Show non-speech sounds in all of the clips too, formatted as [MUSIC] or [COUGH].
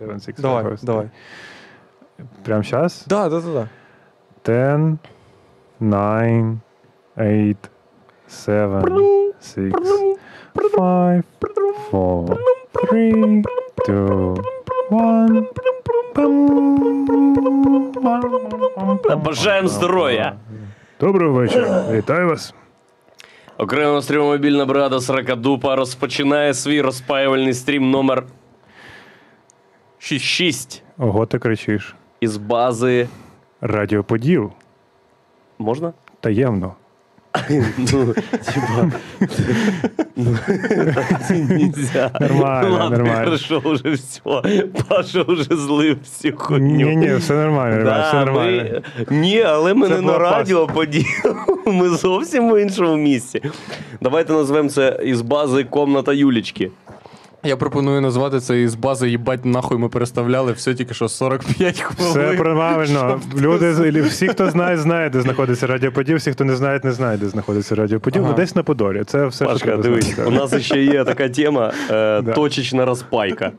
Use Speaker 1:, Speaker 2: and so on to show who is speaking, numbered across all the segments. Speaker 1: Seven, six,
Speaker 2: Давай,
Speaker 1: five,
Speaker 2: давай.
Speaker 1: Прямо сейчас?
Speaker 2: Да, да, да, да.
Speaker 1: 10, 9, 8, 7, 6, 5, 4, 3, 2, 1.
Speaker 3: Та бажаємо здоров'я!
Speaker 1: Доброго вечора. Вітаю вас.
Speaker 3: Окремо стрім мобільна бригада Сракадупа розпочинає свій розпаювальний стрім номер 6
Speaker 1: Ого, ти кричиш.
Speaker 3: із бази.
Speaker 1: Радіоподіл.
Speaker 3: Можна?
Speaker 1: Таємно.
Speaker 3: Ну, типа. ну, так нельзя.
Speaker 1: Нормально,
Speaker 3: Ладно,
Speaker 1: нормально.
Speaker 3: хорошо, уже все. Паша уже злив всю хуйню.
Speaker 1: Ні, ні, все нормально, ребят, все нормально.
Speaker 3: Ми... Ні, але ми
Speaker 1: Це
Speaker 3: не
Speaker 1: була
Speaker 3: на
Speaker 1: паста.
Speaker 3: радіо поділи. [LAUGHS] Ми зовсім в іншому місці. Давайте назвемо це із бази Комната Юлічки.
Speaker 2: Я пропоную назвати це із бази їбать нахуй ми переставляли все тільки що 45 хвилин.
Speaker 1: Все правильно. Люди, з- всі, хто знає, знає, де знаходиться радіоподіл, всі, хто не знає, не знає, де знаходиться радіоподіл.
Speaker 2: Ага.
Speaker 1: Ну, десь на Подолі. Це все що
Speaker 3: Пашка,
Speaker 1: треба
Speaker 3: дивись,
Speaker 1: знати.
Speaker 3: у нас ще є така тема
Speaker 1: [LAUGHS]
Speaker 3: е, точечна розпайка.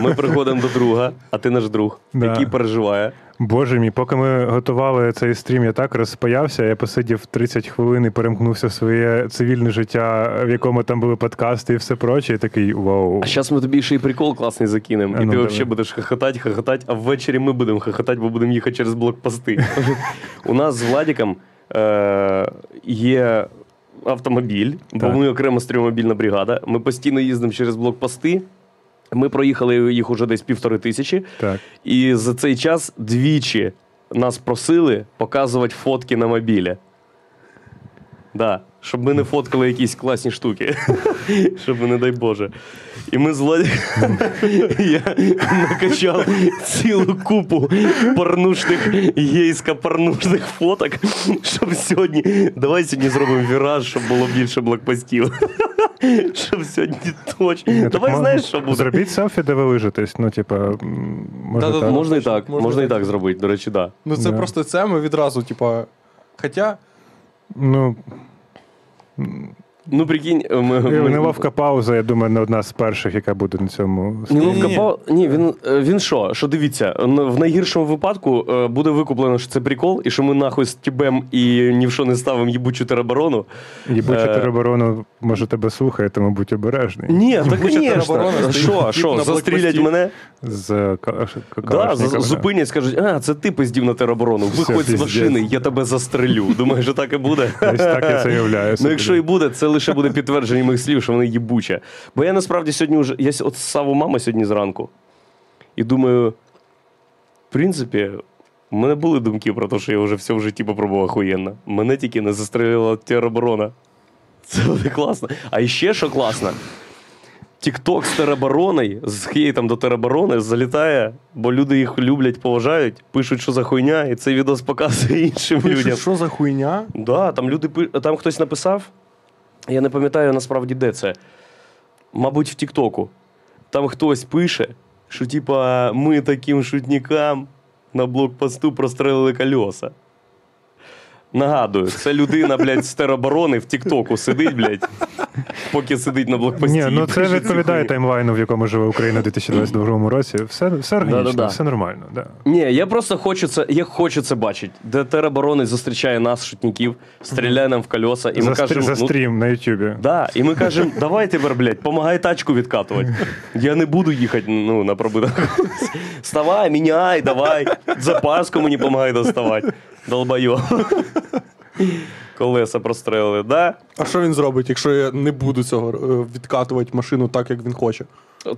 Speaker 3: Ми приходимо до друга, а ти наш друг,
Speaker 1: Да.
Speaker 3: який переживає.
Speaker 1: Боже мій, поки ми готували цей стрім, я так розпаявся. Я посидів 30 хвилин і перемкнувся в своє цивільне життя, в якому там були подкасти і все проче. І такий вау.
Speaker 3: А зараз ми тобі ще й прикол класний закинемо.
Speaker 1: А
Speaker 3: І
Speaker 1: ну,
Speaker 3: ти
Speaker 1: давай.
Speaker 3: взагалі будеш хохотати, хохотати, а ввечері ми будемо хохотати, бо будемо їхати через блокпости. У нас з Владіком е, є автомобіль, бо
Speaker 1: Так.
Speaker 3: ми окремо стрімобільна бригада. Ми постійно їздимо через блокпости. Ми проїхали їх уже десь півтори тисячі.
Speaker 1: Так.
Speaker 3: І за цей час двічі нас просили показувати фотки на мобілі. Да. Щоб ми не фоткали якісь класні штуки. Щоб ми, не дай Боже. І ми з Владі- [LAUGHS] Я накачав цілу купу порнушних, гейсько-порнушних фоток, щоб сьогодні. Давай сьогодні зробимо віраж, щоб було більше блокпостів. [LAUGHS] Щоб сьогодні точно.
Speaker 1: Так
Speaker 3: Давай
Speaker 1: мо-
Speaker 3: знаєш, що буде.
Speaker 1: Зробіть селфі, де ви лижитесь. Ну, типа, м, можна
Speaker 2: Да-да-да.
Speaker 1: так.
Speaker 3: Можна і так,
Speaker 2: Можна
Speaker 3: можна і
Speaker 2: і
Speaker 3: так зробити, до речі, да.
Speaker 2: Ну це
Speaker 1: Да.
Speaker 2: просто це ми відразу, типа. Хоча
Speaker 1: Ну,
Speaker 3: Ну, прикинь, е, ми, ми-
Speaker 1: неловка пауза, я думаю, не одна з перших, яка буде на цьому стрімі.
Speaker 3: Неловка
Speaker 2: Ні.
Speaker 3: пау- Ні, він, е, він що? Що дивіться, н- в найгіршому випадку е, буде викуплено, що це прикол, і що ми нахуй стібем і ні в що не ставимо їбучу тероборону.
Speaker 1: Їбуча
Speaker 3: Е.
Speaker 1: тероборону, може, тебе слухає, тому будь обережний.
Speaker 3: Ні, так звісно.
Speaker 2: тероборона стоїть
Speaker 3: Що,
Speaker 2: тіп на
Speaker 3: що,
Speaker 2: блокпості.
Speaker 3: застрілять мене?
Speaker 1: З ка-
Speaker 3: Да, за-
Speaker 1: калашниками.
Speaker 3: зупинять, скажуть, а, це ти пиздів на тероборону, виходь з
Speaker 1: пиздець.
Speaker 3: машини, я тебе застрелю. Думаєш, що так і буде? [LAUGHS]
Speaker 1: Десь так я це являю.
Speaker 3: Ну,
Speaker 1: собі.
Speaker 3: якщо і буде, це лише буде підтвердження моїх слів, що вона їбуча. Бо я насправді сьогодні вже. Я с- от ссав у мами сьогодні зранку. І думаю, в принципі, у мене були думки про те, що я вже все в житті попробував охуєнно. Мене тільки не застрелила тероборона. Це буде класно. А ще що класно, Тікток з теробороною, з хейтом до тероборони залітає, бо люди їх люблять, поважають, пишуть, що за хуйня, і цей відос показує іншим людям.
Speaker 2: що за хуйня?
Speaker 3: Да, там люди пи- там хтось написав. Я не пам'ятаю насправді, де це. Мабуть, в Тіктоку. Там хтось пише, що типа ми таким шутникам на блокпосту прострелили кольоса. Нагадую, це людина, блядь, з тероборони в Тіктоку сидить, блядь, поки сидить на блокпості.
Speaker 1: Ні, ну
Speaker 3: і
Speaker 1: це
Speaker 3: пише цю
Speaker 1: відповідає
Speaker 3: хуйню.
Speaker 1: таймлайну, в якому живе Україна у 2022 році. Все, все органічно,
Speaker 3: Да-да-да.
Speaker 1: все нормально. Да.
Speaker 3: Ні, я просто хочу це, я хочу це бачити. Де тероборони зустрічає нас, шутників, стріляє нам в кольоса, і
Speaker 1: за,
Speaker 3: ми
Speaker 1: стр-
Speaker 3: кажемо,
Speaker 1: за
Speaker 3: ну,
Speaker 1: стрім на Ютубі.
Speaker 3: Да, і ми кажемо, давай тепер, блядь, помагай тачку відкатувати. Я не буду їхати ну, на пробиток. Вставай, міняй, давай. Запаску мені помагай доставати. Долбайо. Колеса прострелили, да?
Speaker 2: А що він зробить, якщо я не буду цього е, відкатувати машину так, як він хоче?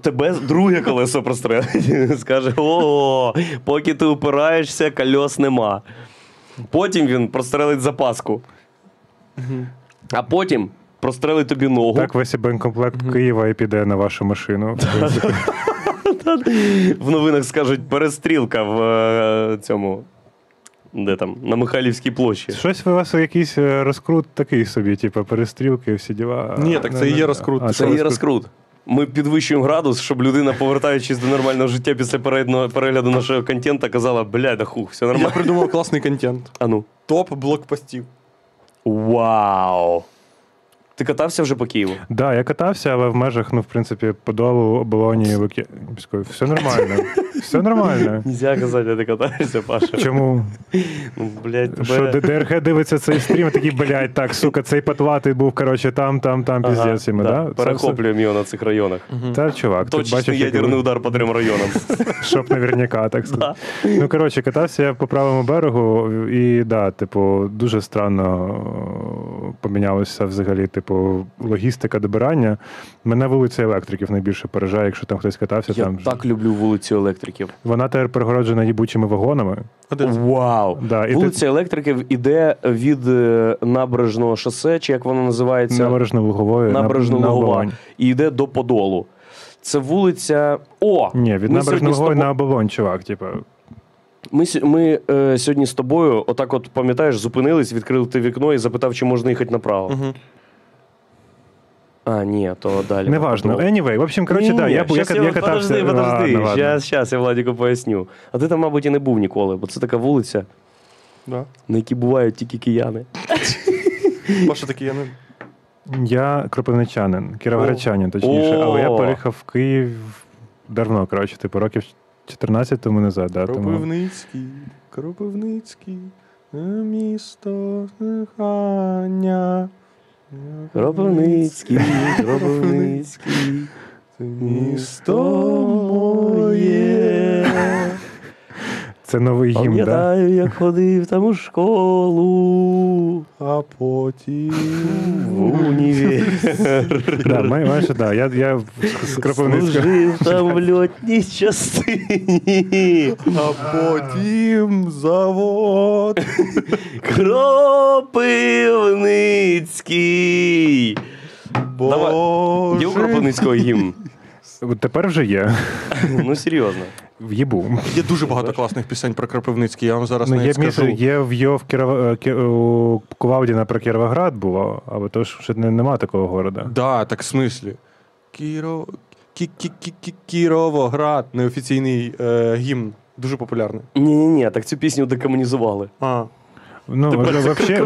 Speaker 3: Тебе друге колесо прострелить. [LAUGHS] Скаже: о, поки ти упираєшся, кольос нема. Потім він прострелить запаску. А потім прострелить тобі ногу.
Speaker 1: Так, весь бенкомплект Києва і піде на вашу машину. В принципі.
Speaker 3: В новинах скажуть перестрілка в е, цьому. Де там? На Михайлівській площі.
Speaker 1: Щось у вас якийсь е, розкрут такий собі, типу перестрілки, всі діла. Ну,
Speaker 2: Ні, так це і є розкрут.
Speaker 1: А,
Speaker 2: Це
Speaker 3: Це є розкрут. Ми підвищуємо градус, щоб людина, повертаючись до нормального життя після перегляду, перегляду нашого контенту, казала: бля, да хух, все
Speaker 2: Я
Speaker 3: нормально. ну.
Speaker 2: придумав класний контент.
Speaker 3: А ну.
Speaker 2: Топ блокпостів.
Speaker 3: Вау! Ти катався вже по Києву?
Speaker 1: Да, я катався, але в межах, ну, в принципі, Подолу, Болонії, Луки... Піскою. Все нормально. Все нормально.
Speaker 3: Нельзя казати, ти катаєшся, Паша.
Speaker 1: Чому?
Speaker 3: Ну, блядь, тебе...
Speaker 1: Що Д- ДРГ дивиться цей стрім, і такий, блядь, так, сука, цей патлатий був, коротше, там, там, там,
Speaker 3: Ага,
Speaker 1: піздець йому, да? Це все-
Speaker 3: Перехоплюємо його на цих районах.
Speaker 1: Та, чувак, ти
Speaker 3: Точечний
Speaker 1: бачиш, як
Speaker 3: ядерний
Speaker 1: він-
Speaker 3: удар по трьом районам.
Speaker 1: Щоб наверняка,
Speaker 3: [LAUGHS]
Speaker 1: так сказати. Ну, коротше, катався я по правому берегу, і да, типу, дуже странно е, помінялося взагалі, типу, логістика добирання. Мене вулиця електриків найбільше поражає, якщо там хтось катався,
Speaker 3: Я
Speaker 1: там
Speaker 3: так люблю вулицю електриків.
Speaker 1: вона тепер перегороджена їбучими вагонами.
Speaker 3: Вау!
Speaker 1: Да, і
Speaker 3: Вулиця електриків іде від е, набережного шосе, чи як воно
Speaker 1: ти
Speaker 3: називається?
Speaker 1: набережно лугової
Speaker 3: Набережного Лугова. І йде до Подолу. Це вулиця. О!
Speaker 1: Ні, від
Speaker 3: ми сьогодні
Speaker 1: набережного
Speaker 3: з
Speaker 1: Лугової
Speaker 3: тобо-
Speaker 1: на оболонь, чувак. Типу,
Speaker 3: Ми, сь- ми е, сьогодні з тобою, отак, от пам'ятаєш, зупинились, відкрили ти вікно і запитав, чи можна їхати направо. А, ні, то далі. Ну,
Speaker 1: неважно. Anyway, в общем, коротше, да, я, був- я, я катався.
Speaker 3: Подожди,
Speaker 1: Ладно,
Speaker 3: подожди.
Speaker 1: ладно.
Speaker 3: Щас, щас, я Владіку поясню. А ти там, мабуть, і не був ніколи, бо це така вулиця, на якій бувають тільки кияни.
Speaker 2: Паша такий, я не.
Speaker 1: Я кропивничанин, кіровоградчанин, точніше,
Speaker 3: О.
Speaker 1: але я переїхав в Київ давно, коротше, типу, років 14 тому назад. Да, тому...
Speaker 2: Кропивницький, Кропивницький, е, місто кохання.
Speaker 3: [LAUGHS] Гробовницький, Гробовницький.
Speaker 2: це місто моє.
Speaker 1: Це новий гімн, да?
Speaker 3: Пам'ятаю, як ходив там у школу.
Speaker 2: А потім
Speaker 3: В універ
Speaker 1: да, май- майже, да. Я, я з Кропивницького.
Speaker 3: служив там в льотній частині.
Speaker 2: а потім завод.
Speaker 3: Кропивницький. Давай. Є у
Speaker 2: Боже.
Speaker 3: Кропивницького гімн.
Speaker 1: От Тепер вже є.
Speaker 3: Ну серйозно.
Speaker 1: В Єбу.
Speaker 2: Є дуже багато класних пісень про Кропивницький, я вам зараз
Speaker 1: Ну,
Speaker 2: не
Speaker 1: є, місце,
Speaker 2: скажу.
Speaker 1: є в Йо в Кірова- е, Кі- у Кувавдіна про Кіровоград було, але то ж ще не, нема такого города.
Speaker 2: Да, так в смислі. Кіро... Кі- кі- кі- кі- Кіровоград, неофіційний е, гімн, дуже популярний.
Speaker 3: Ні-ні-ні, так цю пісню декомунізували.
Speaker 2: А.
Speaker 1: Ну, вообще,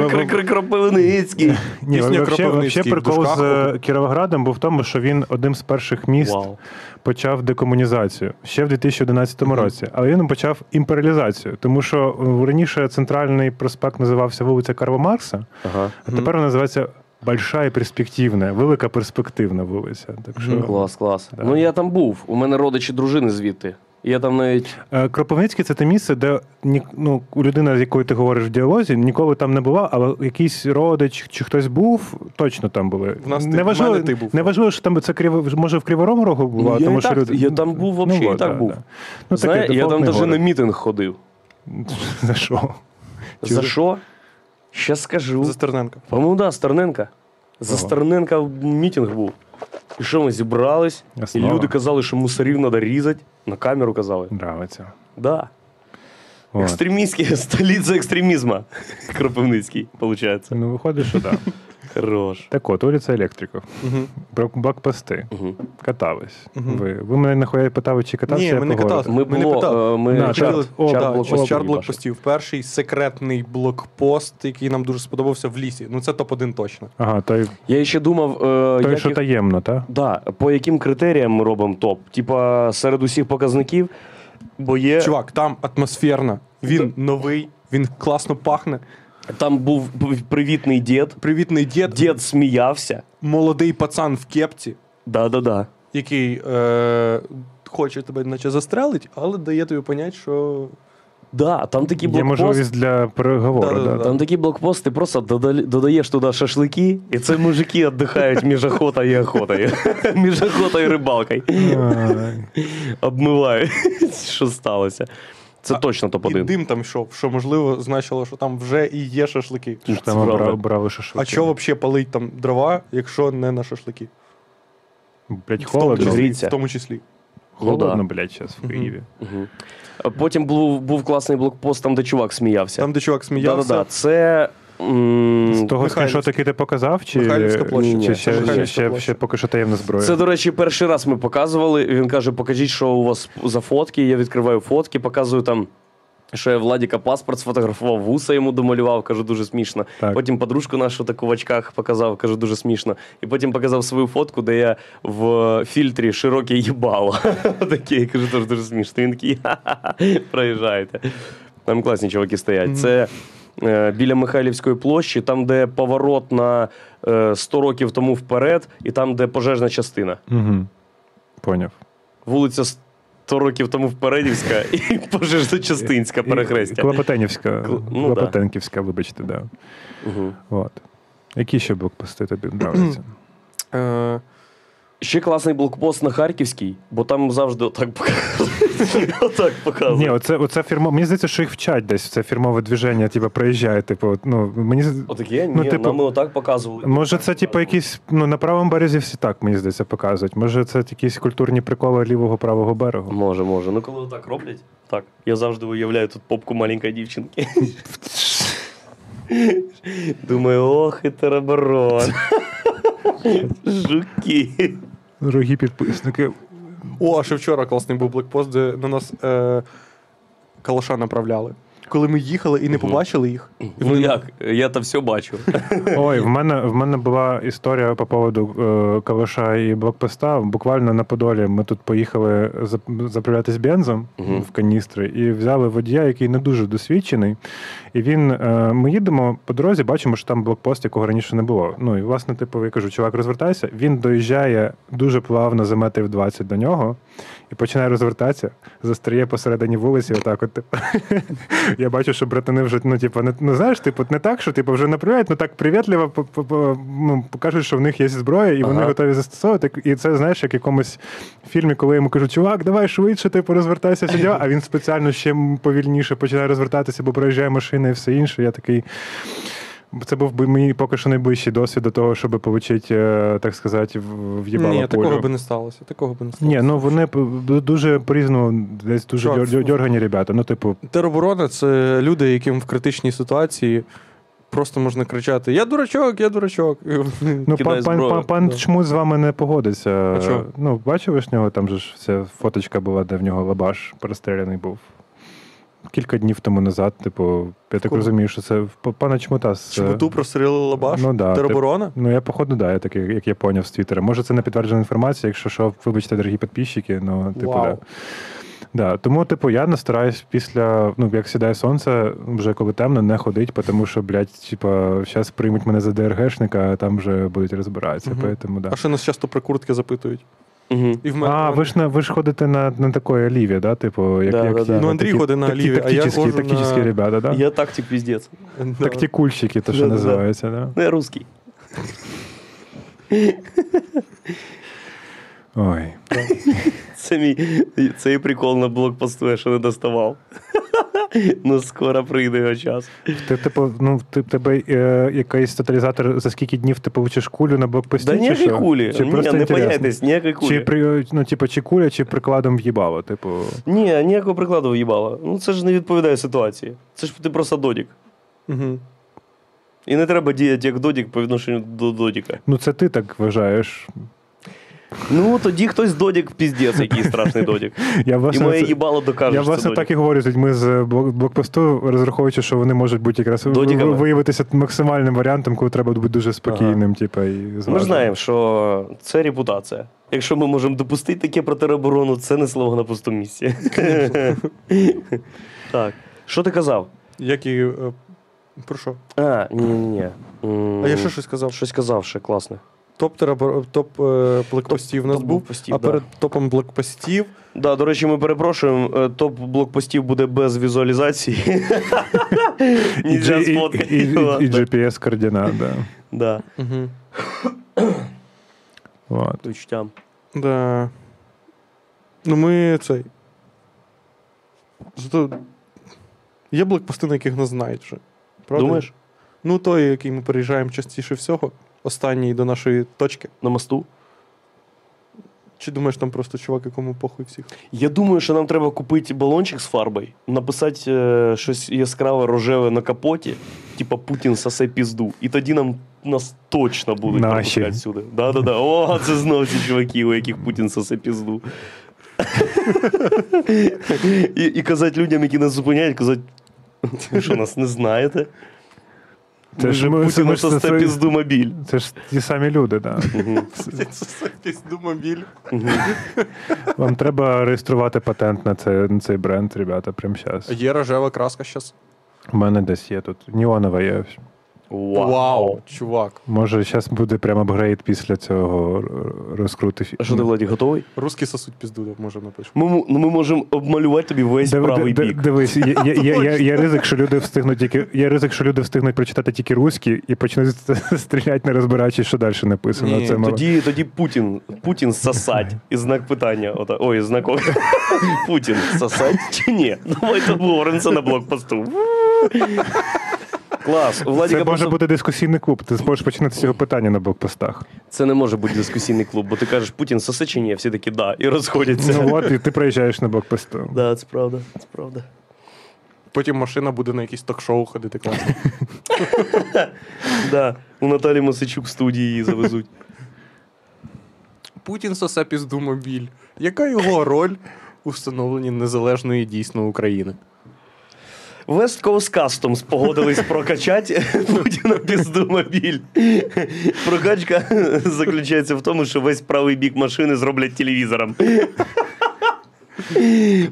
Speaker 3: Кропивницький.
Speaker 1: Ні,
Speaker 2: Пісня
Speaker 1: вообще, вообще
Speaker 2: Кропивницький, в
Speaker 1: прикол з
Speaker 2: дужках.
Speaker 1: е, Кіровоградом був в тому, що він одним з перших міст
Speaker 3: Вау.
Speaker 1: почав декомунізацію ще в 2011 році. Але він почав імперіалізацію, тому що е, раніше центральний проспект називався вулиця Карла Маркса,
Speaker 3: Ага.
Speaker 1: а тепер вона називається Большая і перспективна, велика перспективна вулиця. Так що
Speaker 3: Клас, клас. Ну я там був. У мене родичі дружини звідти. Я там навіть
Speaker 1: Е, Кропивницький це те місце, де ні, ну, людина, з якою ти говориш в діалозі, ніколи там не була, але якийсь родич чи хтось був, точно там були.
Speaker 2: В нас ти-
Speaker 1: неважливо,
Speaker 2: в мене ти був.
Speaker 1: неважливо, що там це криво, може в Кривому Рогу була,
Speaker 3: Ну, я
Speaker 1: тому
Speaker 3: і
Speaker 1: що
Speaker 3: так-
Speaker 1: люди.
Speaker 3: я там був вообще і
Speaker 1: от,
Speaker 3: так
Speaker 1: да,
Speaker 3: був.
Speaker 1: да. Ну,
Speaker 3: Знає,
Speaker 1: такий
Speaker 3: я там
Speaker 1: дефолтний
Speaker 3: навіть на
Speaker 1: город.
Speaker 3: мітинг ходив.
Speaker 1: За що? Чи
Speaker 3: За
Speaker 1: ви-
Speaker 3: що? Ще скажу.
Speaker 2: За Стерненка.
Speaker 3: По-моєму, да, Стерненка. За
Speaker 1: Ага.
Speaker 3: Стерненка мітинг був. І що ми зібрались, і
Speaker 1: Основа.
Speaker 3: люди казали, що мусорів треба різати. На камеру казали.
Speaker 1: Нравиться.
Speaker 3: Да.
Speaker 1: От.
Speaker 3: Екстремістський, [LAUGHS] столиця екстремізму. Кропивницький, виходить.
Speaker 1: Ну, виходить, що так.
Speaker 3: Хорош.
Speaker 1: Так от, улиця електриків. Брак- Бакпости.
Speaker 3: Мгм.
Speaker 1: Катались. Ви, ви мене нахуя питали, чи катався?
Speaker 2: Ні,
Speaker 1: я
Speaker 2: ми не
Speaker 1: по городу.
Speaker 2: катались.
Speaker 3: Ми
Speaker 2: Мене
Speaker 3: було,
Speaker 2: питали.
Speaker 3: е, ми
Speaker 1: На,
Speaker 3: чат,
Speaker 2: Чар,
Speaker 1: чат. О, да,
Speaker 3: блокпостів,
Speaker 2: через чар
Speaker 3: Паша.
Speaker 2: блокпостів. Перший секретний блокпост, який нам дуже сподобався в лісі. Ну це топ-1 точно.
Speaker 1: Ага, той,
Speaker 3: Я ще думав, е,
Speaker 1: той
Speaker 3: як
Speaker 1: що
Speaker 3: їх-
Speaker 1: таємно, так?
Speaker 3: Да, по яким критеріям ми робимо топ? Типа серед усіх показників, бо є.
Speaker 2: Чувак, там атмосферно. Він новий, він класно пахне.
Speaker 3: Там був п- привітний дід.
Speaker 2: Привітний дід,
Speaker 3: Дід сміявся.
Speaker 2: молодий пацан в кепці,
Speaker 3: Да-да-да.
Speaker 2: який е, хоче тебе наче застрелить, але дає тобі понять, що
Speaker 3: Да, там такі
Speaker 1: Є
Speaker 3: блокпости.
Speaker 1: можливість для переговору. Да,
Speaker 2: Да-да-да.
Speaker 3: Там такі блокпости, ти просто дода- додаєш туди шашлики, і це мужики віддихають між охотою і охотою. [LAUGHS] між охотою і рибалкою.
Speaker 1: Ай.
Speaker 3: Обмивають, [LAUGHS] що сталося. Це точно
Speaker 2: і
Speaker 3: топ-1.
Speaker 2: дим там йшов, що можливо значило, що там вже і є шашлики.
Speaker 1: Що ж там
Speaker 3: Правда.
Speaker 1: брали, брали шашлики?
Speaker 2: А що взагалі палить там дрова, якщо не на шашлики?
Speaker 1: Блять,
Speaker 2: В тому,
Speaker 1: холодно.
Speaker 3: Дивіться.
Speaker 2: числі, в тому числі.
Speaker 1: Холодно, блять, зараз в Києві.
Speaker 3: Потім був, був класний блокпост, там, де чувак сміявся.
Speaker 2: Там, де чувак сміявся,
Speaker 3: Да-да-да, це. м,
Speaker 1: З того
Speaker 2: Михайлівська.
Speaker 1: скріншота, який ти показав, чи,
Speaker 2: Михайлівська площа.
Speaker 1: чи
Speaker 3: Ні,
Speaker 1: ще,
Speaker 3: це
Speaker 1: ще,
Speaker 2: Михайлівська
Speaker 1: ще,
Speaker 2: площа.
Speaker 1: ще поки що таємна зброя?
Speaker 3: Це, до речі, перший раз ми показували. Він каже: покажіть, що у вас за фотки. Я відкриваю фотки, показую там Що я Владіка паспорт сфотографував, вуса йому домалював, кажу, дуже смішно.
Speaker 1: Так.
Speaker 3: Потім подружку нашу таку в очках показав, кажу, дуже смішно. І потім показав свою фотку, де я в е, фільтрі широке їбало. [LAUGHS] Таке, я кажу, теж дуже смішно. Він такий, «Ха-ха-ха, проїжджайте. Там класні чуваки стоять. Це е, біля Михайлівської площі, там, де поворот на е, 100 років тому вперед, і там, де пожежна частина.
Speaker 1: Угу. Поняв.
Speaker 3: Вулиця 100 років тому впередівська і [LAUGHS] пожежна частинська перехрестя.
Speaker 1: Клопотенівська.
Speaker 3: Кл- ну, да.
Speaker 1: Клопотенківська, вибачте, да.
Speaker 3: Мгм.
Speaker 1: От. Які ще блокпости тобі нравляться?
Speaker 2: Е,
Speaker 3: Ще класний блокпост на Харківській, бо там завжди отак показують. [LAUGHS] Отак
Speaker 1: Ні,
Speaker 3: показують.
Speaker 1: оце, оце фірмо. Мені здається, що їх вчать десь. Це фірмове движення, типу, проїжджає, типу, от, ну, мені з-
Speaker 3: Отак є?
Speaker 1: Ну,
Speaker 3: Ні,
Speaker 1: типу,
Speaker 3: нам і отак показували.
Speaker 1: Може, це типу якісь, ну на правому березі всі так, мені здається, показують. Може, це якісь культурні приколи лівого правого берегу.
Speaker 3: Може, може. Ну, коли отак роблять, так. Я завжди уявляю тут попку маленької [LAUGHS] дівчинки. Думаю, ох, і тереберон. Жуки.
Speaker 1: Дорогі підписники.
Speaker 2: О, а ще вчора класний був блокпост, де на нас е, калаша направляли. Коли ми їхали і не побачили їх. І
Speaker 3: Ну як? Я там все бачу.
Speaker 1: Ой, в мене в мене була історія по поводу е, калаша і блокпоста. Буквально на Подолі ми тут поїхали зап- заправлятись бензом в каністри і взяли водія, який не дуже досвідчений. І він е, ми їдемо по дорозі, бачимо, що там блокпост, якого раніше не було. Ну і власне, типу, я кажу, чувак, розвертайся. Він доїжджає дуже плавно за метрів 20 до нього і починає розвертатися, застряє посередині вулиці. Отак, от типу. Я бачу, що братани вже ну, типу, не ну, знаєш, типу, не так, що типу, вже направляють, ну так привітливо по- по- по- ну, покажуть, що в них є зброя, і вони
Speaker 3: Ага.
Speaker 1: готові застосовувати. І це знаєш, як в якомусь фільмі, коли йому кажуть, чувак, давай швидше, типу, розвертайся все діло», а він спеціально ще м- повільніше починає розвертатися, бо проїжджає машина і все інше. Я такий. Це був би мій поки що найближчий досвід до того, щоб отримати, е, так сказати, в- в'їбало
Speaker 2: Ні, такого
Speaker 1: пулю.
Speaker 2: би не сталося. Такого би не сталося.
Speaker 1: Ні, ну вони п- дуже по-різному, десь дуже
Speaker 2: Чувак,
Speaker 1: дьор- дьор- дьоргані ребята. Ну, типу,
Speaker 2: Тероборона це люди, яким в критичній ситуації просто можна кричати: Я дурачок, я дурачок.
Speaker 1: Ну,
Speaker 3: Кидає
Speaker 1: пан, пан,
Speaker 3: зброю.
Speaker 1: пан, пан
Speaker 2: Да.
Speaker 1: чому з вами не погодиться?
Speaker 2: чого?
Speaker 1: Ну, бачив ж нього, там же ж ця фоточка була, де в нього лабаш перестріляний був. Кілька днів тому назад, типу, я так
Speaker 2: кого?
Speaker 1: розумію, що це в п- пана Чмута. З...
Speaker 2: Чому ту прострілили лабаш?
Speaker 1: Ну, да,
Speaker 2: Тероборона?
Speaker 1: Ну, я, походу, да, я так, як я поняв з Твіттера. Може, це не підтверджена інформація, якщо що, вибачте, дорогі підписчики, ну, типу,
Speaker 2: Вау.
Speaker 1: да. Да, тому, типу, я настараюсь після, ну, як сідає сонце, вже коли темно, не ходить, тому що, блядь, типу, зараз приймуть мене за ДРГшника, а там вже будуть розбиратися.
Speaker 2: Мгм.
Speaker 1: Поэтому, да.
Speaker 2: А ще нас часто про куртки запитують.
Speaker 3: Мгм.
Speaker 2: І в мене.
Speaker 1: А, ви ж, на, ви ж ходите на, на такої оліві, да? Типу, як,
Speaker 3: Да,
Speaker 1: як
Speaker 3: да, да.
Speaker 1: ті-
Speaker 2: Ну, Андрій
Speaker 1: такі-
Speaker 2: ходить на
Speaker 1: такі
Speaker 2: оліві, а я
Speaker 1: тактичні-
Speaker 2: ходжу на-
Speaker 1: тактичні ребята, да?
Speaker 3: Я тактик піздець.
Speaker 2: Да.
Speaker 1: Тактикульщики, то що
Speaker 3: Да, да, да.
Speaker 1: називається, да?
Speaker 3: Ну, я русський.
Speaker 1: Ой.
Speaker 3: Це мій цей прикол на блокпосту, я ще не доставав. [LAUGHS] Ну, скоро прийде його час.
Speaker 1: Ти, типу, ну, ти, тебе е, якийсь тоталізатор, за скільки днів ти получиш кулю на блокпості?
Speaker 3: Да
Speaker 1: чи
Speaker 3: ніякої
Speaker 1: що?
Speaker 3: кулі.
Speaker 1: Чи
Speaker 3: Ні,
Speaker 1: просто
Speaker 3: не
Speaker 1: інтересно?
Speaker 3: паяйтесь, ніякої кулі.
Speaker 1: Чи, при, ну, типу, чи куля, чи прикладом в'їбало, типу.
Speaker 3: Ні, ніякого прикладу в'їбала. Ну це ж не відповідає ситуації. Це ж ти просто додік.
Speaker 2: Мгм.
Speaker 3: І не треба діяти як додік по відношенню до додіка.
Speaker 1: Ну, це ти так вважаєш.
Speaker 3: Ну тоді хтось додік піздець, який страшний додік.
Speaker 1: Я,
Speaker 3: І
Speaker 1: власне,
Speaker 3: моє
Speaker 1: це-
Speaker 3: їбало докаже.
Speaker 1: я
Speaker 3: що це
Speaker 1: власне
Speaker 3: додік.
Speaker 1: так і говорю з людьми з блок- блокпосту, розраховуючи, що вони можуть бути якраз ви-
Speaker 3: Додіками.
Speaker 1: виявитися максимальним варіантом, коли треба бути дуже спокійним, типу, і
Speaker 3: Ми
Speaker 1: зваженим.
Speaker 3: ж знаємо, що це репутація. Якщо ми можемо допустити таке про тероборону, це не слово на пустому місці. Так. Що ти казав?
Speaker 2: Як і. е, Про що?
Speaker 3: А, ні, ні.
Speaker 2: А
Speaker 3: Ну,
Speaker 2: я ще щось казав.
Speaker 3: Щось казав ще класне.
Speaker 2: Топ терабор... топ е, блокпостів у нас
Speaker 3: топ
Speaker 2: був,
Speaker 3: блокпостів,
Speaker 2: а
Speaker 3: да.
Speaker 2: перед топом блокпостів
Speaker 3: Да, до речі, ми перепрошуємо. е, Топ блокпостів буде без візуалізації.
Speaker 1: І,
Speaker 3: Нельзя
Speaker 1: G- і,
Speaker 3: сфоткати
Speaker 1: і, і,
Speaker 3: його.
Speaker 1: і GPS координат, да.
Speaker 3: Да.
Speaker 2: Угу.
Speaker 1: От.
Speaker 3: Тут тям.
Speaker 2: Да. Ну, ми цей. Зато є блокпости, на яких нас знають вже. Правда?
Speaker 3: Думаєш?
Speaker 2: Ну, той, який ми переїжджаємо частіше всього, останній до нашої точки.
Speaker 3: На мосту?
Speaker 2: Чи думаєш, там просто чувак, якому похуй всіх?
Speaker 3: Я думаю, що нам треба купити балончик з фарбою, написати е, щось яскраве рожеве на капоті, типа Путін сосе пізду. І тоді нам нас точно будуть
Speaker 1: Наші.
Speaker 3: пропускати сюди. Да-да-да. О, це знов ці чуваки, у яких Путін сосе пізду. І, і казати людям, які нас зупиняють, казати, ви що нас не знаєте?
Speaker 1: Це
Speaker 3: Ми
Speaker 1: ж
Speaker 3: же
Speaker 1: ми- це
Speaker 3: Путіну
Speaker 1: ми ж це-
Speaker 3: состе
Speaker 1: це-
Speaker 3: піздумобіль.
Speaker 1: Це ж ті самі люди, так.
Speaker 2: Думобіль.
Speaker 1: Вам треба реєструвати патент на цей, на цей бренд, ребята, прямо зараз.
Speaker 2: Є рожева краска зараз.
Speaker 1: У мене десь є тут. Неонова є.
Speaker 2: Вау, чувак.
Speaker 1: Може, зараз буде прямо апгрейд після цього р- розкрути фі-
Speaker 3: А що ти, Владі, готовий?
Speaker 2: Русські сосуть пізду, може напишемо.
Speaker 3: Ми, му- ну, ми можемо обмалювати тобі весь
Speaker 1: Диви-
Speaker 3: правий
Speaker 1: ди-
Speaker 3: бік.
Speaker 1: Дивись, є, є, є, є, є ризик, що люди встигнуть тільки є ризик, що люди встигнуть прочитати тільки руські і почнуть [LAUGHS] стріляти, не розбираючи, що далі написано.
Speaker 2: Ні,
Speaker 1: Це мало.
Speaker 3: Тоді, тоді Путін, Путін сосать і знак питання. Ота, ой, знак о- [LAUGHS] Путін сосать чи ні? Давайте обговоримо це на блокпосту. Клас. У Владіка
Speaker 1: Це може
Speaker 3: просто-
Speaker 1: бути дискусійний клуб. Ти зможеш починати з цього питання на блокпостах.
Speaker 3: Це не може бути дискусійний клуб, бо ти кажеш, Путін сосе чи ні, всі такі да, і розходяться.
Speaker 1: Ну от, і ти проїжджаєш на блокпосту.
Speaker 3: [LAUGHS] Да, це правда, це правда.
Speaker 2: Потім машина буде на якісь ток-шоу ходити класно.
Speaker 3: Да, у Наталі Масичук в студії її завезуть.
Speaker 2: Путін сосе піздумобіль. Яка його роль у встановленні незалежної дійсно України?
Speaker 3: West Coast Customs погодились прокачати [LAUGHS] Путіна піздомобіль. Прокачка заключається в тому, що весь правий бік машини зроблять телевізором.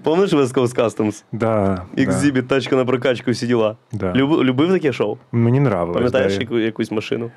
Speaker 3: Помниш West Coast Customs?
Speaker 1: Да, да,
Speaker 3: Екзибіт, тачка на прокачку, всі діла.
Speaker 1: да.
Speaker 3: Люб- любив таке шоу?
Speaker 1: Мені нравилось.
Speaker 3: Пам'ятаєш
Speaker 1: да, і-
Speaker 3: яку- якусь машину?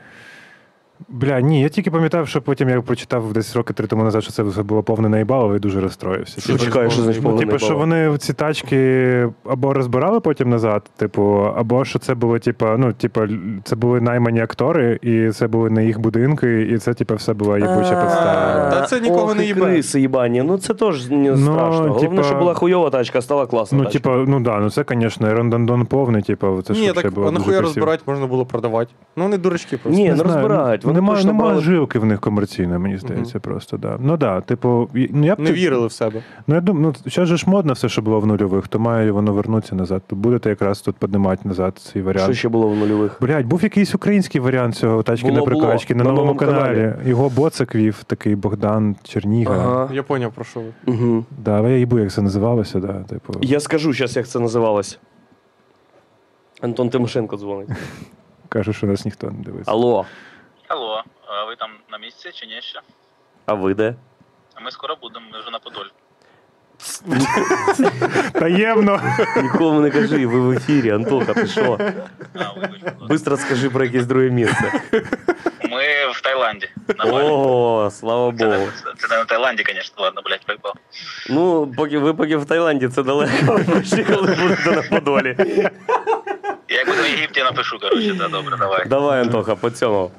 Speaker 1: Бля, ні, я тільки пам'ятав, що потім я прочитав десь роки три тому назад, що це все було повне наїбалово і дуже розстроївся.
Speaker 2: Що чекаєш, що значить
Speaker 1: Ну, типу, що вони ці тачки або розбирали потім назад, типу, або що це було, типу, ну, типу, л- це були наймані актори, і це були не їх будинки, і це, типу, все була їбуча підстава.
Speaker 2: Та це нікого
Speaker 3: Ох,
Speaker 2: не
Speaker 3: і
Speaker 2: їбе.
Speaker 3: Криси їбані. Ну це теж не
Speaker 1: Ну,
Speaker 3: страшно. Головне,
Speaker 1: типа-
Speaker 3: що була хуйова тачка, а стала класна.
Speaker 1: Ну,
Speaker 3: тачка.
Speaker 1: типу, ну да, ну це, звісно, рондондон повний, типу, це ж
Speaker 2: Ні,
Speaker 1: вообще
Speaker 2: так
Speaker 1: було
Speaker 2: а
Speaker 1: дуже
Speaker 2: нахуя
Speaker 1: красиво.
Speaker 2: розбирати можна було продавати. Ну вони дурачки просто.
Speaker 1: Не
Speaker 3: Ні, не
Speaker 1: знаю,
Speaker 3: розбирають. Вони
Speaker 1: Нема,
Speaker 3: точно
Speaker 1: нема
Speaker 3: брали-
Speaker 1: жилки в них комерційно, мені здається, просто, да. Ну да, типу, і- ну я б
Speaker 2: Не
Speaker 1: ти-
Speaker 2: вірили в себе.
Speaker 1: Ну, я думаю, ну зараз же ж модно все, що було в нульових, то має воно вернутися назад. То будете якраз тут піднімати назад цей
Speaker 3: Що
Speaker 1: варіант.
Speaker 3: ще було в нульових?
Speaker 1: Блять, був якийсь український варіант цього тачки
Speaker 3: Було,
Speaker 1: на прикачки
Speaker 3: було.
Speaker 1: на,
Speaker 3: На
Speaker 1: новому
Speaker 3: новому
Speaker 1: каналі.
Speaker 3: каналі.
Speaker 1: Його боцик вів, такий Богдан Черніга. Ага.
Speaker 2: Я поняв, про що ви.
Speaker 3: Угу.
Speaker 1: Да, але я їбу, як це називалося, да, типу.
Speaker 3: Я скажу зараз, як це називалось. Антон Тимошенко дзвонить.
Speaker 1: Кажу, що нас ніхто не дивиться.
Speaker 3: Алло,
Speaker 4: Алло, а ви там на місці чи ні ще?
Speaker 3: а ви де?
Speaker 4: А Ми скоро будемо, ми вже на Подолі.
Speaker 3: [LAUGHS]
Speaker 2: [LAUGHS]
Speaker 1: Таємно!
Speaker 3: Нікому не кажи, ви в ефірі, Антоха, ти що?
Speaker 4: А, вибач, будь ласка.
Speaker 3: Бистро скажи про якесь друге місце.
Speaker 4: ми в Таїланді. На Балі.
Speaker 3: О, слава
Speaker 4: Це
Speaker 3: Богу.
Speaker 4: не- Це, це не на Таїланді, звісно, ладно, блядь, прикол.
Speaker 3: Ну, поки ви поки в Таїланді, це далеко. [LAUGHS] Ще коли будете на Подолі.
Speaker 4: Я як буду в Єгипті напишу, коротше, та добре, давай.
Speaker 3: Давай, Антоха, по цьому.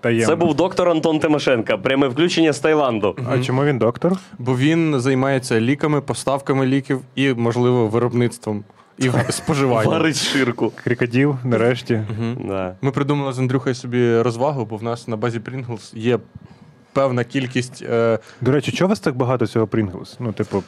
Speaker 1: Таємно.
Speaker 3: Це був доктор Антон Тимошенко. Пряме включення з Таїланду.
Speaker 1: А чому він доктор?
Speaker 2: Бо він займається ліками, поставками ліків і, можливо, виробництвом і в- [LAUGHS] споживанням.
Speaker 3: Варить ширку.
Speaker 1: Крікоділ, нарешті.
Speaker 3: Да.
Speaker 2: Ми придумали з Андрюхою собі розвагу, бо в нас на базі Pringles є певна кількість. Е,
Speaker 1: До речі, чого у вас так багато цього Pringles? Ну, типу,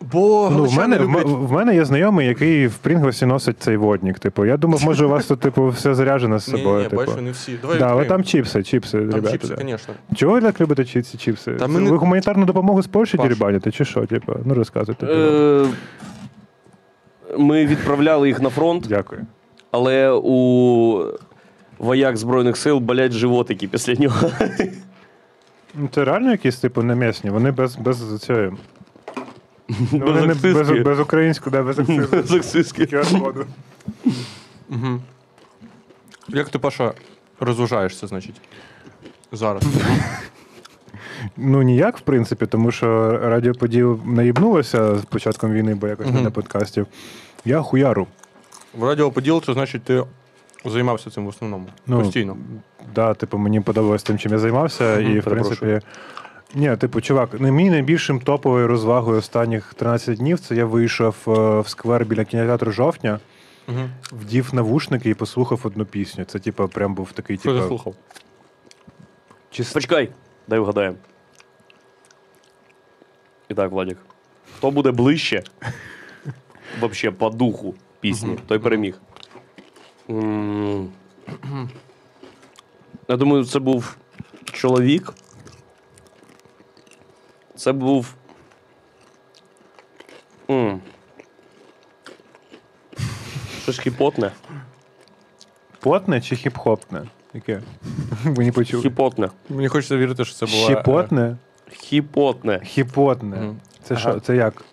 Speaker 2: бо
Speaker 1: Ну, в мене, в
Speaker 2: люблять...
Speaker 1: м- в мене є знайомий, який в Прінглсі носить цей водник. Типу, я думав, може, у вас тут типу все заряджено з
Speaker 2: Ні, ні,
Speaker 1: собою.
Speaker 2: ні,
Speaker 1: типу.
Speaker 2: бачу, не всі. Давай
Speaker 1: да, але
Speaker 2: відкриємо.
Speaker 1: там чіпси, чіпси,
Speaker 2: Там
Speaker 1: ребята.
Speaker 2: чіпси,
Speaker 1: да.
Speaker 2: звісно.
Speaker 1: Чого ви так любите чіпси, чіпси?
Speaker 2: Та
Speaker 1: Це
Speaker 2: ми не-
Speaker 1: Ви гуманітарну допомогу з Польщі
Speaker 2: Паш.
Speaker 1: дірібаните, чи що? Типу, ну розказуйте. будь
Speaker 3: Е, Ми відправляли їх на фронт,
Speaker 1: Дякую.
Speaker 3: але у вояк Збройних сил болять животики після нього. [LAUGHS]
Speaker 1: Ну, Це реально якісь типу немісні, вони без, без
Speaker 2: [LAUGHS]
Speaker 1: цієї. Ну,
Speaker 3: Без
Speaker 1: вони не- без,
Speaker 3: акцизки.
Speaker 1: без української, да,
Speaker 2: [LAUGHS]
Speaker 1: без акцизу.
Speaker 3: Сексистські.
Speaker 2: Як ти, Паша, розважаєшся, значить? Зараз.
Speaker 1: Ну ніяк, в принципі, тому що Радіо Поділ наїбнулося з початком війни, бо якось не на подкасті. Я хуяру.
Speaker 2: В радіоподіл, це значить, ти займався цим в основному.
Speaker 1: Ну,
Speaker 2: Постійно.
Speaker 1: Да, типу, мені подобалось тим, чим я займався, і в
Speaker 3: перепрошую.
Speaker 1: принципі. Ні, типу, чувак, не мій найбільшим топовою розвагою останніх 13 днів це я вийшов е, в сквер біля кінотеатру жовтня,
Speaker 2: Мгм.
Speaker 1: вдів навушники і послухав одну пісню. Це, типу, прям був такий,
Speaker 2: Що ти
Speaker 1: типу.
Speaker 2: слухав?
Speaker 1: чис-
Speaker 3: Почекай, дай вгадаємо. І так, Владик. Хто буде ближче? Вообще по духу пісні, той переміг. М. Я думаю, це був чоловік. Це був. М. Щось кіпотне.
Speaker 1: Потне чи хіп-хопне? Яке? [LAUGHS] Мені почув.
Speaker 3: Хіпотне.
Speaker 2: Мені хочеться вірити, що це була. е,
Speaker 1: Щепотне?
Speaker 3: Хіпотне.
Speaker 1: Хіпотне.
Speaker 2: Мгм.
Speaker 1: Це що? Це як?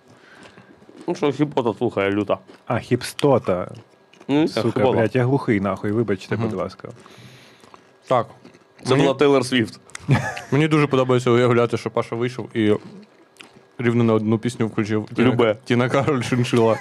Speaker 3: Ну що, хіпота слухає, люта.
Speaker 1: А, хіпстота.
Speaker 2: Е,
Speaker 3: Ну,
Speaker 1: Сука,
Speaker 3: хіпота.
Speaker 1: блядь, я глухий нахуй, вибачте, будь ласка.
Speaker 2: е, Так.
Speaker 3: Це була Тейлор Свіфт.
Speaker 2: Мені дуже подобається уявляти, що Паша вийшов і рівно на одну пісню включив Тіна-
Speaker 3: Любе.
Speaker 2: Тіна Кароль Шиншила.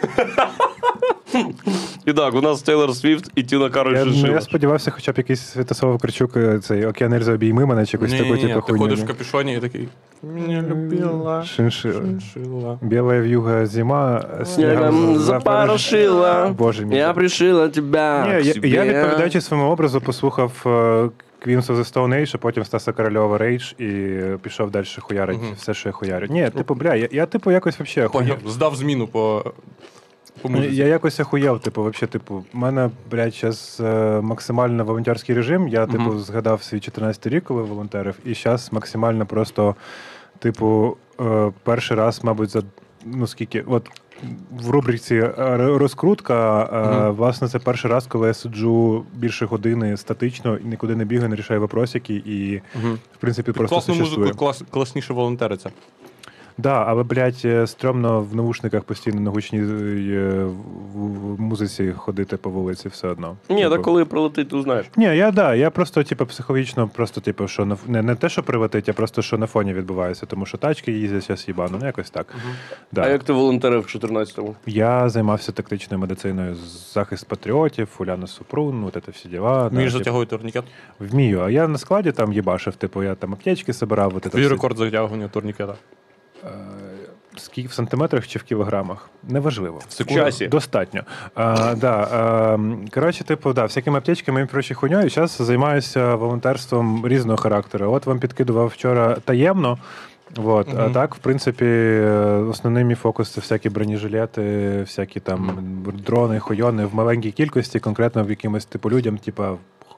Speaker 3: І так, у нас Тейлор Свіфт і Тіна Кароль
Speaker 1: Я, ну,
Speaker 3: Шиншила.
Speaker 1: я сподівався, хоча б якийсь Святослав Кричук, е, цей океанер за обійми мене чи якусь таку
Speaker 2: Ні-ні-ні,
Speaker 1: типу
Speaker 2: Ти ходиш в
Speaker 1: хуйню.
Speaker 2: капюшоні і такий. Мене любила.
Speaker 1: Шиншила.
Speaker 2: Шиншила.
Speaker 1: Білая вьюга зима, е,
Speaker 3: Снігом
Speaker 1: снігом запорошила.
Speaker 3: запорошила.
Speaker 1: Боже мій.
Speaker 3: Я пришила тебе.
Speaker 1: Ні,
Speaker 3: к
Speaker 1: я,
Speaker 3: себе.
Speaker 1: я відповідаючи своєму образу, послухав е, Queens of the Stone Age, а потім Стаса Корольова Rage і е, пішов далі хуярить все, що я хуярю. Ні, типу, бля, я, я типу якось взагалі
Speaker 2: Поняв, здав зміну по. по
Speaker 1: Ну,
Speaker 2: музиці.
Speaker 1: Я якось охуєв, типу, вообще, типу, в мене, блядь, зараз максимально волонтерський режим. Я, типу, згадав свій 14 рік, коли волонтерів, і зараз максимально просто, типу, е, перший раз, мабуть, за ну скільки. От в рубриці е, р- розкрутка, е, власне, це перший раз, коли я сиджу більше години статично і нікуди не бігаю, не рішаю вопросики і, в принципі, просто
Speaker 2: Класну
Speaker 1: существую.
Speaker 2: музику, клас, класніше волонтериться.
Speaker 1: Да, але, блядь, е, стрьомно в навушниках постійно на гучній е, в, в- в музиці ходити по вулиці все одно.
Speaker 3: Ні,
Speaker 1: Типу.
Speaker 3: так коли прилетить, ти знаєш.
Speaker 1: Ні, я да, я просто, типу, психологічно, просто, типу, що на ф- не, не те, що прилетить, а просто що на фоні відбувається, тому що тачки їздять зараз їбано, ну якось так. Да.
Speaker 3: А як ти волонтерив в 14-му?
Speaker 1: Я займався тактичною медициною, захист патріотів, Уляна Супрун, от це всі діла.
Speaker 3: Ну,
Speaker 1: да,
Speaker 2: Між
Speaker 1: типу,
Speaker 2: затягує турнікет.
Speaker 1: Вмію, а я на складі там їбашив, типу, я там аптечки собирав, от це
Speaker 2: Твій
Speaker 1: все
Speaker 2: рекорд затягування турнікета.
Speaker 1: Е, Скільки в сантиметрах чи в кілограмах? Неважливо. В
Speaker 3: часі.
Speaker 1: Достатньо. А, да, а, м, коротше, типу, да, всякими аптечками і прочою хуйньою. Зараз займаюся волонтерством різного характеру. От вам підкидував вчора таємно. От, А так, в принципі, е, основний мій фокус це всякі бронежилети, всякі там дрони, хуйони в маленькій кількості, конкретно в якимось типу людям, типу,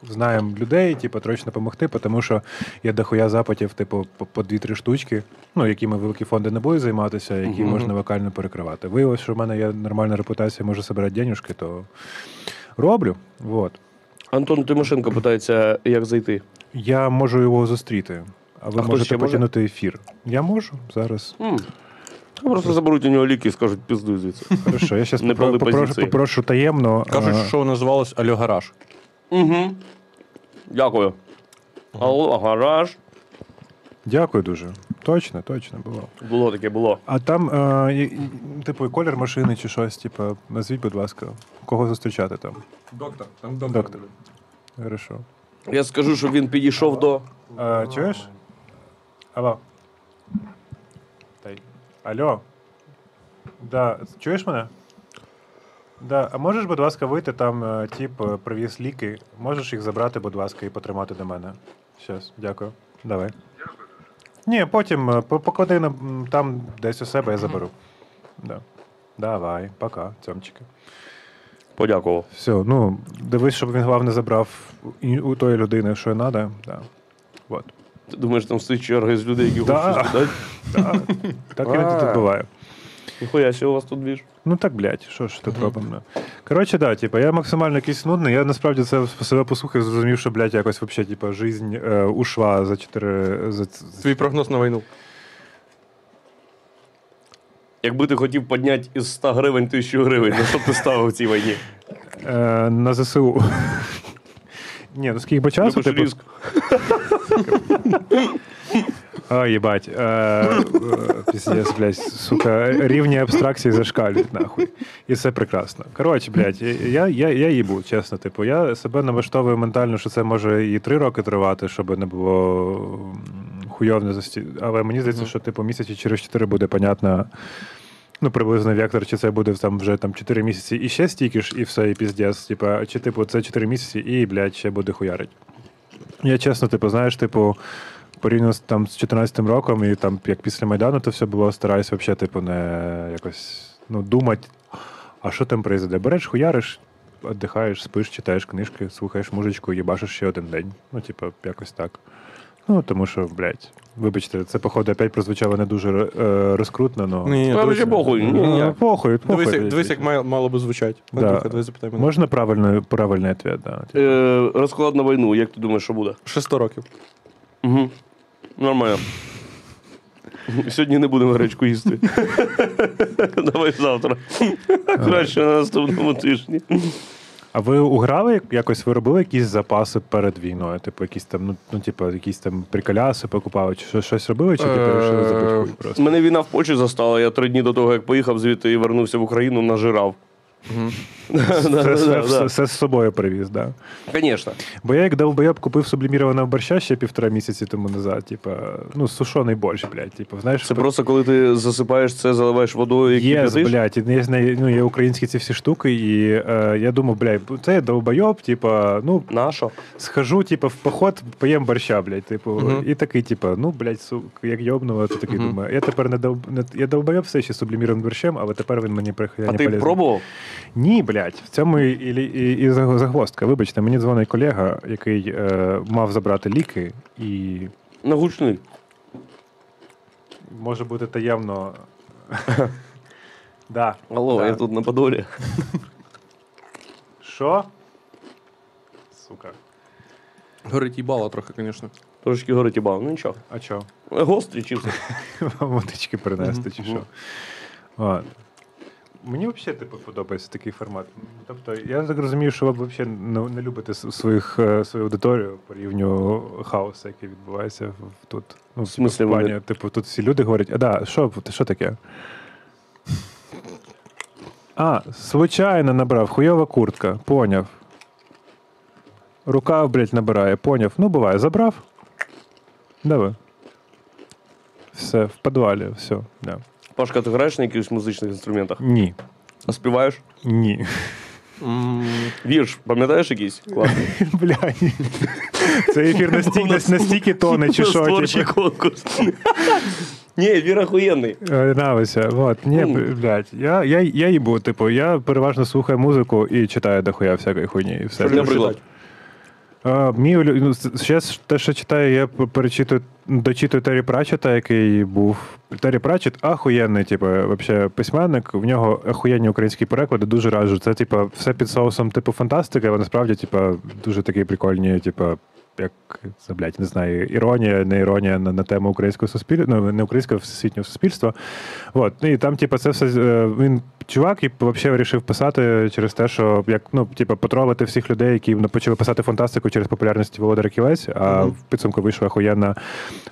Speaker 1: знаємо людей, типу, срочно допомогти, тому що є дохуя запитів, типу, по- по дві-три штучки, ну, якими великі фонди не будуть займатися, які можна локально перекривати. Виявилось, що в мене є нормальна репутація, можу збирати денюжки, то роблю. Вот.
Speaker 3: Антон Тимошенко питається, як зайти.
Speaker 1: Я можу його зустріти. А ви
Speaker 3: хтось ще
Speaker 1: можете
Speaker 3: може?
Speaker 1: потягнути ефір. Я можу зараз.
Speaker 3: М. Ну, Просто заберуть у нього ліки і скажуть, піздуй звідси.
Speaker 1: Хорошо, я зараз
Speaker 3: Не пали
Speaker 1: попрошу,
Speaker 3: позиції.
Speaker 1: попрошу таємно.
Speaker 2: Кажуть,
Speaker 1: а,
Speaker 2: що називалось Альо Гараж.
Speaker 3: Угу. Дякую. Алло, гараж.
Speaker 1: Дякую дуже. Точно, точно було.
Speaker 3: Було таке, було.
Speaker 1: А там, е, і- і- типу, і колір машини чи щось, типу, назвіть, будь ласка, кого зустрічати там.
Speaker 2: Доктор, там доктор.
Speaker 1: Доктор. Хорошо.
Speaker 3: Я скажу, щоб він підійшов до.
Speaker 1: А, чуєш? Алло. Та й- Алло. Да, чуєш мене? Да. А можеш, будь ласка, вийти там, е, тіп е, привіз ліки. Можеш їх забрати, будь ласка, і потримати до мене. Щас, дякую. Давай. Ні, потім е, по- поклади на, м, там десь у себе, я заберу. Да. Давай, пока, цьомчики.
Speaker 3: Подякував.
Speaker 1: Все, ну, дивись, щоб він, головне, забрав і- у тої людини, що треба. Да. Вот.
Speaker 3: Ти думаєш, там стоїть черга з людей, які
Speaker 1: Да.
Speaker 3: хочуть щось дати?
Speaker 1: Так іноді тут буває.
Speaker 3: Ніхуя, що у вас тут більш?
Speaker 1: Ну так, блядь, що ж тут робимо? Коротше, да, типу, я максимально якийсь нудний. Я насправді це себе послухав, зрозумів, що, блядь, якось вообще, типу, жизнь е, ушла за 4... За... ц-
Speaker 2: Твій прогноз на війну.
Speaker 3: Якби ти хотів підняти із 100 гривень 1000 гривень, на що б ти ставив в цій війні?
Speaker 1: Е, на ЗСУ. [LAUGHS] Ні, ну скільки бо часу,
Speaker 3: Любиш
Speaker 1: типу,
Speaker 3: різк?
Speaker 1: А, їбать. Е, е, Піздець, блядь, сука, рівні абстракції зашкалюють нахуй. І все прекрасно. Коротше, блядь, я, я, я їбу, чесно, типу, я себе налаштовую ментально, що це може і три роки тривати, щоб не було м, хуйовно засті. Але мені здається, що типу місяці через чотири буде понятно. Ну, приблизно вектор, чи це буде там вже там 4 місяці і ще стільки ж, і все, і піздець. Типа, чи типу це 4 місяці, і, блядь, ще буде хуярить. Я чесно, типу, знаєш, типу, порівняно з там з 14-м роком, і там як після Майдану то все було, стараюсь взагалі, типу, не якось ну, думати, а що там прийде? Береш, хуяриш, віддихаєш, спиш, читаєш книжки, слухаєш музичку, їбашиш ще один день. Ну, типу, якось так. Ну, тому що, блядь, вибачте, це, походу, опять прозвучало не дуже е, розкрутно, але...
Speaker 2: Ні,
Speaker 3: Та
Speaker 2: дивись,
Speaker 3: вже похуй. Ні,
Speaker 1: Ну,
Speaker 3: ні.
Speaker 1: похуй, похуй.
Speaker 2: дивись, як- дивись, як має- мало би звучати.
Speaker 1: Да.
Speaker 2: Андрюха, давай запитай мене.
Speaker 1: Можна правильно, правильний ответ, да.
Speaker 3: Е, Розклад на війну, як ти думаєш, що буде?
Speaker 2: Ще 100 років.
Speaker 3: Угу. Нормально. Сьогодні не будемо гречку їсти. [LAUGHS] Давай завтра. Краще на наступному тижні.
Speaker 1: А ви уграли якось, ви робили якісь запаси перед війною? Типу, якісь там, ну, ну типу, якісь там приколяси покупали, чи що- щось робили, чи
Speaker 2: Е,
Speaker 1: типу, вирішили забити хуй просто?
Speaker 3: Мене війна в Польщі застала. Я три дні до того, як поїхав звідти і вернувся в Україну, нажирав. [LAUGHS]
Speaker 1: Це все- все-
Speaker 3: Да-да-да.
Speaker 1: все з собою привіз, да.
Speaker 3: Звісно.
Speaker 1: Бо я як долбоєб купив сублімірованого борща ще півтора місяці тому назад, типу, ну, сушений борщ, блядь, типу, знаєш,
Speaker 3: Це просто коли ти засипаєш це, заливаєш водою і
Speaker 1: Є,
Speaker 3: кипятиш.
Speaker 1: блядь, і я знаю, ну, є українські ці всі штуки, і е, я думав, блядь, це я долбойоб, типа, ну,
Speaker 3: На що?
Speaker 1: схожу, типа, в поход, поїм борща, блядь, типу,
Speaker 2: Мгм.
Speaker 1: і такий, типа, ну, блядь, сук, як йобнуло, то такий думаю. Я тепер не долб... не- я долбойоб все ще сублімірованим борщем, але тепер він мені прихиляє
Speaker 3: А ти пробував?
Speaker 1: Ні, блядь, в цьому і, і, і, і заг- загвоздка. Вибачте, мені дзвонить колега, який е, мав забрати ліки, і
Speaker 3: Нагучний.
Speaker 1: може бути таємно. [LAUGHS] Да.
Speaker 3: Алло,
Speaker 1: да.
Speaker 3: я тут на Подолі.
Speaker 1: Що? Сука.
Speaker 2: Горить їбало трохи, звісно.
Speaker 3: Трошки горить їбав. Ну нічого.
Speaker 1: А чо?
Speaker 3: Гострі чи все.
Speaker 1: Вам [LAUGHS] водички принести чи що? От. Мені взагалі типу, подобається такий формат. Тобто, я так розумію, що ви взагалі не, не любите с- своїх, е, свою аудиторію по рівню хаосу, який відбувається в- в- тут. Ну, в
Speaker 3: смислі,
Speaker 1: плані,
Speaker 3: вони-
Speaker 1: типу, тут всі люди говорять, а да, що, ти- що таке? А, звичайно набрав, хуйова куртка, поняв. Рукав, блядь, набирає, поняв. Ну, буває, забрав. Давай. Все, в підвалі, все. Да.
Speaker 3: Пашка, ти граєш на якихось музичних інструментах?
Speaker 1: Ні.
Speaker 3: А співаєш?
Speaker 1: Ні. [LAUGHS]
Speaker 3: Вірш, пам'ятаєш якийсь? Класний.
Speaker 1: Бля, ні. Це ефір настільки, настільки тоне, чи
Speaker 3: У нас
Speaker 1: що,
Speaker 3: Творчий
Speaker 1: типу.
Speaker 3: конкурс. Ні, вір охуєнний.
Speaker 1: Навися, е, от, ні, блядь, я, я, я їбу, типу, я переважно слухаю музику і читаю дохуя всякої хуйні, і все.
Speaker 3: Наприклад.
Speaker 1: А, мій улю- ну, с- ще ж те, що читаю, я п- перечитую, дочитую Террі Пратчета, який був. Террі Пратчет ахуєнний, типу, вообще письменник. В нього ахуєнні українські переклади, дуже раджу. Це, типу, все під соусом, типу, фантастики, але насправді, типу, дуже такі прикольні, типу. Як це, блядь, не знаю, іронія, не іронія на, на тему українського суспільства, ну, не українського а всесвітнього суспільства. От, ну і там, типу, це все е, він чувак і взагалі вирішив писати через те, що як ну, типу, потролити всіх людей, які ну, почали писати фантастику через популярність Володаря Кілець, а в підсумку вийшла охуєнна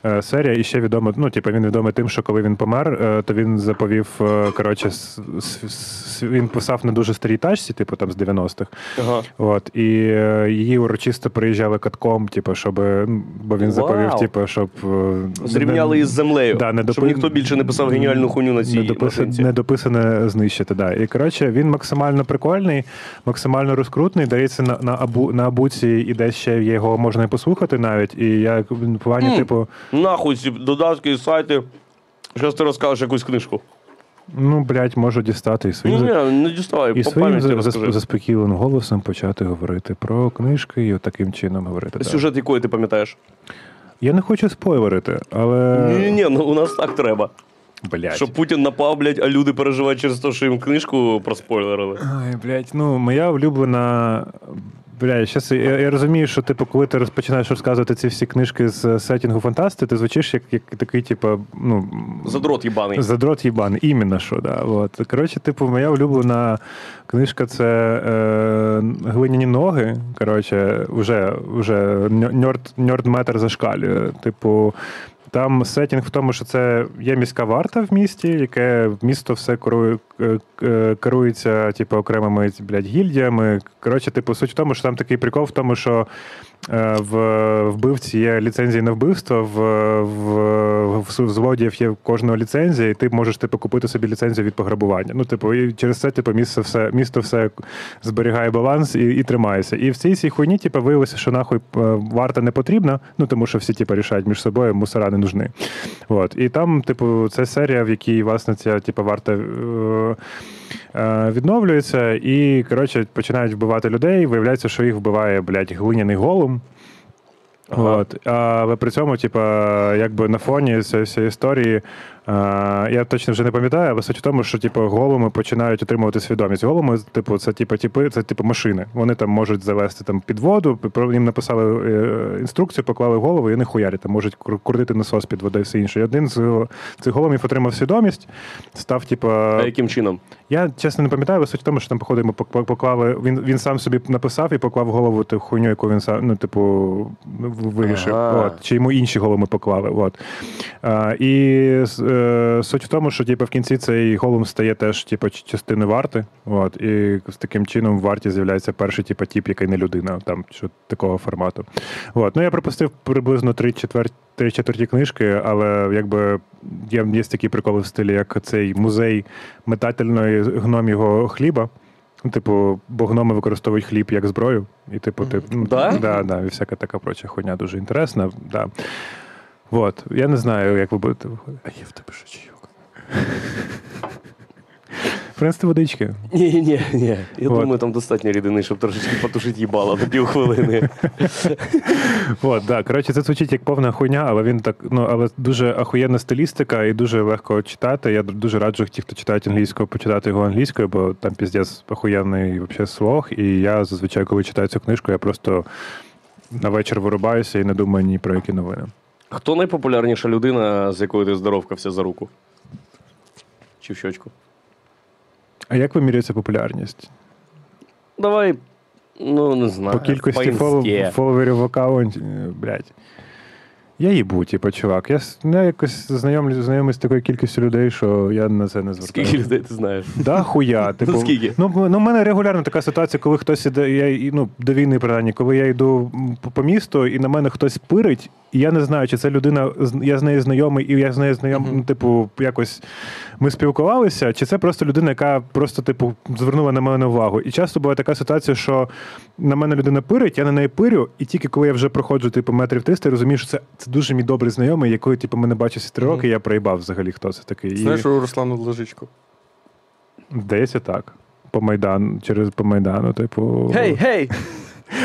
Speaker 1: е, серія. І ще відомо, ну типу, він відомий тим, що коли він помер, е, то він заповів е, коротше, с- с- с- він писав на дуже старій тачці, типу там з 90-х.
Speaker 3: Ага.
Speaker 1: От і е, її урочисто приїжджали катком, типу, щоб е, ну, бо він заповів,
Speaker 3: Вау.
Speaker 1: типу, щоб е,
Speaker 3: Зрівняли
Speaker 1: не-
Speaker 3: із землею.
Speaker 1: Да, не
Speaker 3: Щоб
Speaker 1: допи-
Speaker 3: ніхто більше не писав геніальну хуйню на цій
Speaker 1: Недописа-
Speaker 3: машинці.
Speaker 1: недописане знищити. Да. І коротше, він максимально прикольний, максимально розкрутний. Дається на, на, абу, на абуці, і десь ще його можна і послухати навіть. І я в плані, типу,
Speaker 3: Нахуй ці додатки і сайти. Щас ти розкажеш якусь книжку.
Speaker 1: ну блядь, можу дістати і
Speaker 3: Ні,
Speaker 1: своїм. за-
Speaker 3: ні, не діставай,
Speaker 1: І
Speaker 3: Ну, по
Speaker 1: своїм
Speaker 3: пам'яті
Speaker 1: за-
Speaker 3: розкажи.
Speaker 1: зас- заспокійливим голосом почати говорити про книжки і таким чином говорити. да.
Speaker 3: Сюжет якої ти пам'ятаєш?
Speaker 1: Я не хочу спойлерити, але
Speaker 3: Ні, ні, ну у нас так треба.
Speaker 1: блядь.
Speaker 3: Щоб Путін напав, блядь, а люди переживають через те, що їм книжку проспойлерили.
Speaker 1: Ой, блядь, ну моя улюблена. Бля, щас, я, я розумію, що типу, коли ти розпочинаєш розказувати ці всі книжки з е, сеттінгу фантастики, ти звучиш як, як такий, типу, ну. м,
Speaker 3: Задрот їбаний.
Speaker 1: Задрот їбан, іменно що, да. От. Коротше, типу, моя улюблена книжка це е, глиняні ноги. Коротше, вже, вже ньорд, ньорд метр зашкалює. Типу, там сетінг в тому, що це є міська варта в місті, яке місто все керує, е, е, керується типу, окремими блядь, гільдіями. Коротше, типу, суть в тому, що там такий прикол в тому, що е, в вбивці є ліцензії на вбивство, в, в, в су- в злодіїв є в кожного ліцензія, і ти можеш типу, купити собі ліцензію від пограбування. Ну, типу, і через це типу, місто все, місто все зберігає баланс і, і тримається. І в цій цій хуйні, типу, виявилося, що нахуй е, варта не потрібна, ну тому що всі типу, рішають між собою, мусора не нужны. От. І там, типу, це серія, в якій власне ця типу, варта. е, е, відновлюється і коротше починають вбивати людей. Виявляється, що їх вбиває блядь, глиняний голум. От. Але при цьому, типа, якби на фоні цієї всієї історії, е, я точно вже не пам'ятаю, але суть в тому, що типу, голуми починають отримувати свідомість. Голуми, типу, це типу, типи, це типу машини. Вони там можуть завести там під воду, про- їм написали е, інструкцію, поклали в голову, і вони хуярять, там можуть кру- крутити насос під водою і все інше. І один з цих голумів отримав свідомість, став, типу,
Speaker 3: А яким чином?
Speaker 1: я чесно не пам'ятаю, але суть в тому, що там, походу, йому пок- поклали. Він, він сам собі написав і поклав в голову ту хуйню, яку він сам, ну, типу, в- вирішив.
Speaker 3: Ага.
Speaker 1: От. Чи йому інші голови поклали. От. А, і е, суть в тому, що типу, в кінці цей голум стає теж типу, ч- частиною варти. От. І з таким чином в варті з'являється перший типу, тіп, який не людина, там, що такого формату. От. Ну, я пропустив приблизно три четверті. Три четверті книжки, але якби є, є такі приколи в стилі, як цей музей метательної гномього хліба. Ну, типу, бо гноми використовують хліб як зброю. І, типу, ти, ну,
Speaker 3: Да?
Speaker 1: Да, да, і всяка така проча хуйня дуже інтересна. Да. От, я не знаю, як ви будете виходити.
Speaker 2: А є в тебе ще чайок.
Speaker 1: Принести водички.
Speaker 3: Ні, ні, ні. Я
Speaker 1: От.
Speaker 3: думаю, там достатньо рідини, щоб трошечки потушити їбало на півхвилини.
Speaker 1: От, да. Коротше, це звучить як повна хуйня, але він так, ну але дуже ахуєнна стилістика і дуже легко читати. Я дуже раджу ті, хто читають англійською, почитати його англійською, бо там піздець ахуєнний вообще слог. І я зазвичай, коли читаю цю книжку, я просто на вечір вирубаюся і не думаю ні про які новини.
Speaker 3: Хто найпопулярніша людина, з якою ти здоровкався за руку? Чи в щочку?
Speaker 1: А як ви міряється популярність?
Speaker 3: Давай, ну не знаю.
Speaker 1: По кількості
Speaker 3: інсте.
Speaker 1: фол- фоловерів в аккаунті, е, блядь. Я їбу, типу, чувак. Я с- ну, якось знайомлю, знайомий з такою кількістю людей, що я на це не звертаю.
Speaker 3: Скільки людей ти знаєш?
Speaker 1: Да, хуя. Типу,
Speaker 3: скільки?
Speaker 1: Ну, бо- ну, в мене регулярно така ситуація, коли хтось іде, я, і- ну, до війни принаймні, коли я йду м, по, по місту, і на мене хтось пирить, і я не знаю, чи це людина, з- я з нею знайомий, і я з нею знайомий, ну, типу, якось ми спілкувалися, чи це просто людина, яка просто, типу, звернула на мене увагу. І часто буває така ситуація, що на мене людина пирить, я на неї пирю, і тільки коли я вже проходжу, типу, метрів 300, я розумію, що це, це дуже мій добрий знайомий, якого, типу, ми не бачився три роки, і я проїбав взагалі, хто це такий. І-
Speaker 2: Знаєш у Руслану Лежичко?
Speaker 1: Здається, так. По Майдану, через по Майдану, типу.
Speaker 3: Гей, гей!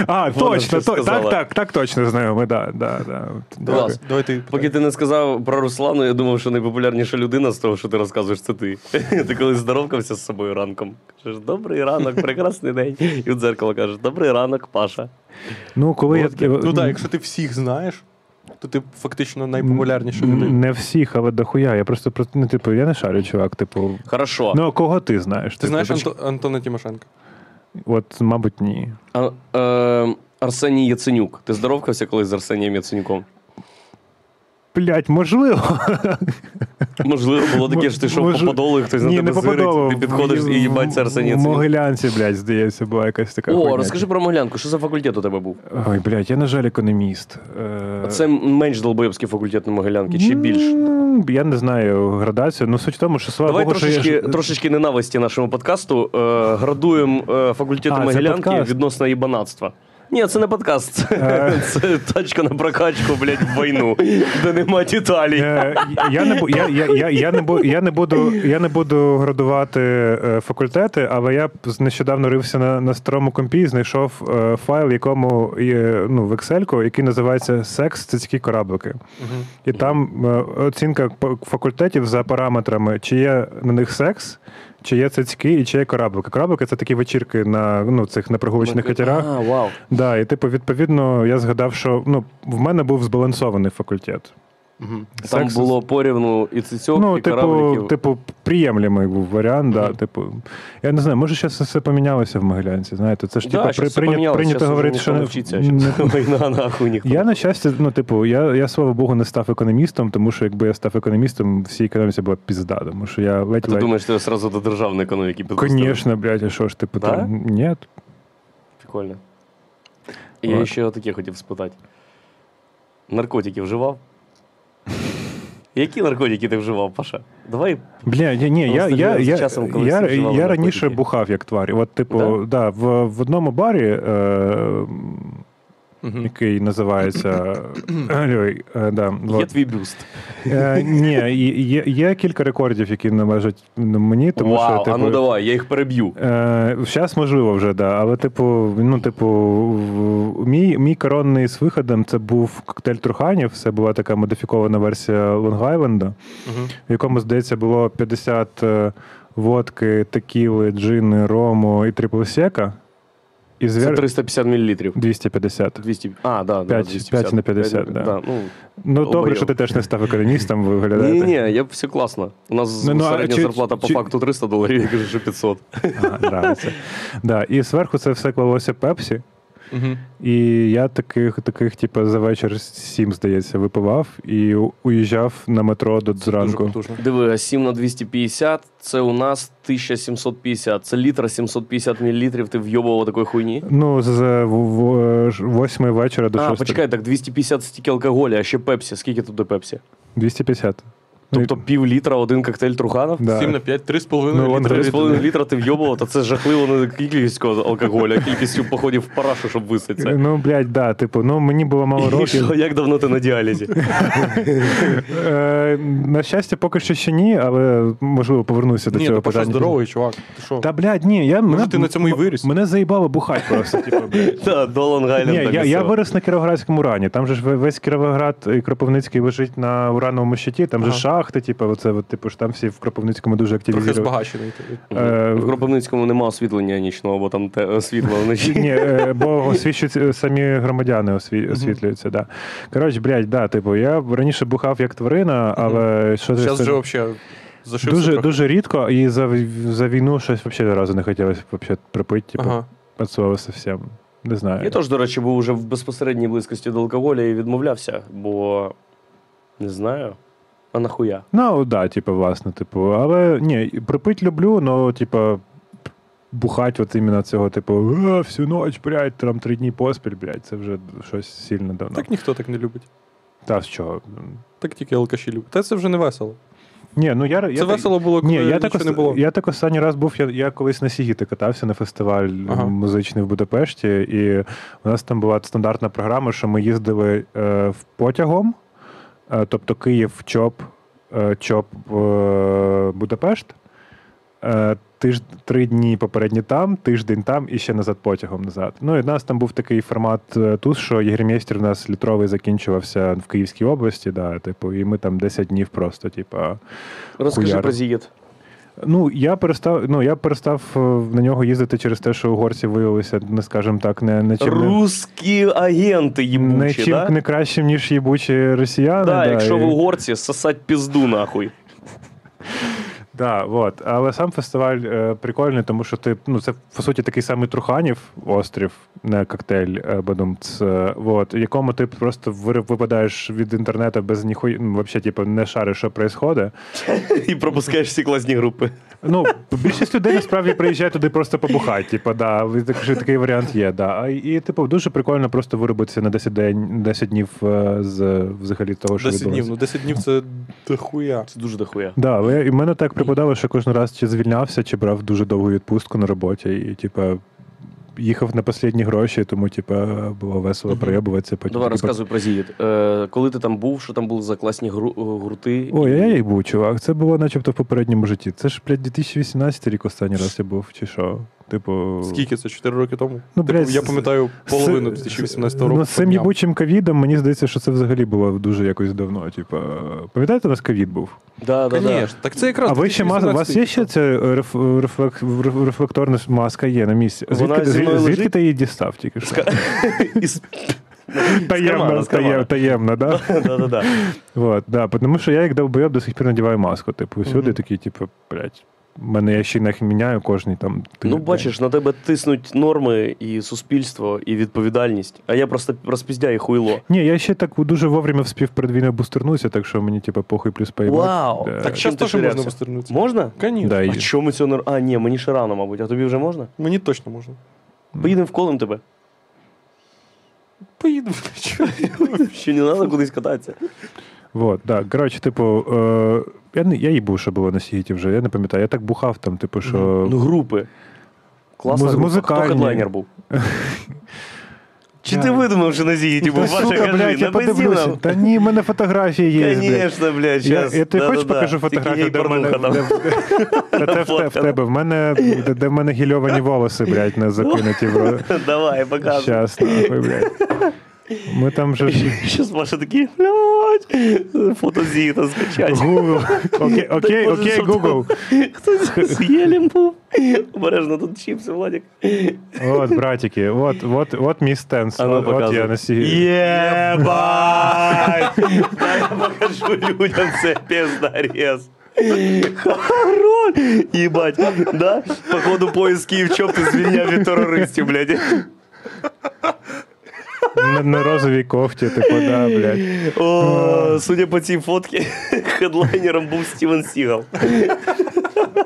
Speaker 1: А,
Speaker 3: Вона
Speaker 1: точно,
Speaker 3: це
Speaker 1: то, так,
Speaker 3: сказала.
Speaker 1: так, так, точно знайомий, да, да, да.
Speaker 3: Клас.
Speaker 1: Дякую.
Speaker 2: Давай ти.
Speaker 3: Поки ти не сказав про Руслану, я думав, що найпопулярніша людина з того, що ти розказуєш, це ти. Ти колись здоровкався з собою ранком. Кажеш, добрий ранок, прекрасний день. І в дзеркало кажеш, добрий ранок, Паша.
Speaker 1: Ну, коли я
Speaker 2: Ну так, якщо ти всіх знаєш, то ти фактично найпопулярніша
Speaker 1: М,
Speaker 2: людина.
Speaker 1: Не всіх, але дохуя. Я просто про- ну, типу, я не шарю, чувак, типу.
Speaker 3: Хорошо.
Speaker 1: Ну, а кого ти знаєш?
Speaker 2: Ти
Speaker 1: Типу,
Speaker 2: знаєш
Speaker 1: точ-
Speaker 2: Анто- Антона Тимошенка?
Speaker 1: От, мабуть, ні.
Speaker 3: А, е, Арсеній Яценюк. Ти здоровкався колись з Арсенієм Яценюком?
Speaker 1: Блять, можливо.
Speaker 3: Можливо, було таке, що ти йшов
Speaker 1: Може-
Speaker 3: по подолу, і хтось на
Speaker 1: Ні,
Speaker 3: тебе
Speaker 1: не
Speaker 3: зирить,
Speaker 1: попадало.
Speaker 3: ти підходиш і їбать це Арсеній
Speaker 1: В
Speaker 3: Яценюк.
Speaker 1: Могилянці, блядь, здається, була якась така.
Speaker 3: О,
Speaker 1: хуйня.
Speaker 3: розкажи про Могилянку, що за факультет у тебе був?
Speaker 1: Ой, блядь, я, на жаль, економіст. Е,
Speaker 3: Це м- менш долбоєбський факультет на Могилянки, чи більш?
Speaker 1: Ну, Я не знаю градацію. Ну, суть в тому, що слава
Speaker 3: Давай
Speaker 1: Богу, що
Speaker 3: трошечки,
Speaker 1: я... ж-
Speaker 3: трошечки ненависті нашому подкасту. Е, градуємо е, факультети
Speaker 1: А, це
Speaker 3: Могилянки
Speaker 1: подкаст.
Speaker 3: відносно їбанатства. Ні, це не подкаст. Це,
Speaker 1: Е.
Speaker 3: [LAUGHS] це тачка на прокачку, блядь, в війну, де нема деталей.
Speaker 1: Е, Я не бу- я, я, я, я не бу- я не буду я не буду градувати е, факультети, але я б з- нещодавно рився на, на старому компі і знайшов е, файл, в якому є, ну, в Excel, який називається Секс цицькі кораблики. І там е, оцінка по- факультетів за параметрами, чи є на них секс, чи є цицьки і чи є кораблики. Кораблики це такі вечірки на ну, цих на прогулочних катерах.
Speaker 3: А, вау.
Speaker 1: Да, і типу, відповідно, я згадав, що ну, в мене був збалансований факультет.
Speaker 3: Там
Speaker 1: Секс-
Speaker 3: було порівну і цицьок,
Speaker 1: ну,
Speaker 3: і
Speaker 1: типу,
Speaker 3: корабликів.
Speaker 1: типу, приємлемий був варіант. Да, типу, я не знаю, може, зараз все помінялося в Могилянці. Знаєте, це ж
Speaker 3: Да,
Speaker 1: типу,
Speaker 3: щас все
Speaker 1: прийня-
Speaker 3: помінялось,
Speaker 1: прийнято
Speaker 3: щас
Speaker 1: говорити,
Speaker 3: уже
Speaker 1: що не
Speaker 3: ніхто не вчиться. щас [LAUGHS] Війна нахуй ніхто.
Speaker 1: Я на щастя, ну типу, я, я слава Богу, не став економістом, тому що якби я став економістом, всій економіці була б пізда, тому що я ледь
Speaker 3: Ти
Speaker 1: ледь.
Speaker 3: думаєш, ти сразу до державної економіки підпустив?
Speaker 1: Конечно, блядь, а що ж типу
Speaker 3: Да?
Speaker 1: там? Ні.
Speaker 3: Прикольно. І Я
Speaker 1: Ладно.
Speaker 3: ще таке хотів спитати.
Speaker 1: [LAUGHS]
Speaker 3: Наркотики вживав? Які наркотики ти вживав, Паша? Давай.
Speaker 1: Бля, ні, ні, я,
Speaker 3: Просто
Speaker 1: я,
Speaker 3: люди з
Speaker 1: я,
Speaker 3: часом колись
Speaker 1: я,
Speaker 3: вживали
Speaker 1: я раніше
Speaker 3: наркотики.
Speaker 1: бухав як тварь. От, типу,
Speaker 3: Да?
Speaker 1: да? в, в одному барі е, який
Speaker 3: [CLEARS THROAT]
Speaker 1: називається. Ой, е, да,
Speaker 3: Є
Speaker 1: от.
Speaker 3: твій бюст.
Speaker 1: Е, Ні, і- є, є кілька рекордів, які належать ну, мені, тому
Speaker 3: Вау,
Speaker 1: що типу,
Speaker 3: а ну давай, я їх переб'ю.
Speaker 1: Е, Зараз можливо вже, да. Але, типу, ну, типу, в- мій, мій коронний з виходом це був коктейль Труханів. Це була така модифікована версія Лонг-Айленда, в якому, здається, було 50 е, водки, текіли, джини, рому і триплсека. І
Speaker 3: Це
Speaker 1: звір...
Speaker 3: 350 мл.
Speaker 1: 250.
Speaker 3: 200... А, да, да,
Speaker 1: П'ять-
Speaker 3: 250.
Speaker 1: п'ять на 50,
Speaker 3: П'ять-
Speaker 1: да.
Speaker 3: ну,
Speaker 1: Ну, добре,
Speaker 3: Обойом.
Speaker 1: що ти теж не став економістом, виглядає.
Speaker 3: Ні,
Speaker 1: так.
Speaker 3: ні, я б все класно. У нас
Speaker 1: Ну, ну, а
Speaker 3: середня
Speaker 1: чи-
Speaker 3: зарплата по
Speaker 1: чи-
Speaker 3: факту 300 доларів, я кажу, що 500.
Speaker 1: Ага, нравиться. Да, і зверху це все клалося пепсі.
Speaker 2: Мгм.
Speaker 1: І я таких, таких, типу, за вечір сім, здається, випивав і у- уїжджав на метро до
Speaker 2: Дуже
Speaker 1: зранку.
Speaker 2: потужно.
Speaker 3: Диви, а 7 на 250, це у нас 1750. Це літр 750 мл, ти вйобував такої хуйні?
Speaker 1: Ну, з в- в- ж- восьми вечора до
Speaker 3: а,
Speaker 1: шостої.
Speaker 3: почекай, так 250 стільки алкоголя, а ще пепсі. Скільки тут до пепсі?
Speaker 1: 250. Ну, і-
Speaker 3: Тобто пів літра, один коктейль Труханов?
Speaker 1: Да.
Speaker 2: 7 на 5, 3,5
Speaker 1: Ну,
Speaker 2: літра.
Speaker 1: он
Speaker 3: Три з
Speaker 1: Привіт.
Speaker 3: половиною літра ти вйобував, та це жахливо ну, не кількістю алкоголю, а кількістю походів в парашу, щоб виситися.
Speaker 1: Ну, блядь, да, типу, ну мені було мало
Speaker 2: [LAUGHS]
Speaker 3: І що,
Speaker 1: років.
Speaker 3: як давно ти
Speaker 1: [LAUGHS]
Speaker 3: на діалізі?
Speaker 1: Е, на щастя, поки що ще ні, але можливо повернуся до
Speaker 2: Ні,
Speaker 1: цього
Speaker 2: ти поша
Speaker 1: питання.
Speaker 2: здоровий, чувак. Ти що?
Speaker 1: Та блядь, ні, я мене,
Speaker 2: ти на цьому і виріс?
Speaker 1: Мене заїбало бухать просто. Типу, блядь.
Speaker 3: Та, до Лонг-Айленда.
Speaker 1: Ні, я, я
Speaker 3: місцево.
Speaker 1: вирос на Кіровоградському урані. Там же ж весь Кіровоград і Кропивницький лежить на урановому щиті, там же
Speaker 2: Ага.
Speaker 1: шахти, типу, оце, от, типу, ж там всі в Кропивницькому дуже
Speaker 2: Трохи
Speaker 1: активізували.
Speaker 2: збагачений. ти.
Speaker 1: Е,
Speaker 3: В Кропивницькому нема освітлення нічного, бо там те, е, світло вночі.
Speaker 1: Ні, е, бо освіщуються самі громадяни осві- освітлюються, да. Коротше, блядь, да, типу, я раніше бухав як тварина, але що це-
Speaker 2: Зараз
Speaker 1: це-
Speaker 2: вже взагалі зашився
Speaker 1: дуже,
Speaker 2: трохи.
Speaker 1: дуже рідко, і за, за війну щось взагалі разу не хотілося вообще припити, типу, ага.
Speaker 2: Ага.
Speaker 1: від слова совсем. Не знаю.
Speaker 3: Я теж, до речі, був уже в безпосередній близькості до алкоголя і відмовлявся, бо не знаю. А нахуя?
Speaker 1: Ну, да, типу, власне, типу, але ні, припить люблю, але, типу, бухать от іменно цього, типу, «Е, всю ніч, блядь, там три дні поспіль, блядь, це вже щось сильно давно.
Speaker 2: Так ніхто так не любить.
Speaker 1: Та з чого?
Speaker 2: Так тільки алкаші люблять. Та це вже не весело.
Speaker 1: Ні, ну я, я
Speaker 2: Це весело було, коли
Speaker 1: Ні, я так,
Speaker 2: нічого не
Speaker 1: ос-
Speaker 2: було.
Speaker 1: я так останній раз був, я, я колись на Сігіти катався на фестиваль
Speaker 2: Ага.
Speaker 1: м, музичний в Будапешті, і у нас там була стандартна програма, що ми їздили е, в потягом, е, тобто Київ, Чоп, е, Чоп, е, Будапешт. Е, тиж, три дні попередні там, тиждень там і ще назад потягом назад. Ну і в нас там був такий формат е, туз, що єгермейстер в нас літровий закінчувався в Київській області, да, типу, і ми там 10 днів просто, типу,
Speaker 3: Розкажи
Speaker 1: Хуяри.
Speaker 3: про зієт.
Speaker 1: Ну, я перестав, ну, я перестав е, на нього їздити через те, що угорці виявилися, не скажімо так, не, не чим, не,
Speaker 3: Русські агенти
Speaker 1: не,
Speaker 3: їбучі,
Speaker 1: чим
Speaker 3: да?
Speaker 1: не кращим, ніж їбучі росіяни.
Speaker 3: Да, якщо
Speaker 1: і-
Speaker 3: ви угорці, сосать пізду нахуй.
Speaker 1: Да, от. Але сам фестиваль е, прикольний, тому що ти, ну, це по суті такий самий Труханів, острів, не коктейль е, Бадумц, е, от, в якому ти просто вир- випадаєш від інтернету без ніхуя, ну, взагалі, типу, не шариш, що відбувається.
Speaker 3: І пропускаєш всі класні групи.
Speaker 1: Ну, більшість людей насправді приїжджає туди просто побухати. Типу, да, ви так- що такий варіант є. Да. А, і, типу, дуже прикольно просто виробитися на 10, день, 10 днів е, з взагалі того, що
Speaker 2: 10 днів.
Speaker 1: відбулося.
Speaker 2: Ну 10 днів це дохуя.
Speaker 3: Це дуже дохуя.
Speaker 1: Да, але і в мене так припадало, що кожен раз чи звільнявся, чи брав дуже довгу відпустку на роботі. І, типу, їхав на останні гроші, тому, типу, було весело проєбуватися. Потім,
Speaker 3: Давай
Speaker 1: типу,
Speaker 3: розказуй про зієт. Е, коли ти там був, що там були за класні гру- е, гурти?
Speaker 1: Ой, я їй був, чувак. Це було начебто в попередньому житті. Це ж, блядь, 2018 рік останній раз я був, чи що? Типу.
Speaker 2: Скільки це? 4 роки тому?
Speaker 1: Ну,
Speaker 2: Типу,
Speaker 1: блядь,
Speaker 2: я пам'ятаю половину
Speaker 1: Це-
Speaker 2: 2018 року.
Speaker 1: Ну, з цим
Speaker 2: по дням.
Speaker 1: їбучим ковідом, мені здається, що це взагалі було дуже якось давно. Типа, пам'ятаєте, у нас ковід був?
Speaker 3: Да, да, да.
Speaker 2: Конечно. Так це якраз.
Speaker 1: а ви ще мас... у вас є ще ця е, реф... рефлек- реф- рефлекторна маска є на місці?
Speaker 3: Вона
Speaker 1: Звідки,
Speaker 3: зі
Speaker 1: звід-
Speaker 3: мною
Speaker 1: звідки
Speaker 3: лежить?
Speaker 1: ти її дістав тільки що?
Speaker 3: [LAUGHS] Із-
Speaker 1: Таємно,
Speaker 3: з кармана.
Speaker 1: таємно, таємно, да? [LAUGHS]
Speaker 3: Да-да-да.
Speaker 1: Вот, да, тому що я як довбойоб до сих пір надіваю маску. Типу, всюди
Speaker 2: Мгм.
Speaker 1: такі, типу, блядь, в мене я ще й їх міняю кожний там. ти-
Speaker 3: Ну, бачиш, на тебе тиснуть норми і суспільство, і відповідальність. А я просто розпіздяю і хуйло.
Speaker 1: Ні, я ще так дуже вовремя вспів перед війною бустернуся, так що мені, типу, похуй плюс пейбек.
Speaker 3: Вау!
Speaker 1: Да.
Speaker 2: Так зараз
Speaker 3: Чим ти
Speaker 2: теж можна
Speaker 3: ширявся?
Speaker 2: обстернутися.
Speaker 3: Можна?
Speaker 2: Конечно.
Speaker 1: Да, і-
Speaker 3: А чому цього не. р- А, ні, мені ще рано, мабуть, а тобі вже можна?
Speaker 2: Мені точно можна.
Speaker 3: Поїдемо вколим тебе.
Speaker 2: Поїду.
Speaker 3: Ще не треба кудись кататися.
Speaker 1: Вот, да. Коротше, типу, е, я, не, я їбу, що було на Сігіті вже, я не пам'ятаю. Я так бухав там, типу, що.
Speaker 3: Ну, групи. Класна
Speaker 1: Муз-
Speaker 3: група.
Speaker 1: [LAUGHS]
Speaker 3: Хто
Speaker 1: музикальні.
Speaker 3: хедлайнер був? Чи ти видумав, що типу, на зігі
Speaker 1: Та,
Speaker 3: був Паша,
Speaker 1: Ну, сука,
Speaker 3: кажи,
Speaker 1: блядь, я
Speaker 3: навези
Speaker 1: подивлюся.
Speaker 3: нам.
Speaker 1: Та ні, в мене фотографії є. блядь.
Speaker 3: Конечно, блядь,
Speaker 1: Я-
Speaker 3: зараз.
Speaker 1: я тобі хочеш покажу фотографію, де в мене- де Та це в те- в тебе. В мене де- де в мене гільовані волоси, блядь, не закинуті. бро.
Speaker 3: [LAUGHS] Давай, показуй.
Speaker 1: Щас, нахуй, блядь. Ми там же ж [LAUGHS]
Speaker 3: Щас Маша такий, блядь, фото Зіта скачать.
Speaker 1: Google. Окей, окей,
Speaker 3: Так, може,
Speaker 1: окей,
Speaker 3: щоб там
Speaker 1: Google.
Speaker 3: Хтось
Speaker 1: [LAUGHS]
Speaker 3: з Єлем був. Обережно тут чіпси, Владик.
Speaker 1: От, братики, от, от, от мій стенс.
Speaker 3: А ну,
Speaker 1: От, от
Speaker 3: показуй.
Speaker 1: я на сігі.
Speaker 3: Єбать! Дай [LAUGHS] я покажу людям це піздарез. Хорош! Єбать, да? Походу поїзд Київ чоп ти звільняв від терористів, блядь.
Speaker 1: На, на розовій кофті, типу, да, блядь.
Speaker 3: О, судя по цій фотці, [LAUGHS] хедлайнером був Стівен Сігал.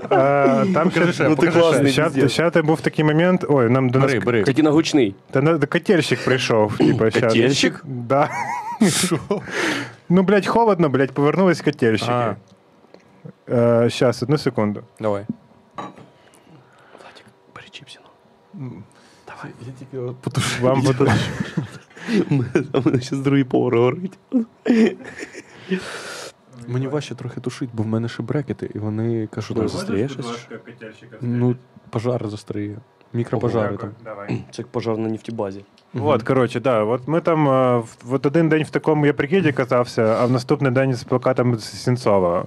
Speaker 1: А, там ще,
Speaker 2: ще, Ну, ти
Speaker 3: покажи ще. класний,
Speaker 1: ще,
Speaker 3: пиздец.
Speaker 1: ще там був такий момент. Ой, нам до нас.
Speaker 2: Бери, бери.
Speaker 3: Катіна гучний.
Speaker 1: Та на котельщик
Speaker 2: [CLEARS THROAT]
Speaker 1: прийшов. Типа, щас.
Speaker 3: Котельщик?
Speaker 1: Да. Ну, блядь, холодно, блядь, повернулись котельщики.
Speaker 2: А.
Speaker 1: Зараз, одну секунду.
Speaker 2: Давай.
Speaker 3: Владик, бери чіпсіну.
Speaker 2: Я тільки от потушу.
Speaker 1: Вам поту- [LAUGHS]
Speaker 3: У мене зараз другий повар горить.
Speaker 2: Мені важче трохи тушить, бо в мене ще брекети, і вони кажуть,
Speaker 3: Ну,
Speaker 2: там
Speaker 3: можеш,
Speaker 2: застріє щось. Ну, пожар застріє. Мікропожари там.
Speaker 1: Давай.
Speaker 3: Це як пожар на нефтебазі.
Speaker 1: Вот, короче, да, вот ми там е, в- вот один день в такому я прикиді катався, а в наступний день з плакатом з Сінцова.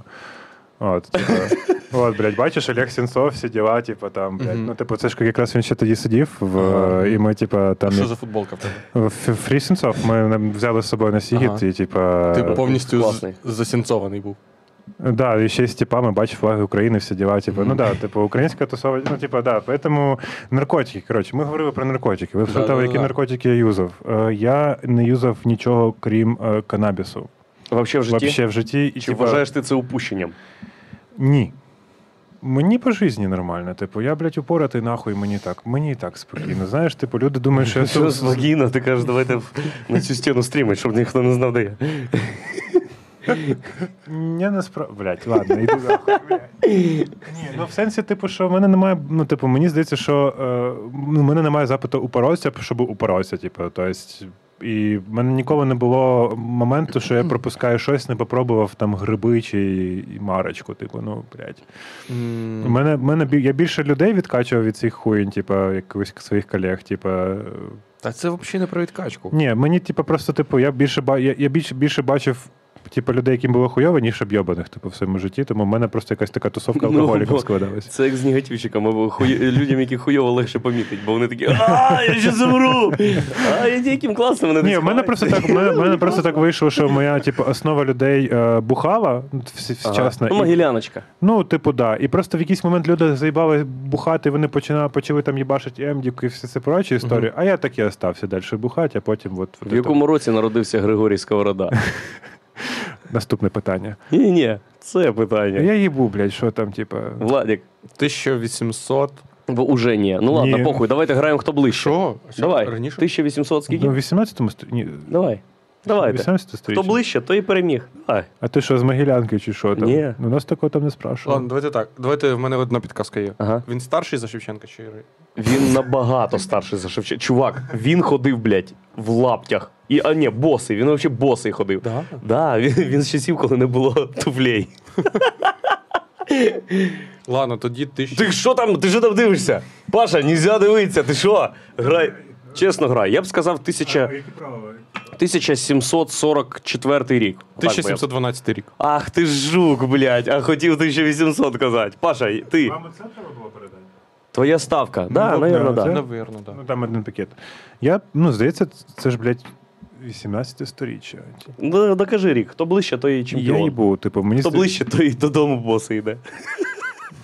Speaker 1: От, типа,
Speaker 2: [LAUGHS]
Speaker 1: от, блядь, бачиш, Олег Сінцов, всі діла, типа там, блядь.
Speaker 2: Мгм.
Speaker 1: Ну, типу, це ж якраз він ще тоді сидів, в, е, і ми, типа, там
Speaker 2: Що за футболка в тебе?
Speaker 1: в Ф- Фрі Сінцов ми нам взяли з собою на Сігіт,
Speaker 2: Ага. Типу,
Speaker 1: і типу, типа.
Speaker 2: Ти повністю з-
Speaker 3: Е, класний.
Speaker 2: засінцований був.
Speaker 1: Да, і ще з типами бачу флаги України, всі діла. Типу, ну да, типу, українська тусова, ну типу, да, поэтому наркотики. Коротше, ми говорили про наркотики. Ви спитали,
Speaker 2: да,
Speaker 1: які
Speaker 2: да.
Speaker 1: наркотики я юзав. Е, я не юзав нічого, крім е, канабісу.
Speaker 3: Вообще в житті?
Speaker 1: Вообще в житті. І,
Speaker 3: Чи
Speaker 1: типа,
Speaker 3: вважаєш ти це упущенням?
Speaker 1: Ні. Мені по житті нормально. Типу, я, блядь, упоротий нахуй, мені так. Мені і так спокійно. Знаєш, типу, люди думають, що я
Speaker 3: Все
Speaker 1: су-
Speaker 3: спокійно, ти кажеш, давайте в- на цю стіну стрімить, щоб ніхто не знав, де я.
Speaker 1: Я не спро... Блядь, ладно, йду нахуй, блядь. Ні, ну в сенсі, типу, що в мене немає. Ну, типу, мені здається, що е, ну, в мене немає запиту упоровся, щоб упоровся, типу, тобто. І в мене ніколи не було моменту, що я пропускаю щось, не попробував там гриби чи марочку. Типу, ну блядь. У мене, в мене бі- я більше людей відкачував від цих хуїнь, типу, якихось своїх колег, типу. е,
Speaker 2: Та це взагалі не про відкачку.
Speaker 1: ні, мені типу просто типу, я більше ба- я, я більше, більше бачив. Типу людей, яким було хуйово, ніж обйобаних типу, в своєму житті, тому в мене просто якась така тусовка алкоголіків
Speaker 3: Ну, бо
Speaker 1: складалася.
Speaker 3: Це як з негативчиками, бо хуй- людям, які хуйово легше помітить, бо вони такі, а, я ще замру! А, я яким класним вони
Speaker 1: Ні, в мене просто так, в мене, в мене просто
Speaker 3: [LAUGHS]
Speaker 1: так вийшло, що моя типу, основа людей е, бухала ну, всі- вчасно.
Speaker 3: Ну,
Speaker 1: і-
Speaker 3: Могиляночка.
Speaker 1: Ну, типу, да. І просто в якийсь момент люди заїбали бухати, вони починали, почали там їбашити емдіку і все це прочі історії. А я так і остався далі бухати, а потім от, от
Speaker 3: В якому році народився Григорій Сковорода?
Speaker 1: [LAUGHS] це- наступне питання.
Speaker 3: Ні, ні, це питання.
Speaker 1: Я їбу, блядь, що там, типу.
Speaker 3: Владик,
Speaker 2: 1800.
Speaker 3: бо уже ні. Ну ладно,
Speaker 1: Ні.
Speaker 3: похуй, давайте граємо хто ближче.
Speaker 2: Що?
Speaker 3: Давай.
Speaker 2: Раніше?
Speaker 3: 1800
Speaker 1: Ну,
Speaker 3: скільки?
Speaker 1: в 18-му сто- ні,
Speaker 3: Давай. Давайте.
Speaker 1: 18
Speaker 3: Хто
Speaker 1: сторіччя.
Speaker 3: ближче, той і переміг. Давай.
Speaker 1: А ти що з Могилянки чи що там?
Speaker 3: Ні.
Speaker 1: Ну, нас такого там не спрашували.
Speaker 2: Ладно, давайте так. Давайте в мене одна підказка є.
Speaker 3: Ага.
Speaker 2: Він старший за Шевченка чи Ри-
Speaker 3: Він набагато старший за Шевченка. Чувак, він ходив, блядь, в лаптях. І, а ні, босий. Він взагалі босий ходив.
Speaker 2: Да?
Speaker 3: Да, він, він з часів, коли не було [LAUGHS] туфлей.
Speaker 2: Ладно, тоді тисяча.
Speaker 3: Ти що там? Ти що там дивишся? Паша, нельзя дивитися, ти що? Грай. Чесно грай, я б сказав 1000, 1744 рік. Так би я б
Speaker 2: 1712 рік.
Speaker 3: Ах ти ж жук, блядь, а хотів 1800 казати. Паша, ти.
Speaker 1: це треба було передати?
Speaker 3: Твоя ставка. Да,
Speaker 1: от,
Speaker 3: наверно,
Speaker 1: да,
Speaker 3: да.
Speaker 1: це-
Speaker 2: Наверно, так.
Speaker 1: Ну там один пакет. Я, ну, здається, це ж, блядь, 18 сторіччя.
Speaker 3: Ну, докажи рік, хто ближче, той і чемпіон.
Speaker 1: Я їбу, типу, мені
Speaker 3: Хто
Speaker 1: зда-
Speaker 3: ближче, той і додому боси йде.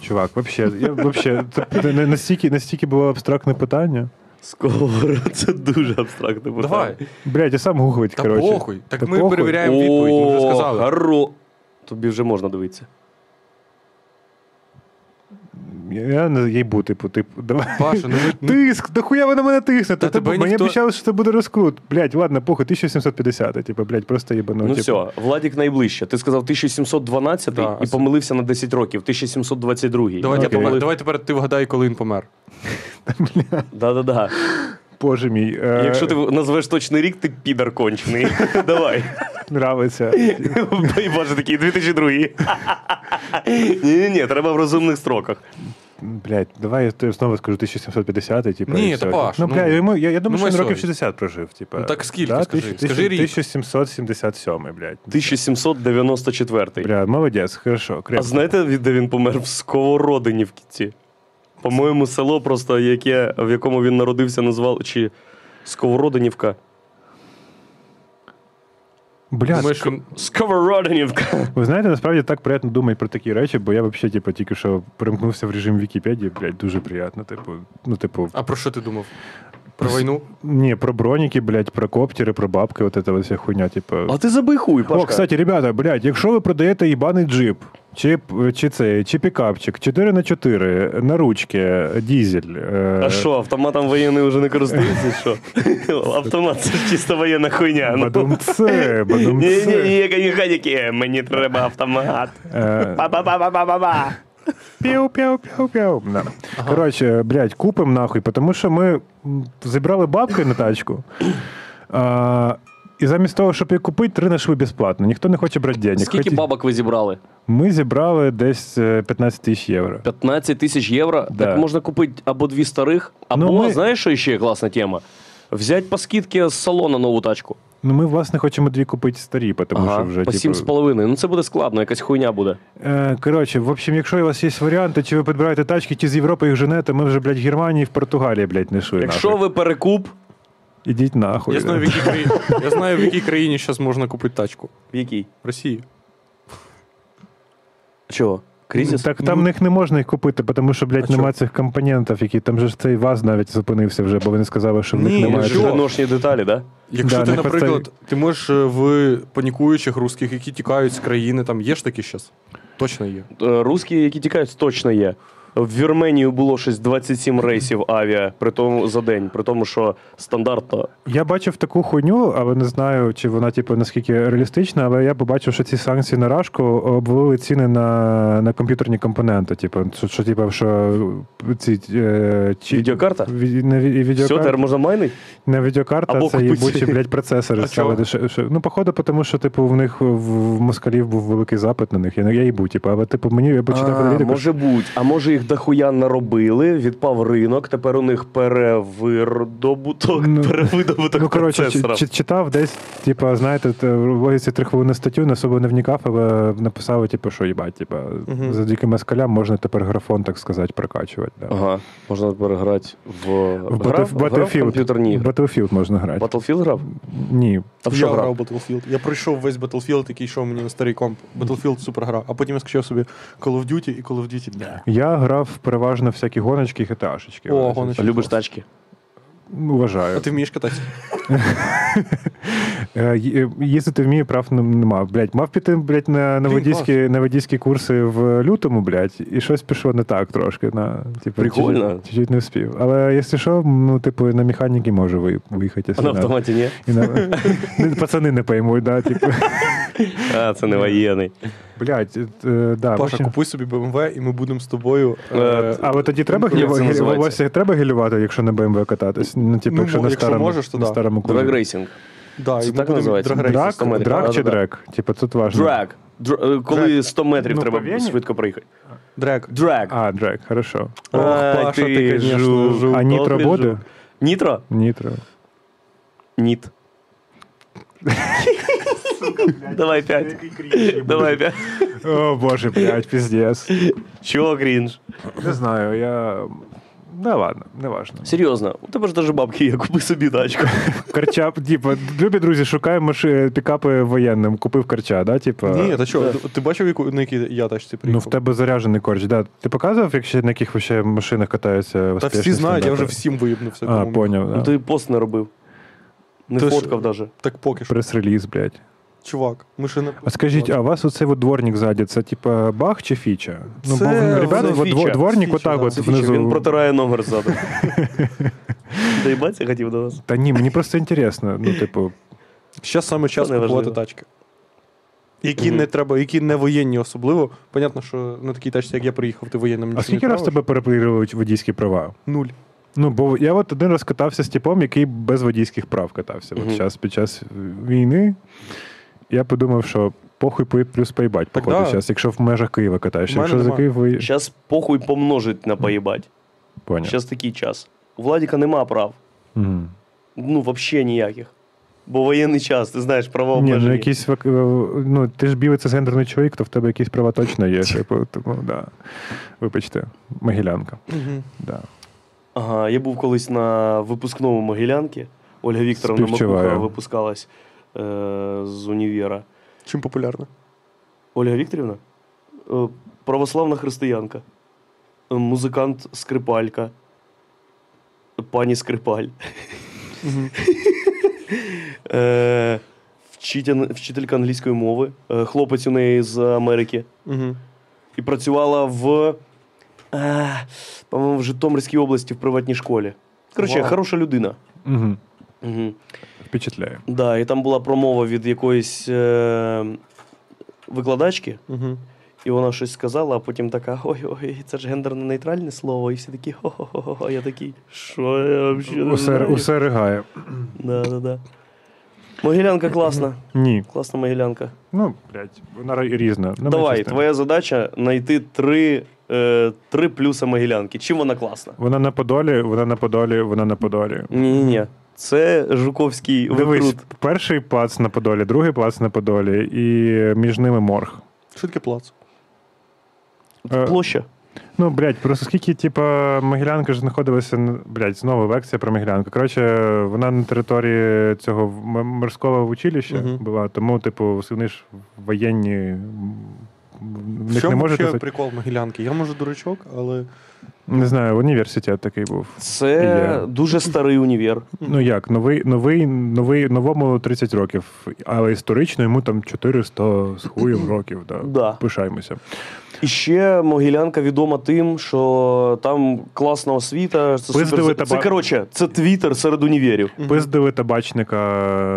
Speaker 1: Чувак, вообще, я вообще, це не- не- настільки, настільки було абстрактне питання.
Speaker 3: Сковород, [LAUGHS] це дуже абстрактне питання.
Speaker 2: Давай.
Speaker 1: Блядь, я сам гуглить,
Speaker 2: Та
Speaker 1: коротше.
Speaker 2: похуй. Так
Speaker 1: Та
Speaker 2: ми
Speaker 1: похуй.
Speaker 2: перевіряємо відповідь, ми вже
Speaker 3: О,
Speaker 2: сказали.
Speaker 3: хоро. Тобі вже можна дивитися.
Speaker 1: Я, я не їбу, типу, типу, давай.
Speaker 2: Паша, ну ми-
Speaker 1: [LAUGHS]
Speaker 2: ну,
Speaker 1: Тиск, да хуя ви на мене тиснете?
Speaker 2: Та
Speaker 1: Та, типу,
Speaker 2: тебе
Speaker 1: мені
Speaker 2: ніхто-
Speaker 1: обіцяли, що це буде розкрут. Блядь, ладно, похуй, 1750, типу, блядь, просто їбану.
Speaker 3: Ну,
Speaker 1: типу.
Speaker 3: все, Владік найближче. Ти сказав 1712
Speaker 2: Да,
Speaker 3: і
Speaker 2: а-
Speaker 3: помилився на 10 років. 1722.
Speaker 2: давай,
Speaker 3: я
Speaker 1: окей.
Speaker 2: тепер,
Speaker 3: помилив.
Speaker 2: давай тепер ти вгадай, коли він помер.
Speaker 3: Да-да-да.
Speaker 1: Боже мій, е,
Speaker 3: Якщо ти назвеш точний рік, ти підар
Speaker 1: [LAUGHS]
Speaker 3: кончений. Давай.
Speaker 1: нравиться.
Speaker 3: І боже, такий 2002. [LAUGHS] Ні-ні-ні, треба в розумних строках.
Speaker 1: Блять, давай я тобі знову скажу 1750, типу.
Speaker 2: Ні,
Speaker 1: і все.
Speaker 2: та Паш,
Speaker 1: Ну,
Speaker 2: ну,
Speaker 1: бля, йому- я, я думаю,
Speaker 2: ну,
Speaker 1: що
Speaker 2: моя
Speaker 1: він років
Speaker 2: совість.
Speaker 1: 60 прожив. Типу.
Speaker 2: Ну, так скільки, скажи?
Speaker 1: тисяч-
Speaker 2: Скажи рік.
Speaker 1: 1777, блядь.
Speaker 3: 1794.
Speaker 1: Бля, молодець, хорошо.
Speaker 3: А
Speaker 1: Крепко.
Speaker 3: знаєте, від- де він помер? В Сковородині в кінці. По-моєму, село просто, яке, в якому він народився, назвали чи Сковородинівка.
Speaker 1: Блядь,
Speaker 2: Думаєш, він-
Speaker 3: Сковородинівка.
Speaker 1: ви знаєте, насправді так приємно думати про такі речі, бо я взагалі, типу, тільки що перемкнувся в режим Вікіпедії, блядь, дуже приємно. Типу, ну, типу,
Speaker 2: А про що ти думав? Про війну?
Speaker 1: ні, про броніки, блядь, про коптери, про бабки, от ця вся хуйня, типу.
Speaker 3: А ти забий хуй, Пашка.
Speaker 1: О, кстати, ребята, блядь, якщо ви продаєте їбаний джип, чи, чи це, чи пікапчик, 4х4, на ручки, дізель. е,
Speaker 3: А що, автоматом воєнний вже не користується?
Speaker 1: [LAUGHS]
Speaker 3: Що? Автомат це ж чисто воєнна хуйня. Ну. [LAUGHS]
Speaker 1: Бадумце,
Speaker 3: Ні, ні,
Speaker 1: бадумце.
Speaker 3: ніякої механіки. Е, Мені треба автомат.
Speaker 1: Е,
Speaker 3: Па-па-па-па-па-па.
Speaker 1: Піу, піу, піу, піу. Да. Коротше, блядь, купим нахуй, тому що ми м, зібрали бабки на тачку. А, і замість того, щоб її купити, три нашли безплатно. Ніхто не хоче брати денег.
Speaker 3: Скільки
Speaker 1: Хоті-
Speaker 3: бабок ви зібрали?
Speaker 1: Ми зібрали десь е, 15 тисяч євро.
Speaker 3: 15 тисяч євро.
Speaker 1: Да.
Speaker 3: Так можна купити або дві старих, або,
Speaker 1: Ну, ми-
Speaker 3: знаєш, що ще класна тема? Взять по скидці з салона нову тачку.
Speaker 1: Ну ми, власне, хочемо дві купити старі, тому що вже
Speaker 3: по
Speaker 1: типу,
Speaker 3: 7,5. Ну це буде складно, якась хуйня буде.
Speaker 1: Е, Коротше, в общем, якщо у вас є варіанти, чи ви підбираєте тачки, чи з Європи їх женете, ми вже, блядь, в Германії, в Португалії, блядь, не шли.
Speaker 3: Якщо
Speaker 1: нахуй.
Speaker 3: ви перекуп,
Speaker 1: Ідіть нахуй.
Speaker 2: Я знаю, в якій країні, я знаю, в якій країні зараз можна купити тачку.
Speaker 3: в який?
Speaker 2: В Росії.
Speaker 3: Чого? Кризис?
Speaker 1: Так там них не можна їх купити, тому що, блядь,
Speaker 2: Ну. А
Speaker 1: нема
Speaker 2: чо?
Speaker 1: цих компонентів, які там же ж цей ВАЗ навіть зупинився вже, бо вони сказали, що в них
Speaker 2: Ні,
Speaker 1: немає.
Speaker 2: чо?
Speaker 1: цих-
Speaker 3: Ножні Ну, деталі, да?
Speaker 2: Якщо
Speaker 1: Да,
Speaker 2: ти,
Speaker 1: не
Speaker 2: наприклад, ти можеш е, в панікуючих русських, які тікають з країни, там є ж такі зараз? Точно є.
Speaker 3: Е, Русські, які тікають, точно є. В Вірменію було щось 27 рейсів авіа при тому, за день, при тому, що стандартно
Speaker 1: Я бачив таку хуйню, але не знаю, чи вона, типу, наскільки реалістична, але я побачив, що ці санкції на рашку обвели ціни на, на комп'ютерні компоненти. Типу, що, що, типу, що ці е, чи-
Speaker 3: Відеокарта?
Speaker 1: Ві- не, ві-
Speaker 3: все,
Speaker 1: відеокарта.
Speaker 3: тепер можна майнити.
Speaker 1: Не відеокарта,
Speaker 3: Або
Speaker 1: це
Speaker 3: купити.
Speaker 1: їбучі, блядь, процесори.
Speaker 2: А
Speaker 1: стали
Speaker 2: чого?
Speaker 1: дешевше. Ну, походу, тому що, типу, в них в, в москалів був великий запит на них. Я, я їбу, типу, але типу, мені я почитав
Speaker 3: А,
Speaker 1: аналітику.
Speaker 3: може бути. А може їх дохуя наробили, відпав ринок, тепер у них перевирдобуток,
Speaker 1: Ну,
Speaker 3: перевидобуток
Speaker 1: Ну, коротше, чи,
Speaker 3: процесора.
Speaker 1: чи- читав десь, типу, знаєте, те, в логіці трихвилинну статтю, не особо не внікав, але написали, типу, що їбать, типу,
Speaker 2: Мгм.
Speaker 1: завдяки москалям можна тепер графон, так сказати, прокачувати. Да.
Speaker 3: Ага, можна переграти в,
Speaker 1: В,
Speaker 3: грав,
Speaker 1: Battle-
Speaker 3: грав в комп'ютерні
Speaker 1: Battlefield,
Speaker 3: ігри.
Speaker 1: Battlefield можна грати.
Speaker 3: Battlefield грав?
Speaker 1: Ні.
Speaker 3: А в що
Speaker 2: я
Speaker 3: грав?
Speaker 2: грав Battlefield. Я пройшов весь Battlefield, який йшов мені на старий комп. Battlefield супер гра. А потім я скачав собі Call of Duty і Call of Duty. Да.
Speaker 1: Я грав переважно всякі гоночки і гташечки.
Speaker 2: О, гоночки.
Speaker 3: Любиш тачки?
Speaker 1: Уважаю.
Speaker 2: А ти вмієш кататися?
Speaker 1: Е, ї- е, Їздити вмію, прав нем- нема. Блять, мав піти блять, на, на,
Speaker 2: Блін,
Speaker 1: водійські, на водійські курси в лютому, блять, і щось пішло не так трошки. На, типу,
Speaker 3: Прикольно.
Speaker 1: чуть- Чуть-чуть не вспів. Але якщо що, ну, типу, на механіки можу ви- виїхати.
Speaker 3: А
Speaker 1: якщо
Speaker 3: на
Speaker 1: надо.
Speaker 3: автоматі ні?
Speaker 1: І на... [LAUGHS] Ну, Пацани не поймуть, да, типу.
Speaker 3: А, це не воєнний.
Speaker 1: Блять, е, да,
Speaker 2: Паша,
Speaker 1: потім-
Speaker 2: купуй собі BMW, і ми будемо з тобою.
Speaker 3: Е,
Speaker 1: А от тоді треба
Speaker 3: Як це
Speaker 1: гілю- гілю-
Speaker 3: називається?
Speaker 1: волосся треба гілювати, якщо на BMW кататись. Ну, типу,
Speaker 2: Ну,
Speaker 1: якщо
Speaker 2: мо-
Speaker 1: на
Speaker 2: якщо
Speaker 1: старому,
Speaker 2: можеш, то
Speaker 1: на
Speaker 2: да.
Speaker 1: старому кузі.
Speaker 3: Драгрейсинг.
Speaker 2: Да,
Speaker 3: це
Speaker 2: і ми
Speaker 3: так
Speaker 2: будемо
Speaker 3: називається?
Speaker 2: драгрейсити
Speaker 1: Драк,
Speaker 2: з тобою.
Speaker 3: метрів.
Speaker 1: драк чи
Speaker 3: Да-да-да.
Speaker 1: дрек? Типу, тут важно.
Speaker 3: Драг. Др- е, Коли
Speaker 2: Драг.
Speaker 3: 100 метрів
Speaker 1: Ну, по
Speaker 3: треба
Speaker 1: Вені?
Speaker 3: швидко проїхати.
Speaker 2: Драг.
Speaker 3: Драг.
Speaker 1: А, дрек, хорошо.
Speaker 2: Ох,
Speaker 3: Ай,
Speaker 2: Паша, ти,
Speaker 3: Е, ти
Speaker 2: конечно,
Speaker 3: жук.
Speaker 2: жук.
Speaker 1: А нітро
Speaker 3: ти
Speaker 1: буде?
Speaker 3: жук. Нітро?
Speaker 1: Нітро.
Speaker 3: Ніт. Давай п'ять. Давай п'ять.
Speaker 1: О, боже, блядь, піздец.
Speaker 3: Чого крінж?
Speaker 1: Не знаю, я. Да ладно, не важно.
Speaker 3: Серйозно, у тебе ж даже бабки є, купи собі тачку.
Speaker 1: Карчап, типа, любі друзі, шукаємо ж пікапи воєнним. Купив карча, да? Типа.
Speaker 2: Ні, та що, ти- ти бачив, яку- на якій я тачці
Speaker 1: Ну,
Speaker 2: приїхав?
Speaker 1: в тебе заряджений корч, да. Ти показував, якщо на яких вообще машинах катаються
Speaker 2: Та
Speaker 1: успішні
Speaker 2: всі знають, я вже
Speaker 1: стендапери?
Speaker 2: всім виїбнувся.
Speaker 1: А,
Speaker 2: кому міг.
Speaker 1: поняв, да.
Speaker 3: Ну ти пост не робив. Не
Speaker 2: Ти ж-
Speaker 3: фоткав даже.
Speaker 2: Так поки що.
Speaker 1: Прес-реліз, блядь.
Speaker 2: Чувак, ми ще не.
Speaker 1: А скажіть, а у вас оцей от дворник ззаді, це типа бах чи фіча? Ну,
Speaker 2: Це
Speaker 1: бо, ребята,
Speaker 2: це
Speaker 1: от дво-
Speaker 2: фіча,
Speaker 1: дворник
Speaker 2: фіча,
Speaker 1: отак
Speaker 2: да,
Speaker 1: от
Speaker 2: це фіча,
Speaker 1: внизу.
Speaker 3: Він протирає номер ззаду. Доїбатися хотів до вас.
Speaker 1: Та ні, мені просто інтересно. Ну, типу,
Speaker 2: Зараз саме час
Speaker 3: Це неважливо.
Speaker 2: купувати тачки. Які не треба, які не воєнні особливо. Понятно, що на такій тачці, як я приїхав, ти воєнним нічого
Speaker 1: а
Speaker 2: не
Speaker 1: скільки раз
Speaker 2: правиш.
Speaker 1: тебе перепровірили водійські права?
Speaker 2: Нуль.
Speaker 1: Ну, бо я от один раз катався з типом, який без водійських прав катався. От
Speaker 3: Мгм.
Speaker 1: зараз під час війни я подумав, що похуй пи- плюс пейбать,
Speaker 2: Так
Speaker 1: походу,
Speaker 2: да.
Speaker 1: зараз, якщо в межах Києва
Speaker 2: В
Speaker 1: катаєшся.
Speaker 2: мене
Speaker 1: Якщо за
Speaker 2: нема.
Speaker 1: Київ ви
Speaker 3: Зараз похуй помножить на поїбать.
Speaker 1: поняв.
Speaker 3: Зараз такий час. У Владіка нема прав.
Speaker 1: Мгм.
Speaker 3: Ну, взагалі ніяких. Бо воєнний час, ти знаєш, права
Speaker 1: Ні, ну
Speaker 3: обмежені.
Speaker 1: якісь вак- е, ну, ти ж білий цисгендерний чоловік, то в тебе якісь права точно є. Типу, тому, да. Вибачте, могилянка.
Speaker 2: Мгм.
Speaker 1: Да.
Speaker 3: Ага, я був колись на випускному Могилянки. Ольга Вікторовна
Speaker 1: Співчуваю.
Speaker 3: Макуха випускалась е, з універа.
Speaker 2: Чим популярна?
Speaker 3: Ольга Вікторівна? Е, православна християнка. Е, Музикант Скрипалька. Пані Скрипаль. Е, вчитель- Вчителька англійської мови. Е, Хлопець у неї з Америки.
Speaker 2: Угу.
Speaker 3: І працювала в. е, По-моєму, в Житомирській області в приватній школі. Коротше,
Speaker 2: Вау.
Speaker 3: хороша людина.
Speaker 1: Угу.
Speaker 3: Угу.
Speaker 1: Впечатляє.
Speaker 3: Да, і там була промова від якоїсь е, викладачки,
Speaker 2: Угу.
Speaker 3: і вона щось сказала, а потім така: ой-ой, це ж гендерно-нейтральне слово, і всі такі хо-хо-хо, а я такий, що я взагалі не
Speaker 1: Усе,
Speaker 3: знаю.
Speaker 1: усе ригає.
Speaker 3: Да, да, да. Могилянка класна,
Speaker 1: Ні.
Speaker 3: класна могилянка.
Speaker 1: Ну, блядь, вона ри- різна. Нема
Speaker 3: Давай,
Speaker 1: чого з тим.
Speaker 3: твоя задача знайти три, е, три плюса могилянки. Чим вона класна?
Speaker 1: Вона на Подолі, вона на Подолі, вона на Подолі.
Speaker 3: Ні-ні-ні. Це Жуковський
Speaker 1: Дивись,
Speaker 3: викрут.
Speaker 1: перший плац на Подолі, другий плац на Подолі, і між ними морг.
Speaker 2: Що таке плац?
Speaker 1: Е,
Speaker 3: Площа.
Speaker 1: Ну, блядь, просто скільки, типа, Могилянка ж знаходилася, на- блядь, знову лекція про Могилянку. Коротше, вона на території цього м- морського училища
Speaker 2: Мгу.
Speaker 1: була, тому, типу, вони ж воєнні. м, В
Speaker 2: В
Speaker 1: них
Speaker 2: чому
Speaker 1: не може
Speaker 2: вообще
Speaker 1: писати.
Speaker 2: прикол Могилянки? Я може дурачок, але.
Speaker 1: Не знаю, університет такий був.
Speaker 3: Це
Speaker 1: Є.
Speaker 3: дуже старий універ.
Speaker 1: Ну як, новий, новий, новий, новому 30 років, але історично йому там 400 з хуєм років. Да.
Speaker 3: Да.
Speaker 1: Пишаємося.
Speaker 3: І ще Могилянка відома тим, що там класна освіта. Це,
Speaker 1: Пиздили
Speaker 3: супер... це
Speaker 1: таба-
Speaker 3: коротше, це твіттер серед універів.
Speaker 1: Пиздили табачника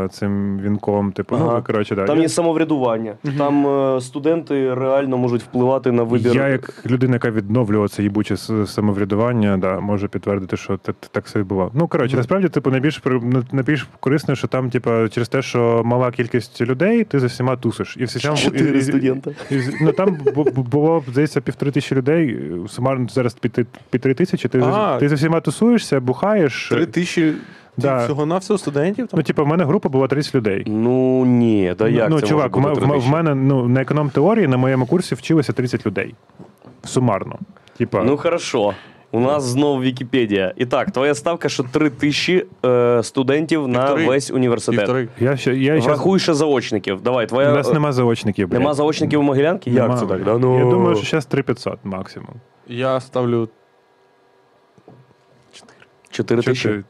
Speaker 1: е, цим вінком, типу,
Speaker 3: Ага.
Speaker 1: ну коротше, да.
Speaker 3: Там
Speaker 1: я,
Speaker 3: є самоврядування, там е, студенти реально можуть впливати на вибір.
Speaker 1: я, як людина, яка відновлювала це їбуче с- самоврядування, да, можу підтвердити, що те- те- так все відбувало. Ну коротше, насправді, типу, найбільш при- на- найбільш корисно, що там, типу, через те, що мала кількість людей, ти за всіма тусиш. І всі там і-
Speaker 3: Чотири
Speaker 1: і-
Speaker 3: студента.
Speaker 1: І з- Ну там бу- бу- було здається півтори тисячі людей. е, Сумарно зараз піти- півтори тисячі. Ти, за-
Speaker 2: А.
Speaker 1: ти за всіма тусуєшся, бухаєш.
Speaker 2: Три тисячі
Speaker 1: Да.
Speaker 2: всього на всього студентів там.
Speaker 1: Ну, типу, в мене група була 30 людей.
Speaker 3: Ну ні, да як
Speaker 1: ну,
Speaker 3: це
Speaker 1: чувак,
Speaker 3: може
Speaker 1: в,
Speaker 3: бути
Speaker 1: м- в, м- в
Speaker 3: трагічно?
Speaker 1: мене ну на економ теорії на моєму курсі вчилося 30 людей. Сумарно. Типа,
Speaker 3: Ну хорошо. У нас знов Вікіпедія. І так, твоя ставка, що три тисячі е, студентів на
Speaker 2: Півтори.
Speaker 3: весь університет.
Speaker 2: Півтори.
Speaker 1: я ще я ще
Speaker 3: Врахуй ще заочників. Давай,
Speaker 1: у
Speaker 3: твоя
Speaker 1: нас нема заочників. блядь.
Speaker 3: нема заочників у Могилянки?
Speaker 1: Нема.
Speaker 3: Як це так? Да, ну...
Speaker 1: Я думаю, що зараз 3500 максимум.
Speaker 2: Я ставлю.
Speaker 3: чотири тисячі.
Speaker 1: Чотири.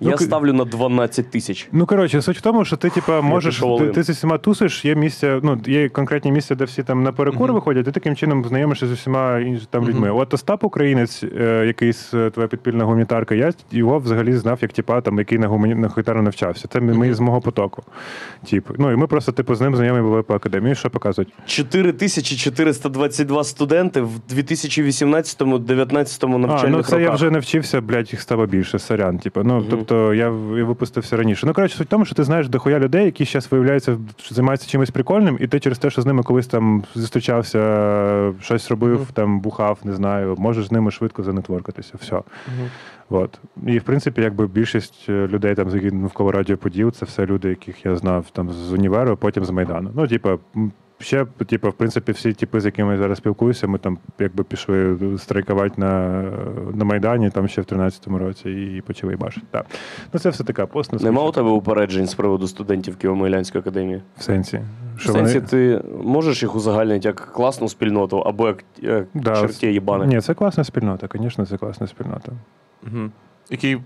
Speaker 1: Ну,
Speaker 3: я
Speaker 1: к-
Speaker 3: ставлю на 12 тисяч.
Speaker 1: Ну коротше, суть в тому, що ти типа можеш
Speaker 3: пішов
Speaker 1: ти,
Speaker 3: all in.
Speaker 1: ти зі всіма тусиш, є місця, ну є конкретні місця, де всі там на перекур виходять, ти таким чином знайомишся з усіма інж- там людьми. От Остап українець, е, якийсь е, твоя підпільна гуманітарка, я його взагалі знав як типа там, який на гумані на гуманітарно навчався. Це ми з мого потоку. Типу, ну і ми просто типу з ним знайомі були по академії, що показують.
Speaker 3: 4422 студенти в 2018-19 навчальних
Speaker 1: А, ну це
Speaker 3: роках.
Speaker 1: я вже навчився, блядь, їх стало більше, сорян. Типу. Ну, тобто я, в- я випустився раніше. Ну, коротше, суть в тому, що ти знаєш дохуя людей, які зараз виявляються, що займаються чимось прикольним, і ти через те, що з ними колись там зустрічався, щось робив, там бухав, не знаю, можеш з ними швидко занетворкатися. Все. От. І в принципі, якби більшість е, людей там які навколо радіо поділ, це все люди, яких я знав там з універу, потім з Майдану. Ну, типа. м, Ще, типу, в принципі, всі типи, з якими я зараз спілкуюся, ми там якби пішли страйкувати на, на Майдані там ще в 13-му році і почали бачити. Так. Ну це все така пост
Speaker 3: Нема у тебе упереджень з приводу студентів Києво-Могилянської академії?
Speaker 1: в сенсі. Що
Speaker 3: в сенсі,
Speaker 1: вони...
Speaker 3: ти можеш їх узагальнити як класну спільноту або як, як чертє їбане?
Speaker 1: Ні, це класна спільнота, звісно, це класна спільнота.
Speaker 2: Угу. Який, е,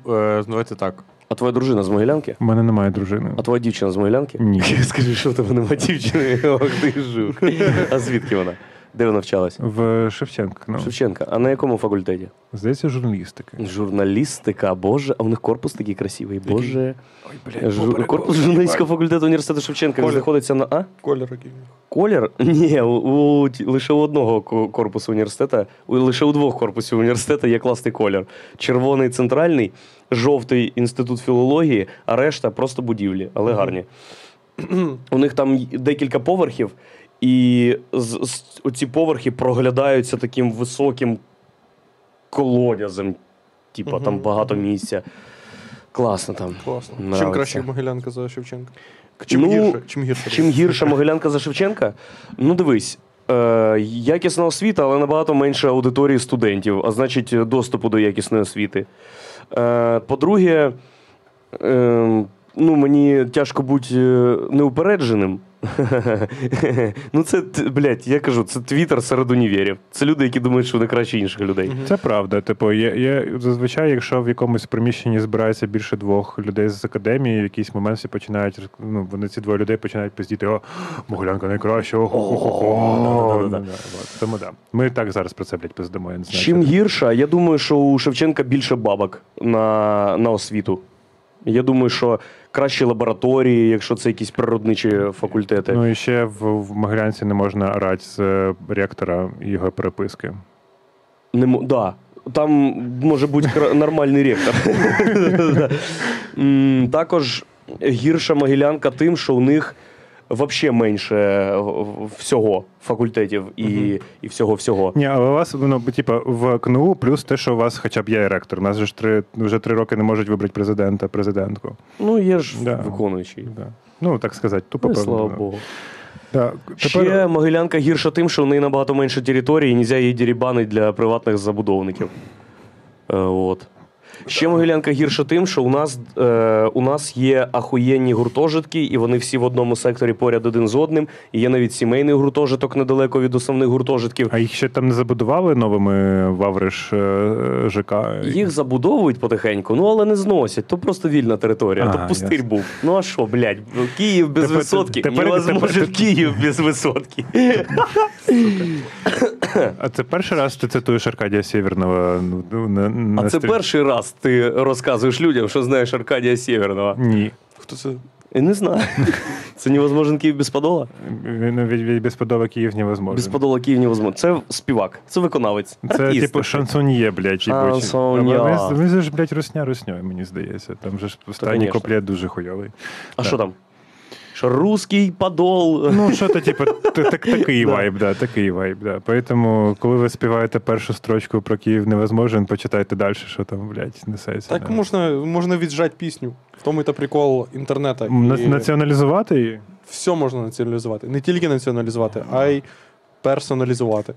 Speaker 2: давайте так.
Speaker 3: А твоя дружина з Могилянки?
Speaker 1: У мене немає дружини.
Speaker 3: А твоя [LAUGHS] дівчина з Могилянки?
Speaker 1: Ні. [LAUGHS]
Speaker 3: Скажи, що в тебе нема дівчини? Ох, ти жук. А звідки вона? Де ви навчалась?
Speaker 1: В Шевченка. Ну,
Speaker 3: Шевченка. А на якому факультеті?
Speaker 1: здається, журналістики.
Speaker 3: Журналістика, боже, а у них корпус такий красивий. Боже.
Speaker 1: Ой,
Speaker 3: Жу- Корпус журналістського факультету університету Шевченка він
Speaker 2: Коля.
Speaker 3: знаходиться на А?
Speaker 2: Колір який в них.
Speaker 3: Колір? [LAUGHS] Ні, у, у ті- лише у одного ко- корпусу університету, у, лише у двох корпусів університету є класний колір. Червоний центральний, жовтий інститут філології, а решта просто будівлі, але гарні. [CLEARS THROAT] у них там й- декілька поверхів, і з, з, оці поверхи проглядаються таким високим колодязем. Типа там
Speaker 2: Мгм,
Speaker 3: багато місця. Класно там.
Speaker 2: Класно.
Speaker 3: Нравиться.
Speaker 2: Чим краще Могилянка за Шевченка? Чим
Speaker 3: Ну,
Speaker 2: гірше? Чим гірше?
Speaker 3: Чим гірша Могилянка за Шевченка? Ну дивись. Е, якісна освіта, але набагато менше аудиторії студентів, а значить, е, доступу до якісної освіти. Е, по-друге, е, ну, мені тяжко бути е, неупередженим. [LAUGHS] ну, це, т- блядь, я кажу, це твіттер серед універів. Це люди, які думають, що вони краще інших людей.
Speaker 1: Це правда. Типу, є, є зазвичай, якщо в якомусь приміщенні збирається більше двох людей з академії, в якийсь момент всі починають роз- ну, вони ці двоє людей починають пиздіти, о, Могилянка найкраще, о, хо хо хо
Speaker 3: О,
Speaker 1: хо
Speaker 3: да-да-да.
Speaker 1: Тому да. Ми і так зараз про це блядь, пиздимо, я не знаю.
Speaker 3: Чим
Speaker 1: це-
Speaker 3: гірша, я думаю, що у Шевченка більше бабок на, на освіту. Я думаю, що кращі лабораторії, якщо це якісь природничі факультети.
Speaker 1: Ну і ще в, в Могилянці не можна орати з е, ректора і його переписки.
Speaker 3: Не, мо- да. Там може бути кра- нормальний ректор. Да. М, Також гірша могилянка тим, що у них взагалі менше е, в- всього факультетів і, і всього-всього.
Speaker 1: Ні, але у вас ну, бо, типа в КНУ плюс те, що у вас хоча б є ректор. У нас же ж три вже три роки не можуть вибрати президента, президентку.
Speaker 3: Ну, є ж
Speaker 1: Да.
Speaker 3: виконуючий.
Speaker 1: Да. Ну так сказати, тупо
Speaker 3: Ну, і
Speaker 1: певно,
Speaker 3: слава
Speaker 1: да.
Speaker 3: Богу.
Speaker 1: Да,
Speaker 3: Ще Могилянка гірша тим, що в неї набагато менше території, і нельзя її дерібанить для приватних забудовників. Е, от. Ще Могилянка гірша тим, що у нас, е, у нас є ахуєнні гуртожитки, і вони всі в одному секторі поряд один з одним. І є навіть сімейний гуртожиток недалеко від основних гуртожитків.
Speaker 1: А їх ще там не забудували новими Вавриш е, е, ЖК.
Speaker 3: Їх забудовують потихеньку, ну але не зносять. То просто вільна територія,
Speaker 1: А,
Speaker 3: то пустир
Speaker 1: ясно.
Speaker 3: був. Ну а що, блядь, Київ без
Speaker 1: Тепер-
Speaker 3: висотки.
Speaker 1: тепер-
Speaker 3: Невозможен
Speaker 1: тепер-
Speaker 3: Київ без висотки.
Speaker 1: А це перший раз ти цитуєш Аркадія Сєвєрного? ну, на, на
Speaker 3: А це
Speaker 1: стрі-
Speaker 3: перший раз ти розказуєш людям, що знаєш Аркадія Сєвєрного?
Speaker 1: Ні.
Speaker 2: Хто це?
Speaker 3: Я не знаю. [LAUGHS] Це невозможен Київ без подола?
Speaker 1: Він від, від безподоба Київ невозможно.
Speaker 3: Без подола Київ невозможен. Це співак, це виконавець.
Speaker 1: Це
Speaker 3: артист.
Speaker 1: типу шансоньє, блядь.
Speaker 3: Шансоньє.
Speaker 1: Він ж, блядь, русня русньою, мені здається. Там же ж останній
Speaker 3: конечно.
Speaker 1: куплет дуже хуйовий.
Speaker 3: А що там? Що русський подол.
Speaker 1: Ну, що то типу, т- так,
Speaker 3: [LAUGHS]
Speaker 1: такий вайб, да, такий вайб, да. Поэтому, коли ви співаєте першу строчку про Київ невозможен, почитайте далі, що там, блядь, несеться.
Speaker 2: Так
Speaker 1: да.
Speaker 2: можна, можна віджати пісню. В тому і та прикол інтернету.
Speaker 1: На-
Speaker 2: І
Speaker 1: Націоналізувати її?
Speaker 2: Все можна націоналізувати. Не тільки націоналізувати, а й персоналізувати.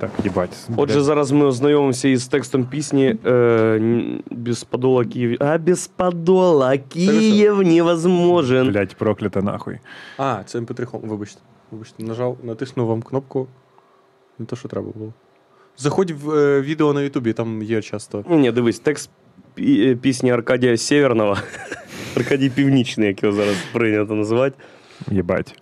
Speaker 1: Так, їбать.
Speaker 3: Отже,
Speaker 1: блядь.
Speaker 3: зараз ми ознайомимося із текстом пісні е, Без подола Київ. А без подола Київ невозможен.
Speaker 1: Блять, проклята нахуй.
Speaker 2: А, це ем mp3 вибачте. Вибачте, нажав, натиснув вам кнопку. Не те, що треба було. Заходь в е, відео на Ютубі, там є часто.
Speaker 3: Ні, Ні, дивись, текст пі- е, пісні Аркадія Сєвєрного. [LAUGHS] Аркадій Північний, як його зараз прийнято називати.
Speaker 1: Їбать.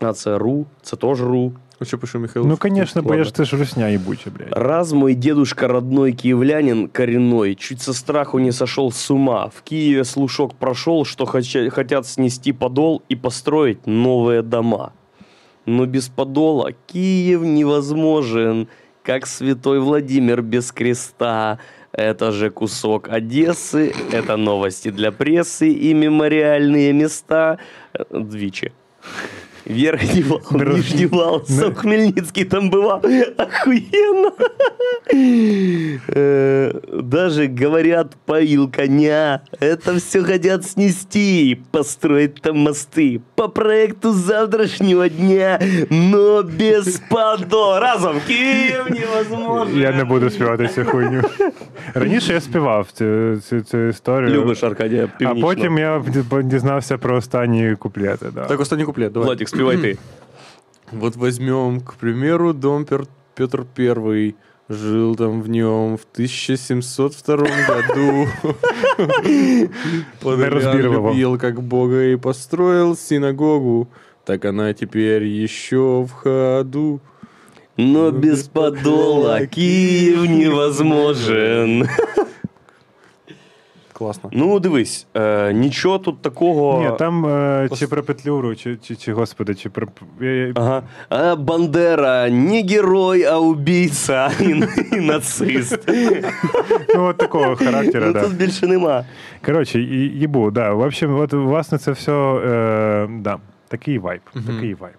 Speaker 3: А це ру, це теж ру.
Speaker 2: Ось що пише Михайло.
Speaker 1: Ну, конечно, бо я
Speaker 2: Ладно.
Speaker 1: ж ти ж русня їбуча, блядь.
Speaker 3: Раз мой дедушка родной киевлянин коренной чуть со страху не сошел с ума, в Киеве слушок прошел, что хоча- хотят снести подол и построить новые дома. Но без подола Киев невозможен, как святой Владимир без креста. Это же кусок Одессы, это новости для прессы и мемориальные места. Э, Двичи. Верхний вал,
Speaker 1: Беру-
Speaker 3: нижний вал,
Speaker 1: Ну.
Speaker 3: сам Хмельницкий там бывал. Охуенно. Э, Даже, говорят, поил коня. Это все хотят снести, построить там мосты. По проекту завтрашнего дня, но без подо. Разом Киев невозможно.
Speaker 1: Я не буду співати цю хуйню. Раніше я співав цю, цю, цю історію.
Speaker 3: Любишь Аркадия
Speaker 1: а
Speaker 3: Північного.
Speaker 1: потім я ді- дізнався про останні куплети. Да.
Speaker 2: Так, останній куплет, давай.
Speaker 3: Владик, співай ти.
Speaker 2: Вот возьмем, к примеру, дом Пер- Петр Первый. Жил там в нем в 1702
Speaker 1: [LAUGHS]
Speaker 2: году. Владимир
Speaker 1: Разбирал его.
Speaker 2: любил как бога и построил синагогу. Так она теперь еще в ходу.
Speaker 3: Но без подола Київ невозможен.
Speaker 2: Класно.
Speaker 3: Ну, дивись, е, нічого тут такого.
Speaker 1: Ні, там е,
Speaker 2: Пос-
Speaker 1: чи про Петлюру, чи, чи, чи господи, чи про. я- я-
Speaker 3: Ага. А Бандера не герой, а убійця і, і нацист.
Speaker 1: Ну, от такого характера,
Speaker 3: Ну,
Speaker 1: да.
Speaker 3: тут більше нема.
Speaker 1: Коротше, і- їбу, да. В общем, от, власне, це все. Е, да, такий вайб. Такий вайб.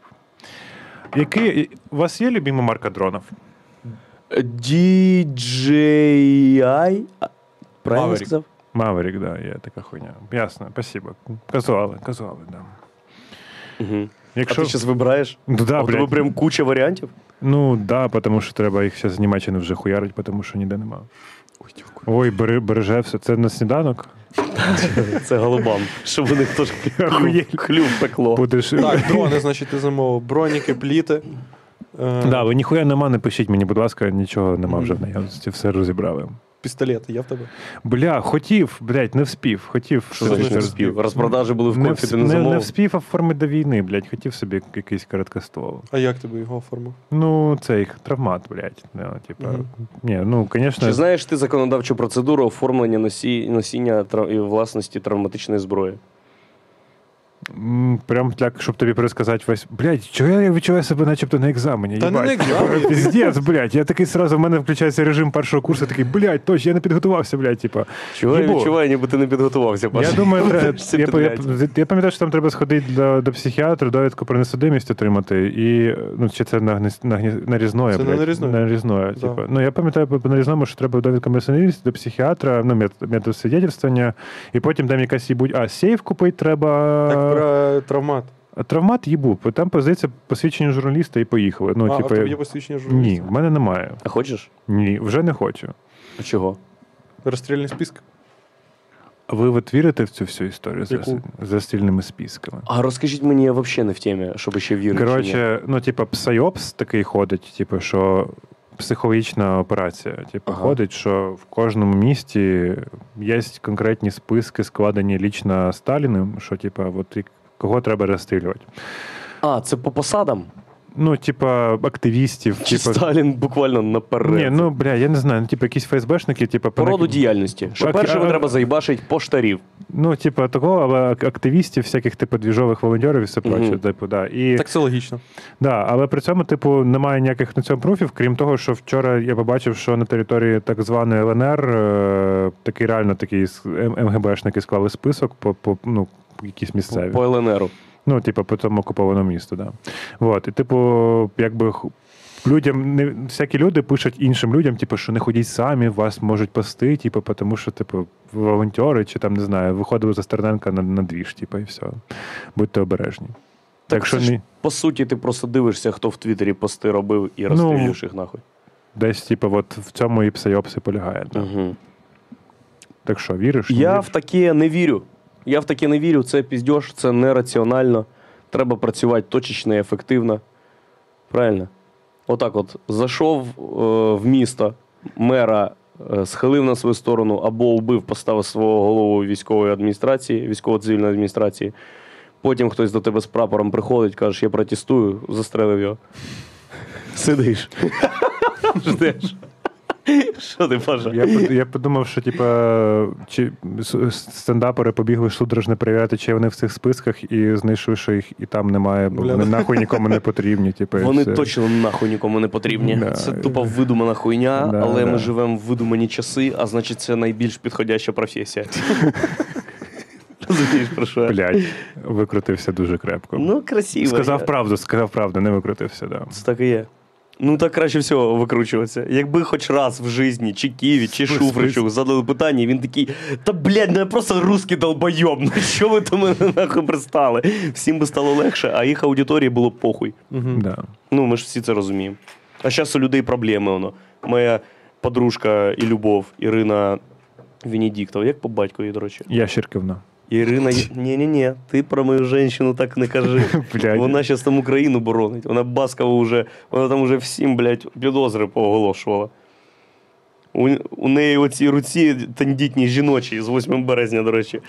Speaker 1: Який, у вас є любима марка дронів?
Speaker 3: DJI? А, Правильно
Speaker 2: Maverick.
Speaker 3: сказав?
Speaker 1: Маверік, да, є така хуйня. Ясно, спасибо. Казуали, казуали, да.
Speaker 3: Угу.
Speaker 1: Якщо...
Speaker 3: А ти зараз вибираєш?
Speaker 1: Ну, да,
Speaker 3: А у тебе
Speaker 1: блядь.
Speaker 3: прям куча варіантів?
Speaker 1: Ну да, тому що треба їх зараз з Німеччини вже хуярить, тому що ніде нема. Ой, бери, береже все. Це на сніданок?
Speaker 3: Це голубам, щоб
Speaker 1: [LAUGHS]
Speaker 3: у них теж
Speaker 1: Охуєть.
Speaker 3: клюв, клюв пекло.
Speaker 1: Будеш.
Speaker 2: [LAUGHS] Так, дрони, значить, ти замовив. Броніки, пліти. Е,
Speaker 1: [LAUGHS] Да, ви ніхуя нема, не пишіть мені, будь ласка, нічого нема вже в наявності, все розібрали.
Speaker 2: Пістолети, я в тебе.
Speaker 1: Бля, хотів, блядь, не вспів, хотів
Speaker 3: Що значить не
Speaker 1: щось
Speaker 3: вспів? Розпродажі були в
Speaker 1: Не,
Speaker 3: кофі, ти
Speaker 1: всп-
Speaker 3: не
Speaker 1: не, не
Speaker 3: замовив.
Speaker 1: вспів оформити до війни, блядь, хотів собі якийсь короткоствол.
Speaker 2: А як тебе його оформив?
Speaker 1: Ну, це їх травмат, блядь. Да, типа,
Speaker 2: Мгм.
Speaker 1: ні, ну,
Speaker 3: Чи
Speaker 1: звісно,
Speaker 3: знаєш ти законодавчу процедуру оформлення носі... носіння трав... і власності травматичної зброї?
Speaker 1: м, прям так, щоб тобі пересказати весь. Блядь, чого я відчуваю себе начебто на екзамені?
Speaker 2: Та не
Speaker 1: їбать.
Speaker 2: на екзамені.
Speaker 1: Піздець, блядь. Я такий сразу, в мене включається режим першого курсу, такий, блядь, точно, я не підготувався, блядь, типа.
Speaker 3: Чого я
Speaker 1: Єбо.
Speaker 3: відчуваю, ніби ти не підготувався, Паша?
Speaker 1: Я
Speaker 2: [LAUGHS]
Speaker 1: думаю,
Speaker 3: [LAUGHS]
Speaker 1: тре-
Speaker 3: Всі
Speaker 1: я, я,
Speaker 3: підряд.
Speaker 1: я пам'ятаю, що там треба сходити до, до психіатра, довідку про несудимість отримати. І ну чи це на гни- на, гні- на різноє,
Speaker 2: Це не
Speaker 1: блядь,
Speaker 2: на різноє.
Speaker 1: на різноє,
Speaker 2: Да.
Speaker 1: типу. Ну я пам'ятаю по, по нарізному, що треба довідка про несудимість до психіатра, ну мет, метод свідетельствування, і потім там якась їбуть, а сейф купити треба.
Speaker 2: Так про э, травмат.
Speaker 1: А Травмат їбу, бо там позиція посвідчення журналіста і поїхали. Ну,
Speaker 2: а, а в
Speaker 1: типу,
Speaker 2: тебе є посвідчення
Speaker 1: ні,
Speaker 2: журналіста?
Speaker 1: в мене немає.
Speaker 3: А хочеш?
Speaker 1: Ні, вже не хочу.
Speaker 3: А чого?
Speaker 2: Розстрільний список.
Speaker 1: А ви от вірите в цю всю історію за,
Speaker 2: Яку?
Speaker 1: за стільними списками?
Speaker 3: А розкажіть мені, я взагалі не в темі, щоб ще вірити. чи ні.
Speaker 1: Коротше, ну, типа, псайопс такий ходить, типу, що психологічна операція. Типу,
Speaker 3: Ага.
Speaker 1: ходить, що в кожному місті є конкретні списки, складені лічно Сталіним, що, типа, от і кого треба розстрілювати.
Speaker 3: А, це по посадам?
Speaker 1: Ну, типа, активістів,
Speaker 3: Чи
Speaker 1: типа.
Speaker 3: Сталін буквально наперед?
Speaker 1: Ні, ну бля, я не знаю, ну, типу, якісь фейсбешники, типу,
Speaker 3: По роду
Speaker 1: понак-
Speaker 3: діяльності. Що
Speaker 1: Так,
Speaker 3: першого
Speaker 1: а-
Speaker 3: треба заїбашить поштарів.
Speaker 1: Ну, типу, такого, але ак- активістів, всяких типу двіжових волонтерів і все проче.
Speaker 3: Мгм.
Speaker 1: Типу, да. І...
Speaker 2: Так це логічно.
Speaker 1: Да, але при цьому, типу, немає ніяких на цьому пруфів, крім того, що вчора я побачив, що на території так званої ЛНР е, такий реально такий с- ем, М- МГБшники склали список по, по ну, якісь місцеві.
Speaker 3: По ЛНРу.
Speaker 1: Ну, типу, по тому окупованому місту, да. От, і, типу, якби х- людям не всякі люди пишуть іншим людям, типу, що не ходіть самі, вас можуть пасти, типу, тому що, типу, волонтери чи там не знаю, виходили за Стерненка на, на двіж, типу, і все. Будьте обережні.
Speaker 3: Так
Speaker 1: Якщо
Speaker 3: це ж
Speaker 1: ні-
Speaker 3: По суті, ти просто дивишся, хто в Твіттері пости робив
Speaker 1: Ну,
Speaker 3: і розстрілюєш їх нахуй.
Speaker 1: Десь, типу, от в цьому і псайопси полягає. Да.
Speaker 3: Угу.
Speaker 1: Так що, віриш? не
Speaker 3: Я
Speaker 1: віриш?
Speaker 3: в таке не вірю. Я в таке не вірю. Це піздьош, це нераціонально. Треба працювати точечно і ефективно. Правильно? Отак, от зайшов е, в місто, мера е, схилив на свою сторону або убив, поставив свого голову військової адміністрації, військово-цивільної адміністрації. Потім хтось до тебе з прапором приходить, кажеш, я протестую, застрелив його. Сидиш. [LAUGHS] Ждеш. Що ти, Паша?
Speaker 1: Я, под- я подумав, що типа чи с- стендапери побігли судорожно перевіряти, чи вони в цих списках, і знайшли, що їх і там немає, бо
Speaker 2: Бля,
Speaker 1: вони
Speaker 2: да.
Speaker 1: нахуй нікому не потрібні. Типу, і
Speaker 3: Вони
Speaker 1: все.
Speaker 3: точно нахуй нікому не потрібні.
Speaker 1: Да.
Speaker 3: Це тупо видумана хуйня,
Speaker 1: Да,
Speaker 3: але
Speaker 1: да.
Speaker 3: ми живемо в видумані часи, а значить, це найбільш
Speaker 1: [LAUGHS]
Speaker 3: підходяща професія. Розумієш, про що? я?
Speaker 1: блядь, викрутився дуже крепко.
Speaker 3: Ну, красиво.
Speaker 1: сказав
Speaker 3: я.
Speaker 1: правду, сказав правду, не викрутився. Да.
Speaker 3: Це так і є. Ну так краще всього викручуватися. Якби хоч раз в житті, чи Києві, чи
Speaker 1: Спис-
Speaker 3: Шуфричу задали питання, і він такий: та блядь, ну я просто русський долбойоб. Ну що ви до мене нахуй пристали? Всім би стало легше, а їх аудиторії було похуй.
Speaker 2: Угу.
Speaker 1: Да.
Speaker 3: Ну, ми ж всі це розуміємо. А зараз у людей проблеми воно. Моя подружка і любов Ірина Венедіктова. Як по батьку її, до речі?
Speaker 1: Я Щерківна.
Speaker 3: Ірина. ні ні ні ти про мою жінку так не кажи.
Speaker 1: [LAUGHS] Блядь.
Speaker 3: Вона зараз там Україну боронить. Вона Баскова вже, вона там вже всім, блядь, підозри пооголошувала. У, у неї оці руці тендітні жіночі з 8 березня,
Speaker 1: [LAUGHS]
Speaker 3: до речі.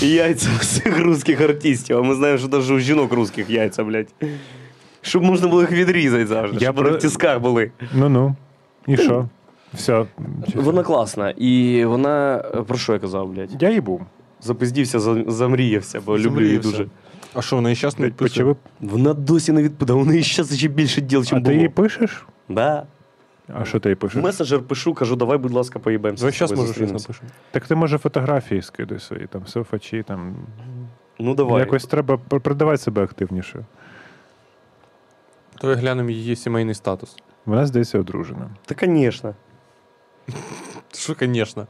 Speaker 3: Яйця всіх русських артистів. А ми знаємо, що навіть у жінок русських яйця, блядь. Щоб можна було їх відрізати завжди,
Speaker 1: Я
Speaker 3: щоб вони
Speaker 1: про-
Speaker 3: в тисках були.
Speaker 1: Ну ну. І що? Все.
Speaker 3: Вона класна. І вона. Про що я казав, блядь?
Speaker 1: Я їбу.
Speaker 3: Запиздівся, за- замріявся, бо люблю її
Speaker 2: Замріявся.
Speaker 3: дуже.
Speaker 2: А що, вона і щас не
Speaker 1: Блядь,
Speaker 2: відписує?
Speaker 1: почали-
Speaker 3: Вона досі не відпадає, у неї зараз ще більше діл, ніж
Speaker 1: А
Speaker 3: було.
Speaker 1: ти їй пишеш?
Speaker 3: Да.
Speaker 1: А що ти їй
Speaker 3: В
Speaker 1: пишеш?
Speaker 3: месенджер пишу, кажу, давай, будь ласка, поїбемося.
Speaker 2: Зараз
Speaker 3: з тобою,
Speaker 2: можеш щось
Speaker 3: зустрінемося.
Speaker 2: напишемо.
Speaker 1: Так ти може фотографії скидай свої, там селфачі, там.
Speaker 3: Ну давай.
Speaker 1: Якось треба пр- продавати себе активніше.
Speaker 2: Давай глянемо її сімейний статус.
Speaker 1: Вона здається одружена.
Speaker 3: Та, звісно.
Speaker 2: Що, звісно.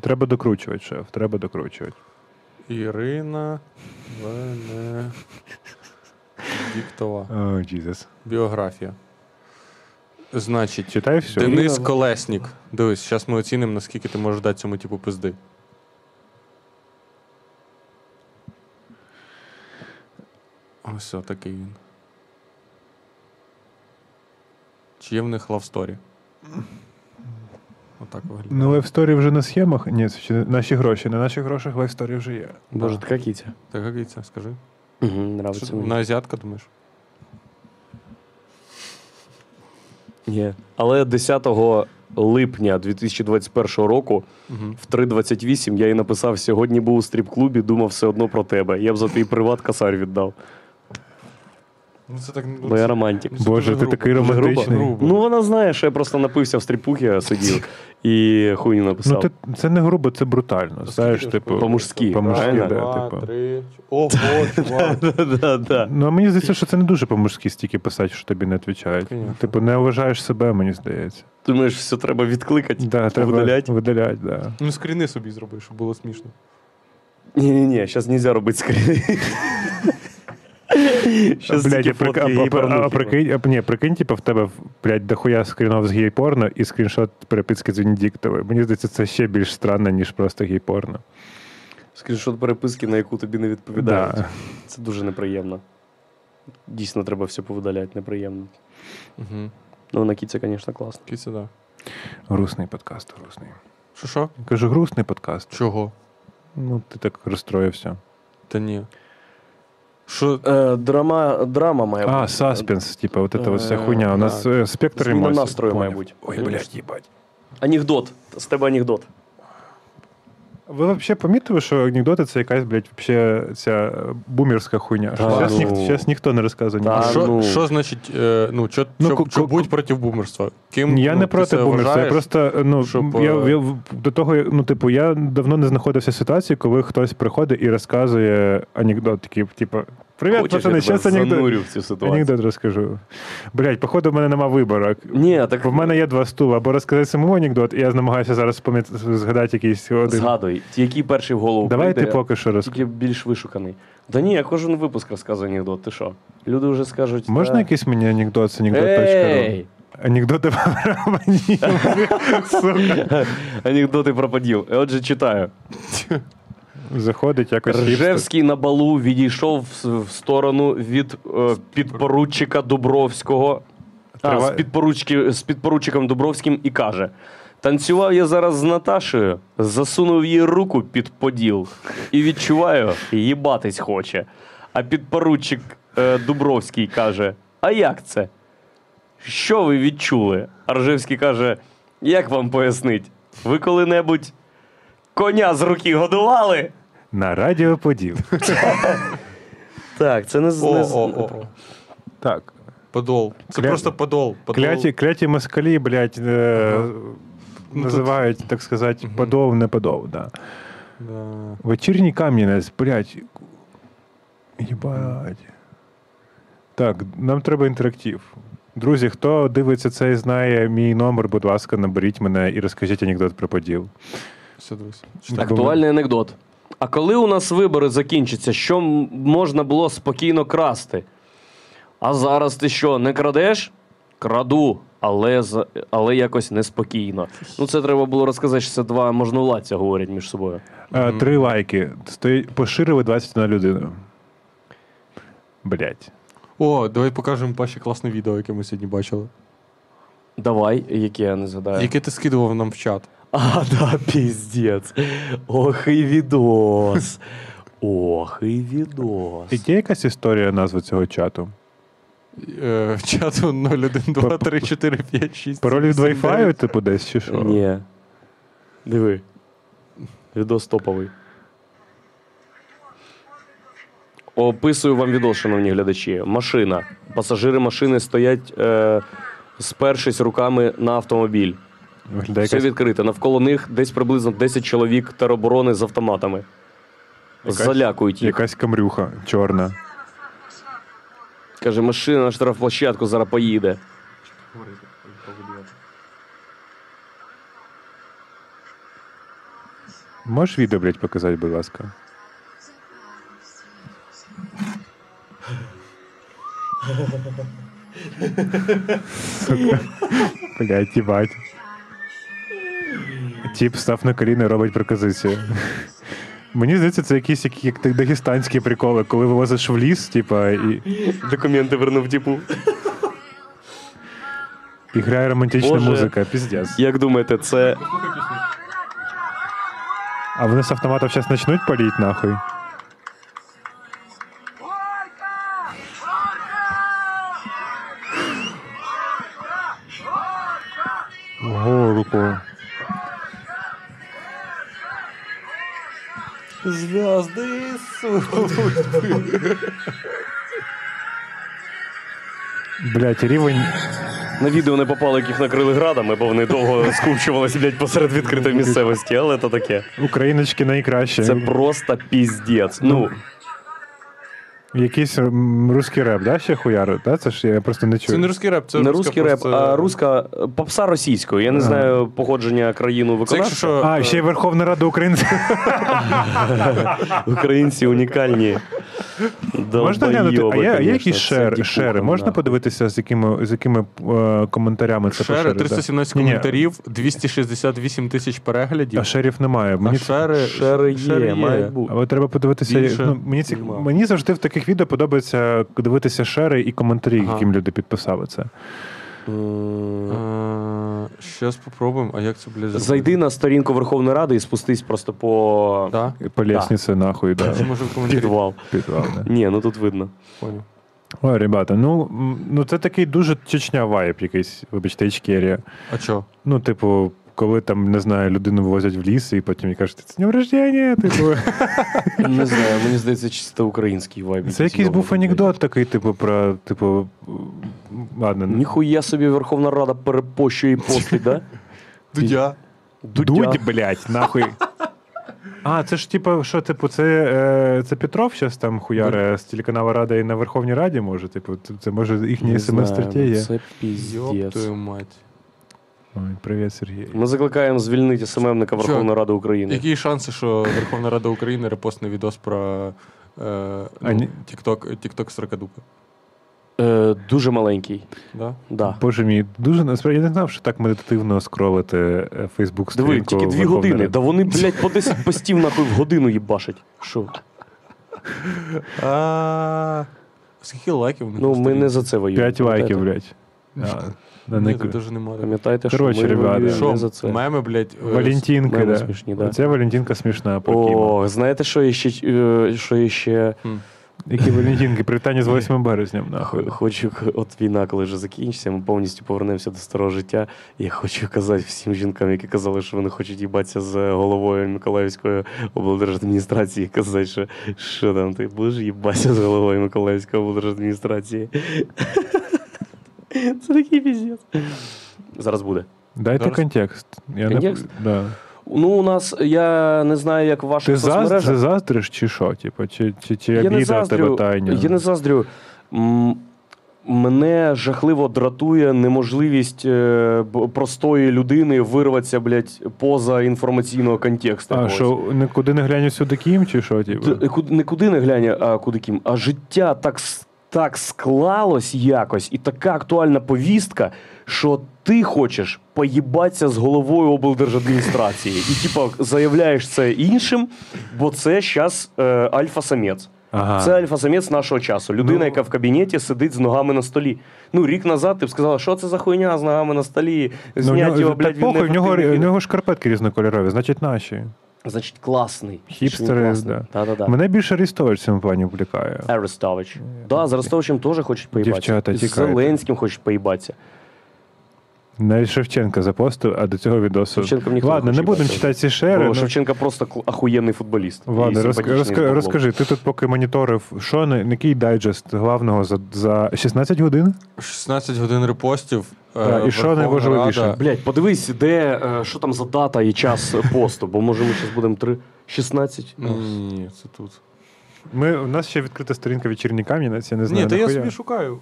Speaker 1: Треба докручувати, шеф, треба докручувати.
Speaker 2: Ірина Вене. Діктова.
Speaker 1: О, Джізус.
Speaker 2: Біографія. Значить,
Speaker 1: Читай все.
Speaker 2: Денис
Speaker 3: Ні,
Speaker 2: Колеснік. Дивись, зараз ми оцінимо, наскільки ти можеш дати цьому типу пизди. Ось такий він. Чи є в них лавсторі? Отак виглядає.
Speaker 1: Ну, лайфсторі вже на схемах. Ні, це ще не- наші гроші. На наших грошах лайфсторі вже є.
Speaker 3: Боже,
Speaker 2: Да.
Speaker 3: така кітя.
Speaker 2: Так як і це, скажи.
Speaker 3: Угу,
Speaker 2: Що,
Speaker 3: нравиться
Speaker 2: ти, на
Speaker 3: мені.
Speaker 2: азіатка думаєш?
Speaker 3: Є. Але 10 липня 2021 року
Speaker 2: Угу.
Speaker 3: в 3.28 я їй написав: сьогодні був у стріп-клубі, думав все одно про тебе. Я б за твій приват касар віддав.
Speaker 2: Ну це так.
Speaker 3: Бо я романтик.
Speaker 2: Це
Speaker 1: Боже,
Speaker 2: дуже
Speaker 1: ти
Speaker 2: грубо,
Speaker 1: такий
Speaker 2: дуже грубо.
Speaker 1: романтичний.
Speaker 2: Грубо.
Speaker 3: Ну, вона знає, що я просто напився в стріпухі, [LAUGHS] сидів і хуйню
Speaker 1: Ну,
Speaker 3: написав.
Speaker 1: ти, це не грубо, це брутально. Знаєш,
Speaker 2: скільки ж
Speaker 1: типу.
Speaker 3: По-мужськи,
Speaker 1: По-мужськи,
Speaker 3: правильно?
Speaker 1: да.
Speaker 2: Два,
Speaker 1: типу.
Speaker 2: три. ч- Ого,
Speaker 1: [LAUGHS]
Speaker 2: чувак.
Speaker 3: [LAUGHS] Да-да-да.
Speaker 1: Ну, а мені здається, що це не дуже по-мужськи стільки писати, що тобі не відповідають.
Speaker 2: Конечно.
Speaker 1: Типу, не вважаєш себе, мені здається.
Speaker 3: Думаєш, все треба
Speaker 2: Типу,
Speaker 3: відкликати,
Speaker 1: Да, треба
Speaker 3: видаляти.
Speaker 1: Видалять, да.
Speaker 2: Ну скріни собі зроби, щоб було смішно.
Speaker 3: Ні-ні-ні, зараз не можна робити скрін. Щас
Speaker 1: Блядь,
Speaker 3: тільки
Speaker 1: а прик-
Speaker 3: фотки типу.
Speaker 1: а-
Speaker 3: її
Speaker 1: а- а- а
Speaker 3: порнухи.
Speaker 1: прикинь, а, ні, прикинь, типу, в тебе, блядь, дохуя скрінов з гей-порно і скріншот переписки з Венедіктовою. Мені здається, це ще більш странно, ніж просто гей-порно.
Speaker 3: Скріншот переписки, на яку тобі не відповідають.
Speaker 1: Да.
Speaker 3: Це дуже неприємно. Дійсно, треба все повидаляти, неприємно.
Speaker 2: Угу.
Speaker 3: Ну, на кіця, звісно, класно.
Speaker 2: Кіця, да.
Speaker 1: Грустний подкаст, грустний.
Speaker 2: Що що?
Speaker 1: Я Кажу, грустний подкаст.
Speaker 2: Чого?
Speaker 1: Ну, ти так розстроївся.
Speaker 2: Та ні. Що?
Speaker 3: Е, драма, драма має бути.
Speaker 1: А, саспенс, типу, от це вся
Speaker 3: Е,
Speaker 1: хуйня. У нас
Speaker 3: да.
Speaker 1: е, спектр
Speaker 3: Зміна
Speaker 1: емоцій.
Speaker 3: настрою має
Speaker 1: Поняв.
Speaker 3: бути.
Speaker 1: Ой, блядь, їбать.
Speaker 3: Анекдот. З тебе анекдот.
Speaker 1: Ви взагалі помітили, що анекдоти це якась, блядь, вообще ця бумерська хуйня.
Speaker 3: Та
Speaker 1: Зараз
Speaker 3: ну.
Speaker 1: ніхто не розказує.
Speaker 3: Та
Speaker 1: ніхто.
Speaker 3: А
Speaker 2: що,
Speaker 3: ну.
Speaker 2: що значить, е, ну, чо,
Speaker 1: Ну,
Speaker 2: чо,
Speaker 1: ку-
Speaker 2: чо
Speaker 1: ку-
Speaker 2: будь проти бумерства? Ким,
Speaker 1: Ні, Я
Speaker 2: ну,
Speaker 1: не
Speaker 2: ти
Speaker 1: проти
Speaker 2: себе
Speaker 1: бумерства. Я
Speaker 2: вважаєш?
Speaker 1: просто ну
Speaker 2: щоб,
Speaker 1: я,
Speaker 2: е,
Speaker 1: я в- до того, ну типу, я давно не знаходився в ситуації, коли хтось приходить і розказує анекдот, такий, типу, привіт, пацани, зараз анекдот.
Speaker 3: в цю ситуацію.
Speaker 1: Анекдот розкажу. Блять, походу, в мене нема вибору.
Speaker 3: Ні, так
Speaker 1: В мене є два стула. Або розказати самому анекдот, і я намагаюся зараз пам'ятати, згадати якийсь один.
Speaker 3: згадуй, який перший в голову
Speaker 1: Давай ти
Speaker 3: прийде,
Speaker 1: поки що розкажи.
Speaker 3: тільки більш вишуканий. Та ні, я кожен випуск розказую анекдот, ти що? Люди вже скажуть.
Speaker 1: Можна
Speaker 3: «Та,
Speaker 1: якийсь мені анекдот з анекдот.ру?
Speaker 3: Ей!
Speaker 1: Анекдоти про мені.
Speaker 3: [LAUGHS]
Speaker 1: Сука.
Speaker 3: Анекдоти про поділ. Е, Отже, читаю.
Speaker 1: Заходить якось хіпстер.
Speaker 3: Ржевський на балу відійшов в- в сторону від е, підпоручика Дубровського. А, з,
Speaker 1: Триває-
Speaker 3: підпоручки, з підпоручиком Дубровським і каже: танцював я зараз з Наташею, засунув їй руку під поділ і відчуваю, їбатись хоче. А підпоручик е, Дубровський каже: А як це? Що ви відчули? А Ржевський каже: Як вам пояснить? Ви коли-небудь коня з руки годували?
Speaker 1: На радіо поділ.
Speaker 3: Так, це не з
Speaker 2: О,
Speaker 3: не з-
Speaker 2: о, о, о.
Speaker 1: Так.
Speaker 2: Подол. Це
Speaker 1: Кля-
Speaker 2: просто подол. подол.
Speaker 1: Кляті, кляті москалі, блядь, е,
Speaker 2: Ну,
Speaker 1: називають, так сказати, подов, не подов. Да.
Speaker 2: Да.
Speaker 1: Вечірній кам'янець, блядь. Єбать. Так, нам треба інтерактив. Друзі, хто дивиться це і знає мій номер, будь ласка, наберіть мене і розкажіть анекдот про поділ.
Speaker 2: Все, дивись.
Speaker 1: Так.
Speaker 2: Читай.
Speaker 3: Актуальний анекдот. А коли у нас вибори закінчаться, що м- можна було спокійно красти? А зараз ти що, не крадеш? Краду, але, за- але якось неспокійно. Ну, це треба було розказати, що це два можновладця говорять між собою.
Speaker 1: Е, три лайки. Стоїть, поширили 20 на людину. Блять.
Speaker 2: О, давай покажемо Паші класне відео, яке ми сьогодні бачили.
Speaker 3: Давай, яке я не згадаю.
Speaker 2: Яке ти скидував нам в чат?
Speaker 3: А, да, піздець. Ох і відос. Ох і відос.
Speaker 1: І є якась історія назви цього чату?
Speaker 2: Е, в чату 01, 2, 3, 4, 5, 6.
Speaker 1: Пароль від
Speaker 2: сім,
Speaker 1: Wi-Fi,
Speaker 2: дев'ять.
Speaker 1: типу, десь чи що?
Speaker 3: Ні. Диви. Відос топовий. Описую вам відос, шановні глядачі. Машина. Пасажири машини стоять, е, спершись руками на автомобіль.
Speaker 1: Виглядає
Speaker 3: Все
Speaker 1: якась
Speaker 3: відкрите. Навколо них десь приблизно 10 чоловік тероборони з автоматами.
Speaker 1: Якась-
Speaker 3: Залякують їх.
Speaker 1: Якась камрюха чорна.
Speaker 3: Каже, машина на штрафплощадку зараз поїде.
Speaker 1: Можеш відео, блядь, показати, будь
Speaker 3: [LAUGHS]
Speaker 1: ласка. Сука. Блядь, їбать. Тіп став на коліна і робить проказицію. Мені здається, це якісь які, як ти- дагестанські приколи, коли вилазиш в ліс, типа, і,
Speaker 3: Документи вернув типу.
Speaker 1: і грає романтична
Speaker 3: Боже.
Speaker 1: музика. Піздець.
Speaker 3: Як думаєте, це
Speaker 1: А вони з автоматом зараз почнуть паліть нахуй. Горку.
Speaker 2: Зв'язди
Speaker 1: Блять, рівень.
Speaker 3: на відео не попало, яких накрили градами, бо вони довго скупчувалися блядь, посеред відкритої місцевості, але то таке.
Speaker 1: Україночки найкраще.
Speaker 3: Це просто піздець. Ну,
Speaker 1: Якийсь м, русський реп, да, ще хуяр? Да? Це ж я просто не чую.
Speaker 2: Це не русський реп, це
Speaker 3: не
Speaker 2: руська
Speaker 3: русський реп,
Speaker 2: просто-
Speaker 3: а руська е, попса російською. Я не знаю походження країну
Speaker 2: Це якщо
Speaker 3: виконавця.
Speaker 2: що,
Speaker 1: А, ще й Верховна Рада Українців.
Speaker 3: Українці унікальні.
Speaker 1: [LAUGHS] Можна глянути? А
Speaker 3: Долбойоби,
Speaker 1: є, є
Speaker 3: конечно,
Speaker 1: якісь
Speaker 3: це
Speaker 1: шери,
Speaker 3: дікуха,
Speaker 1: шери? Можна
Speaker 3: нахуй.
Speaker 1: подивитися, з якими, з якими е, коментарями це
Speaker 2: Шери,
Speaker 1: поширює? да?
Speaker 2: 317
Speaker 1: Ні-ні,
Speaker 2: коментарів, 268 тисяч переглядів.
Speaker 1: А шерів немає.
Speaker 2: А
Speaker 1: Мені це-
Speaker 2: шери, Е,
Speaker 3: Шери є, мають бути.
Speaker 1: Але треба подивитися.
Speaker 2: Більше
Speaker 1: ну, мені, ці,
Speaker 3: нема.
Speaker 1: мені завжди в таких відео подобається дивитися шери і коментарі,
Speaker 2: Ага.
Speaker 1: яким люди підписали це.
Speaker 3: М,
Speaker 2: Щас попробуємо, а як це, блядь, зробити?
Speaker 3: Зайди на сторінку Верховної Ради і спустись просто по
Speaker 2: Да?
Speaker 1: І По лісниці нахуй, да.
Speaker 2: Це може в коментарі.
Speaker 3: підвал.
Speaker 1: Підвал, да.
Speaker 3: Ні, ну тут видно.
Speaker 2: Понял.
Speaker 1: Ой, ребята, ну, м, ну це такий дуже Чечня вайб якийсь, вибачте, Ічкерія.
Speaker 2: А чо?
Speaker 1: Ну, типу, коли там, не знаю, людину вивозять в ліс, і потім їй кажуть, це днем рождення,
Speaker 2: [LAUGHS]
Speaker 1: типу.
Speaker 3: Не знаю, мені здається, чисто український вайб.
Speaker 1: Це якийсь був анекдот такий, типу, про, типу, м, ладно, не-
Speaker 3: Ніхуя собі Верховна Рада перепощує і постить, да?
Speaker 2: Дудя.
Speaker 3: Дудя.
Speaker 1: [LAUGHS] Дудь, блядь, нахуй. А, це ж типу, що, типу, це, е, це Петров зараз там хуяре з телеканалу Рада і на Верховній Раді, може, типу, це- це може їхні
Speaker 3: Не знаю, ну,
Speaker 1: смс-стратегія.
Speaker 3: Це
Speaker 2: Йоп
Speaker 3: піздець.
Speaker 2: твою мать.
Speaker 1: Ой, привіт, Сергій.
Speaker 3: Ми закликаємо звільнити СММника
Speaker 2: Чо?
Speaker 3: Верховної Ради України.
Speaker 2: Які шанси, що Верховна Рада України репостне відос про е,
Speaker 1: А ні.
Speaker 2: ну, TikTok, TikTok Сракадупа?
Speaker 3: Е, Дуже маленький.
Speaker 2: Да?
Speaker 3: Да.
Speaker 1: Боже мій, дуже насправді я не знав, що так медитативно скролити Фейсбук
Speaker 3: Диви,
Speaker 1: сторінку.
Speaker 3: тільки дві години. Да вони, блядь, по 10 постів нахуй в годину їбашать. Що?
Speaker 2: А, скільки лайків у них
Speaker 3: Ну,
Speaker 2: на
Speaker 3: ми не
Speaker 2: сторінці?
Speaker 3: за це воюємо.
Speaker 1: П'ять лайків,
Speaker 3: Пам'ятаєте?
Speaker 1: блядь. А,
Speaker 3: Ну,
Speaker 1: на
Speaker 2: Ні,
Speaker 1: ник-
Speaker 2: тут даже немає.
Speaker 3: Пам'ятайте, що ми
Speaker 1: Коротше, ребята.
Speaker 3: воюємо
Speaker 2: Що,
Speaker 3: не за це.
Speaker 2: меми, блядь, е,
Speaker 1: Валентинка,
Speaker 3: Меми
Speaker 1: да.
Speaker 3: смішні, э, да.
Speaker 1: Оця Валентинка смішна про Кіма.
Speaker 3: О, знаєте, що я ще, е, що я ще
Speaker 1: Які Валентинки, привітання з 8 березня, нахуй.
Speaker 3: хо- хочу, к- от війна, коли вже закінчиться, ми повністю повернемося до старого життя. Я хочу казати всім жінкам, які казали, що вони хочуть їбатися з головою Миколаївської облдержадміністрації, казати, що, що там ти будеш їбатися з головою Миколаївської облдержадміністрації. [LAUGHS] Це такий піздець. Зараз буде.
Speaker 1: Дайте
Speaker 2: Зараз.
Speaker 1: контекст. Я не-
Speaker 3: Контекст?
Speaker 1: Да.
Speaker 3: Ну, у нас я не знаю, як в
Speaker 1: Ти
Speaker 3: ваших
Speaker 1: заздриш,
Speaker 3: соцмережах.
Speaker 1: ти заздриш чи що? Типу, чи, чи, чи
Speaker 3: я не
Speaker 1: обіда в тебе
Speaker 3: заздрю,
Speaker 1: тайня?
Speaker 3: я не заздрю. М, Мене жахливо дратує неможливість е, б- простої людини вирватися, блядь, поза інформаційного контексту.
Speaker 1: А
Speaker 3: якогось.
Speaker 1: що, нікуди не глянь сюди Кім, чи що? Типу?
Speaker 3: Т- куд- Не куди не глянь, а куди ким, а життя так, с- так склалось якось, і така актуальна повістка, що ти хочеш поїбатися з головою облдержадміністрації. І, типа, заявляєш це іншим, бо це зараз е, альфа-самець.
Speaker 1: Ага.
Speaker 3: Це альфа-самець нашого часу.
Speaker 1: Ну.
Speaker 3: Людина, яка в кабінеті сидить з ногами на столі. Ну, рік назад ти б сказала, що це за хуйня з ногами на столі,
Speaker 1: Ну, в
Speaker 3: знять
Speaker 1: нього-
Speaker 3: його,
Speaker 1: так
Speaker 3: блядь, він
Speaker 1: похуй, в нього,
Speaker 3: неефективний
Speaker 1: в
Speaker 3: кіно».
Speaker 1: нього шкарпетки різнокольорові, значить наші.
Speaker 3: Значить, класний. Е.
Speaker 1: Хіпстери, да.
Speaker 3: Да-да-да.
Speaker 1: Мене більше Арістович в цьому плані влікає.
Speaker 3: Арестович. Да, з Арестовичем теж хочуть поїбатися.
Speaker 1: Дівчата,
Speaker 3: І з
Speaker 1: тікайте.
Speaker 3: Зеленським хочуть поїбатися.
Speaker 1: Навіть Шевченка запостив, а до цього відосу.
Speaker 3: Шевченком ніхто не
Speaker 1: Ладно,
Speaker 3: хоче
Speaker 1: не будемо
Speaker 3: бачити.
Speaker 1: читати ці
Speaker 3: Бо
Speaker 1: шери. ну,
Speaker 3: Шевченка просто кл- ахуєнний футболіст.
Speaker 1: Ладно, розк-
Speaker 3: І симпатичний
Speaker 1: розк-
Speaker 3: бабло.
Speaker 1: розкажи, ти тут поки моніторив, що на який дайджест главного за, за 16 годин?
Speaker 2: 16 годин репостів. е,
Speaker 1: Так, і що
Speaker 2: Верховна
Speaker 1: найважливіше?
Speaker 2: Рада.
Speaker 3: Блять, подивись, де е, що там за дата і час посту, бо може ми зараз будемо 3... 16.
Speaker 1: Ну,
Speaker 2: Ні, Ну, ні, ні, це тут.
Speaker 1: Ми, у нас ще відкрита сторінка вечірній кам'янець, я не знаю.
Speaker 2: Ні, то я
Speaker 1: нахуя.
Speaker 2: собі шукаю.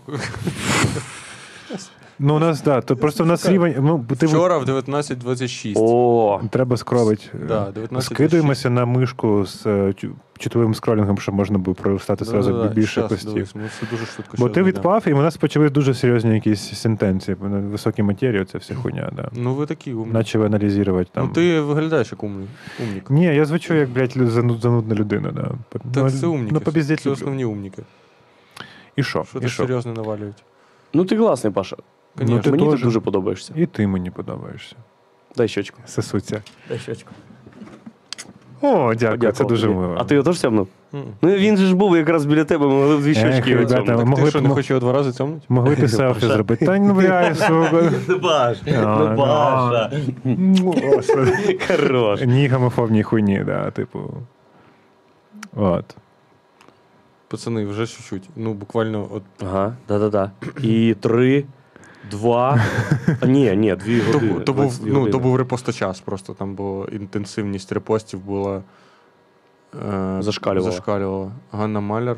Speaker 1: Ну, у нас, да, то просто в нас рівень. Ну, ти
Speaker 2: Вчора в 19.26.
Speaker 3: О,
Speaker 1: треба скровить.
Speaker 2: Да, 19
Speaker 1: Скидуємося на мишку з е, чу- чутливим скролінгом, щоб можна було пролистати зразу
Speaker 2: Да-да-да,
Speaker 1: більше
Speaker 2: щас,
Speaker 1: постів.
Speaker 2: дивись, ми Це дуже швидко.
Speaker 1: Бо ти
Speaker 2: щас знайдемо.
Speaker 1: відпав, і у нас почали дуже серйозні якісь сентенції. на Високі матерії, це вся хуйня, да.
Speaker 2: Ну ви такі умні.
Speaker 1: Начали аналізувати там.
Speaker 2: Ну ти виглядаєш як умний. Умнік.
Speaker 1: Ні, я звучу як, блядь, лю- зану- занудна людина, да.
Speaker 2: Так
Speaker 1: ну,
Speaker 2: це умніки.
Speaker 1: Ну, побіздять
Speaker 2: це
Speaker 1: люблю.
Speaker 2: основні умніки.
Speaker 1: І що?
Speaker 2: Що
Speaker 1: і
Speaker 2: так
Speaker 1: що?
Speaker 2: серйозно навалюють.
Speaker 3: ну ти класний, Паша.
Speaker 1: Ну, ти
Speaker 3: Мені
Speaker 1: теж.
Speaker 3: ти дуже подобаєшся.
Speaker 1: І ти мені подобаєшся.
Speaker 3: Дай щочку.
Speaker 1: Сосуться.
Speaker 3: Дай щочку.
Speaker 1: О, дякую, це дуже мило.
Speaker 3: А ти його теж сямнув?
Speaker 2: М.
Speaker 3: Ну він же ж був якраз біля тебе, ми могли б дві
Speaker 1: Ех,
Speaker 3: щочки. його
Speaker 1: ребята,
Speaker 3: цьому.
Speaker 1: ви
Speaker 2: Ти
Speaker 1: Могли
Speaker 2: що,
Speaker 1: б
Speaker 2: не
Speaker 1: ми-
Speaker 2: хоче його два рази цьомнуть?
Speaker 1: Могли ти селфі зробити. Та ну, бля, сука.
Speaker 3: Ну, Паш,
Speaker 1: А,
Speaker 3: ну Паша,
Speaker 1: Ну, господи.
Speaker 3: хорош.
Speaker 1: Ні гомофобні хуйні, да, типу. От.
Speaker 2: Пацани, вже чуть-чуть. Ну, буквально от.
Speaker 3: Ага, да-да-да. І три, два. А, ні, ні, дві
Speaker 2: То,
Speaker 3: години.
Speaker 2: бу- то, був,
Speaker 3: 22
Speaker 2: ну, то
Speaker 3: години.
Speaker 2: був репосточас просто там, бо інтенсивність репостів була. Е,
Speaker 3: Зашкалювала.
Speaker 2: Зашкалювала. Ганна Маляр.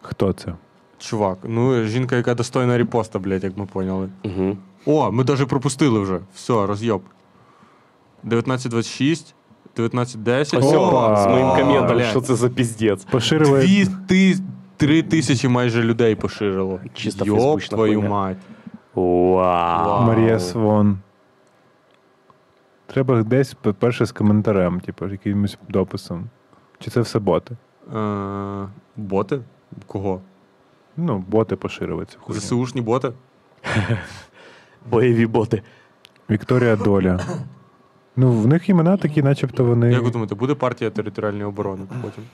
Speaker 1: Хто це?
Speaker 2: Чувак, ну жінка, яка достойна репоста, блядь, як ми поняли.
Speaker 3: Мгм.
Speaker 2: О, ми навіть пропустили вже. Все, роз'єб. 19.26, 19.10.
Speaker 3: Ось
Speaker 1: Опа.
Speaker 3: Опа, з моїм
Speaker 1: О,
Speaker 3: коментом,
Speaker 2: блядь.
Speaker 3: що це за піздець.
Speaker 1: Поширили.
Speaker 2: Дві ти... Три тисячі майже людей поширило.
Speaker 3: Чисто
Speaker 2: Йоп
Speaker 3: фейсбучна
Speaker 2: твою
Speaker 3: хуйня.
Speaker 2: мать.
Speaker 3: Вау.
Speaker 1: Марія Свон. Треба десь п- перше з коментарем, типу, якимось дописом. Чи це все боти?
Speaker 2: Е, боти? Кого?
Speaker 1: Ну, боти поширили цю хуйню.
Speaker 2: ЗСУшні боти?
Speaker 3: Бойові боти.
Speaker 1: Вікторія Доля. Ну, в них імена такі, начебто вони.
Speaker 2: Як ви думаєте, буде партія територіальної оборони потім?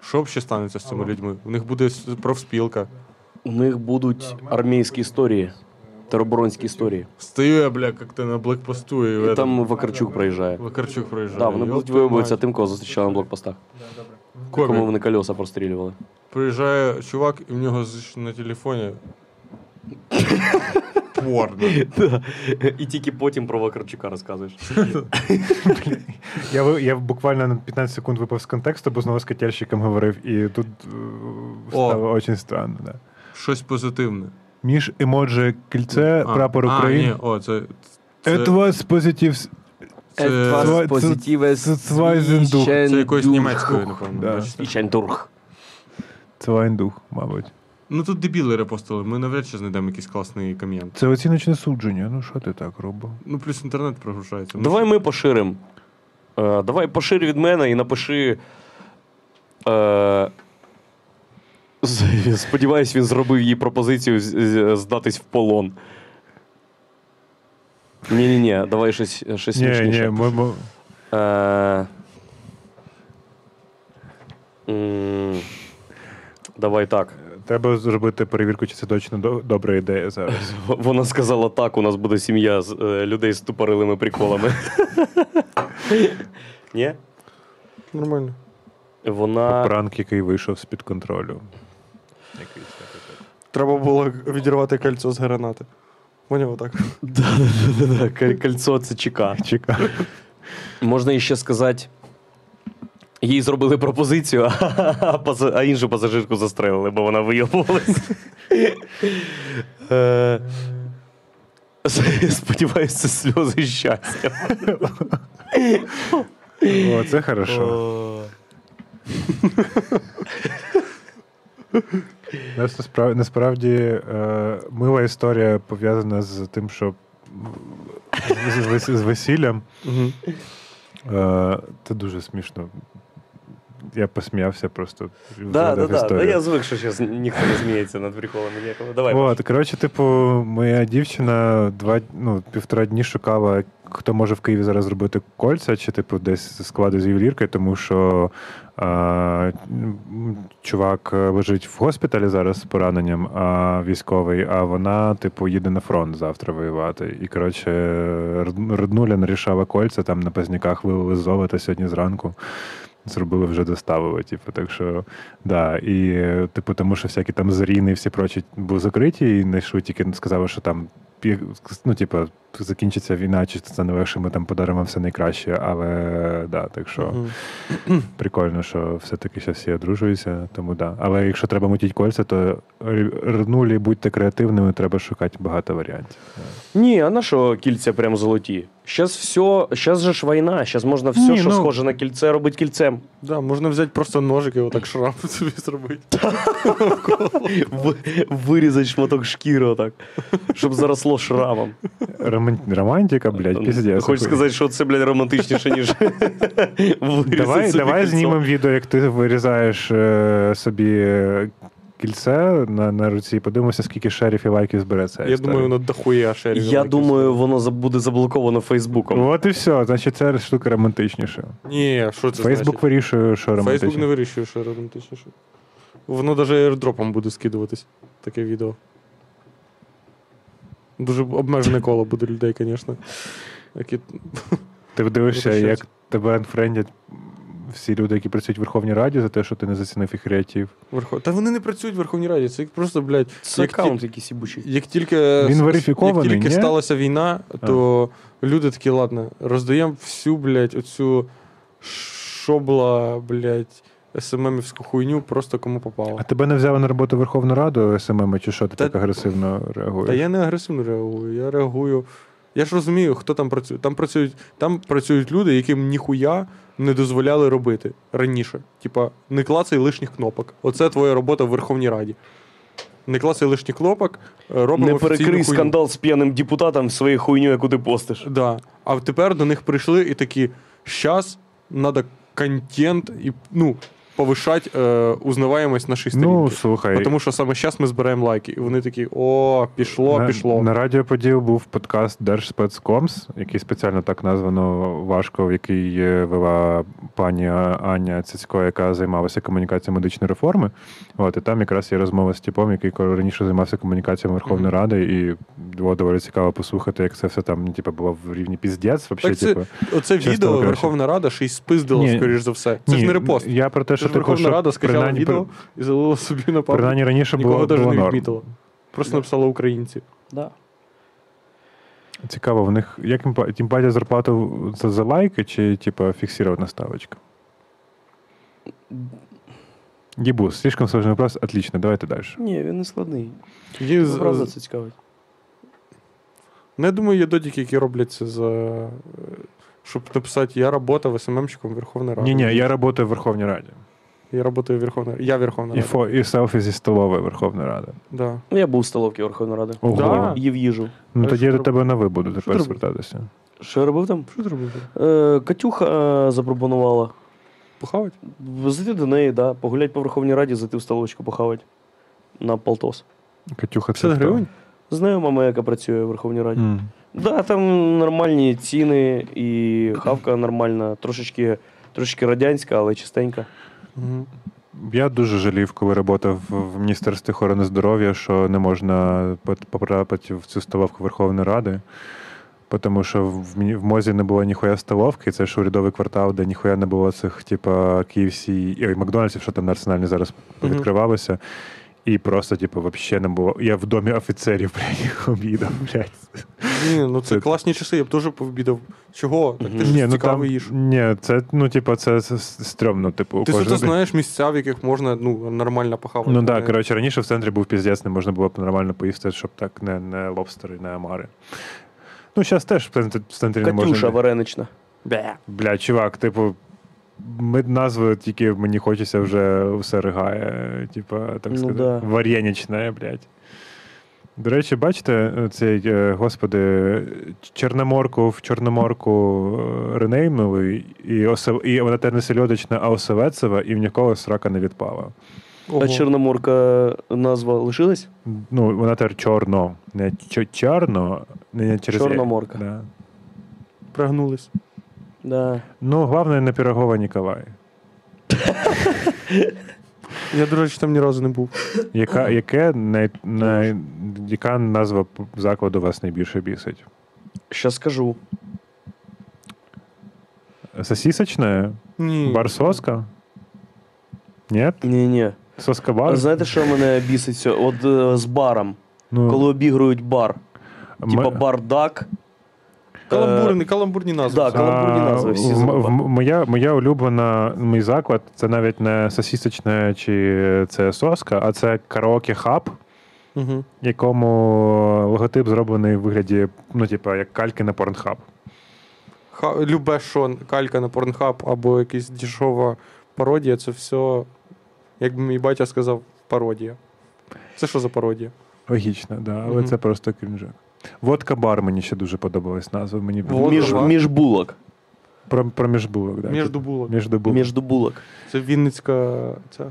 Speaker 2: Що ще станеться з цими людьми? У них буде с- профспілка.
Speaker 3: У них будуть армійські історії, тероборонські історії.
Speaker 2: Стою я, бля, як ти на блекпосту і, в
Speaker 3: І
Speaker 2: этом-
Speaker 3: там Вакарчук проїжджає.
Speaker 2: Вакарчук проїжджає.
Speaker 3: Да, вони
Speaker 2: Йоп
Speaker 3: будуть
Speaker 2: твою
Speaker 3: виявитися
Speaker 2: мать.
Speaker 3: тим, кого зустрічали на блокпостах.
Speaker 2: Комік.
Speaker 3: Кому вони кольоса прострілювали.
Speaker 2: Приїжджає чувак, і в нього з- на
Speaker 3: [LAUGHS]
Speaker 2: телефоні. Порно.
Speaker 3: І тільки потім про Вакарчука розказуєш.
Speaker 1: Я, ви- я буквально на 15 секунд випав з контексту, бо знову з котельщиком говорив, і тут е, стало дуже странно. Да.
Speaker 2: Щось позитивне.
Speaker 1: Між емоджі кільце,
Speaker 2: А,
Speaker 1: прапор
Speaker 2: а, ні,
Speaker 1: України.
Speaker 2: о, це. це-
Speaker 1: It was positive.
Speaker 2: Це-
Speaker 1: Е, Це- це- Zweisendurch.
Speaker 2: Це якоюсь німецькою, напевно.
Speaker 1: Да.
Speaker 2: бачите.
Speaker 3: Ічендург.
Speaker 1: Це Вайндух, мабуть.
Speaker 2: Ну тут дебіли репостили, ми навряд чи знайдемо якийсь класний комент.
Speaker 1: Це оціночне судження. Ну що ти так робив?
Speaker 2: Ну плюс інтернет прогружається. Ну,
Speaker 3: Давай ми поширимо. Е, давай пошир від мене і напиши. Е, з- сподіваюсь, він зробив їй пропозицію з- з- здатись в полон. Ні-ні-ні, давай щось, щось
Speaker 1: Ні, ні,
Speaker 3: смішніше.
Speaker 1: ми, ми,
Speaker 3: Е, м, Давай так.
Speaker 1: треба зробити перевірку, чи це точно до- добра ідея зараз.
Speaker 3: В- Вона сказала так, у нас буде сім'я з е, людей з тупорилими приколами. [LAUGHS] Ні?
Speaker 2: Нормально.
Speaker 3: Вона.
Speaker 1: Пранк, який вийшов з-під контролю. Якийсь такий.
Speaker 2: Треба було відірвати кольцо з гранати. Поняв так.
Speaker 3: [LAUGHS] Да-да-да, каль- Кольцо це чека.
Speaker 1: [LAUGHS] Чекаю.
Speaker 3: Можна іще сказати. Їй зробили пропозицію, а паса- а іншу пасажирку застрелили, бо вона вийобувалась. Е, [LAUGHS] Сподіваюсь, це сльози щастя.
Speaker 1: О, це хорошо. У Нас насправді, насправді е, мила історія пов'язана з тим, що з, з, вес- з весіллям. Е, це дуже смішно. я посміявся просто.
Speaker 3: Да,
Speaker 1: згадав
Speaker 3: да, да. да.
Speaker 1: історію.
Speaker 3: Я звик, що зараз ніхто не зміється над приколами ніякого. Давай.
Speaker 1: От, коротше, типу, моя дівчина два ну, півтора дні шукала, хто може в Києві зараз зробити кольця, чи типу десь склади з ювеліркою, тому що а, чувак е, лежить в госпіталі зараз з пораненням, а військовий, а вона, типу, їде на фронт завтра воювати. І коротше, Рд- Руднуля нарішала кольця, там на пазняках вилили з золота сьогодні зранку. Зробили вже доставили, типу, так що да. І е, типу, тому що всякі там зріни і всі прочі були закриті, і знайшли тільки сказали, що там пі- ну, типу, закінчиться війна, чи це не легше, ми там подаримо все найкраще. Але да, так що
Speaker 2: Мгм.
Speaker 1: [CLEARS THROAT] прикольно, що все-таки зараз всі одружуються, тому да. Але якщо треба мутіть кольця, то р- рнулі, будьте креативними, треба шукати багато варіантів.
Speaker 3: Ні, а на що кільця прям золоті? Щас все, щас же ж війна, щас можна все,
Speaker 1: Ні,
Speaker 3: що
Speaker 1: ну-
Speaker 3: схоже на кільце, робити кільцем.
Speaker 2: Да, можна взяти просто ножик і отак шрам [LAUGHS] собі зробити.
Speaker 3: Вирізати шматок шкіри отак, щоб заросло шрамом. Ну,
Speaker 1: Роман- Романтика, блядь, піздець.
Speaker 3: Хочеш сказати, що це, блядь, романтичніше, ніж [LAUGHS] вирізати
Speaker 1: Давай,
Speaker 3: собі
Speaker 1: давай
Speaker 3: кільцо?
Speaker 1: знімемо відео, як ти вирізаєш е, собі е, кільце на, на руці. Подивимося, скільки шерів і лайків збере це.
Speaker 2: Я думаю, воно дохуя шерів.
Speaker 3: Я думаю, воно за- буде заблоковано Фейсбуком.
Speaker 1: От і все, значить, ця штука романтичніша.
Speaker 2: Ні, що це
Speaker 1: Фейсбук вирішує, що
Speaker 2: значить? Фейсбук не
Speaker 1: романтичніше.
Speaker 2: вирішує, що романтичніше. Воно навіть аірдропом буде скидуватись, таке відео. Дуже обмежене коло буде людей, звісно. Які...
Speaker 1: Ти дивишся,
Speaker 2: Вирішує.
Speaker 1: як тебе анфрендять всі люди, які працюють в Верховній Раді, за те, що ти не зацінив їх креатив.
Speaker 2: Верхов... Та вони не працюють в Верховній Раді, це їх просто, блядь,
Speaker 3: Це
Speaker 2: як ті-
Speaker 3: аккаунт якийсь ібучий.
Speaker 2: Як тільки,
Speaker 1: Він верифікований,
Speaker 2: Е, як тільки
Speaker 1: ні?
Speaker 2: сталася війна, то люди такі, ладно, роздаємо всю, блядь, оцю шобла, блядь, СММівську хуйню просто кому попало.
Speaker 1: А тебе не взяли на роботу в Верховну Раду СММ, чи що ти
Speaker 2: Та-
Speaker 1: так агресивно реагуєш?
Speaker 2: Та я не агресивно реагую, я реагую. Я ж розумію, хто там працює. Там працюють, там працюють люди, яким ніхуя не дозволяли робити раніше. Типа, не клацай лишніх кнопок. Оце твоя робота в Верховній Раді. Не клацай лишніх кнопок, е, робимо
Speaker 3: Не
Speaker 2: офіційну
Speaker 3: перекрий
Speaker 2: хуйню.
Speaker 3: скандал з п'яним депутатом своєю хуйню, яку ти постиш.
Speaker 2: Да. А тепер до них прийшли і такі: щас надо контент і ну, повишати е, узнаваємость нашої
Speaker 1: Ну,
Speaker 2: сторінки.
Speaker 1: слухай.
Speaker 2: Тому що саме зараз ми збираємо лайки. І вони такі: о, пішло,
Speaker 1: на,
Speaker 2: пішло.
Speaker 1: На радіо поділ був подкаст Держспецкомс, який спеціально так названо важко, який е, вела пані Аня Цицько, яка займалася комунікацією медичної реформи. От і там якраз є розмова з типом, який коли раніше займався комунікацією Верховної Ради, і було доволі цікаво послухати, як це все там ну, типу, було в рівні піздець. Вообще,
Speaker 2: так це,
Speaker 1: типу.
Speaker 2: оце
Speaker 1: чесно
Speaker 2: відео
Speaker 1: кажучи.
Speaker 2: Верховна Рада ще й спиздила,
Speaker 1: Ні.
Speaker 2: скоріш за все. Це ж не репост.
Speaker 1: Я про те,
Speaker 2: Це
Speaker 1: що
Speaker 2: ж
Speaker 1: типу,
Speaker 2: Верховна
Speaker 1: що
Speaker 2: Рада скачала
Speaker 1: принаймні,
Speaker 2: відео і залила собі на папку.
Speaker 1: принаймні раніше
Speaker 2: Нікого
Speaker 1: було,
Speaker 2: навіть
Speaker 1: було
Speaker 2: не
Speaker 1: норм.
Speaker 2: відмітила. Просто написала українці.
Speaker 3: Да.
Speaker 1: Цікаво, в них як їм пла- їм платять зарплату за, за лайки чи типа фіксирована ставочка? Ебус, слишком сложный вопрос. Отлично, давайте дальше.
Speaker 3: Ні, він не складний.
Speaker 2: Є, з-
Speaker 3: Правда, це цікавить.
Speaker 2: Ну, я думаю, є додіки, які роблять це за. е, Щоб написати, я працював СММщиком Верховної Ради.
Speaker 1: Не, не, я работаю в Верховной Раде.
Speaker 2: Я работаю в Верховной Раде. Я Верховная
Speaker 1: И,
Speaker 2: Рада.
Speaker 1: фо, и селфи зі столової Верховної Ради.
Speaker 2: Да.
Speaker 3: Я був у столовці Верховної Ради.
Speaker 1: Ого.
Speaker 2: Да?
Speaker 3: Їв їжу.
Speaker 1: Ну
Speaker 2: А
Speaker 1: тоді
Speaker 2: що
Speaker 1: я до
Speaker 2: треба?
Speaker 1: тебе на ви буду тепер
Speaker 2: треба?
Speaker 1: звертатися.
Speaker 3: Що я робив там?
Speaker 2: Що ти робив?
Speaker 3: Е, Катюха е, запропонувала
Speaker 2: Похавати?
Speaker 3: зайти до неї, да, погуляти по Верховній Раді, зайти в столовочку похавати на Полтос.
Speaker 1: Катюха, це
Speaker 2: 50
Speaker 1: хто?
Speaker 2: гривень?
Speaker 3: Знаю мама, яка працює в Верховній Раді.
Speaker 1: М.
Speaker 3: Да, там нормальні ціни і хавка нормальна, трошечки, трошечки радянська, але чистенька.
Speaker 2: Мгм.
Speaker 1: Я дуже жалів, коли працював в Міністерстві охорони здоров'я, що не можна пот- потрапити в цю столовку Верховної Ради. Тому що в, мі- в Мозі не було ніхуя столовки, це ж урядовий квартал, де ніхуя не було цих, типа, KFC і ой, Макдональдсів, що там національні зараз
Speaker 2: Мгм.
Speaker 1: відкривалися. І просто, типу, взагалі не було. Я в домі офіцерів, [LAUGHS] блядь, обідав, блядь.
Speaker 2: Ні, ну це
Speaker 1: Це-
Speaker 2: класні часи, я б теж повідав. Чого? Так ти ж
Speaker 1: Ні, ну там,
Speaker 2: цікавий їж.
Speaker 1: ні, це, ну, типу, це с- с- стрьомно, типу,
Speaker 2: Ти зато
Speaker 1: кожен-
Speaker 2: знаєш місця, в яких можна ну, нормально похавати.
Speaker 1: Ну так,
Speaker 2: Не-
Speaker 1: да, коротше, раніше в центрі був піздець, не можна було б нормально поїсти, щоб так не, не лобстери, не амари. Ну, зараз теж в центрі, в центрі не
Speaker 3: Катюша
Speaker 1: можна.
Speaker 3: варенична. Бе.
Speaker 1: Бля, чувак, типу, ми назви тільки мені хочеться вже все ригає. Типа, так
Speaker 3: Ну
Speaker 1: сказати,
Speaker 3: да.
Speaker 1: вареничне, блядь. До речі, бачите е, цей, е, господи, Чорноморку в Чорноморку е, ренеймнули, і, осев... і вона тепер не сельодочна, а осевецева, і в нікого срака не відпала.
Speaker 5: Ого.
Speaker 3: А Чорноморка назва лишилась?
Speaker 1: Ну, вона тепер чорно. Не чо- чорно, не через е.
Speaker 3: Чорноморка.
Speaker 1: Да.
Speaker 5: Пригнулись.
Speaker 3: Да.
Speaker 1: Ну, головне, не пірогова Ніколай,
Speaker 5: Я, до речі, там ні разу не був.
Speaker 1: яка, яке най, най, яка назва п- закладу вас найбільше бісить?
Speaker 3: Щас скажу.
Speaker 1: Сосісочне?
Speaker 5: Ні.
Speaker 1: Барсоска? Ні?
Speaker 3: Ні-ні.
Speaker 1: Соска
Speaker 3: А
Speaker 1: бар?
Speaker 3: Знаєте, що мене бісить? сьо- От е, з баром.
Speaker 1: Ну,
Speaker 3: Коли обігрують бар.
Speaker 1: м-
Speaker 3: Типа бардак. Е,
Speaker 2: е,
Speaker 5: Каламбурні, каламбурні назви.
Speaker 3: да,
Speaker 5: все.
Speaker 1: А,
Speaker 3: каламбурні назви всі
Speaker 1: в-
Speaker 3: забував.
Speaker 1: в- моя, моя улюблена мій заклад це навіть не сосісочне чи це соска, а це караоке хаб,
Speaker 5: Мгм.
Speaker 1: якому логотип зроблений в вигляді, ну, типу, як кальки на порнхаб.
Speaker 5: Ха, любе що калька на порнхаб або якась дешова пародія, це все, як би мій батя сказав, пародія. Це що за пародія?
Speaker 1: Логічно, да, але
Speaker 5: Мгм.
Speaker 1: це просто крінжак. Водка бар мені ще дуже подобалась назва. Мені
Speaker 5: Водка
Speaker 3: Між,
Speaker 5: бар.
Speaker 3: між булок.
Speaker 1: про, про міжбулок, да. типу.
Speaker 5: Між дубулок.
Speaker 1: Міждобулок.
Speaker 3: Між булок.
Speaker 5: Це Вінницька. Ця.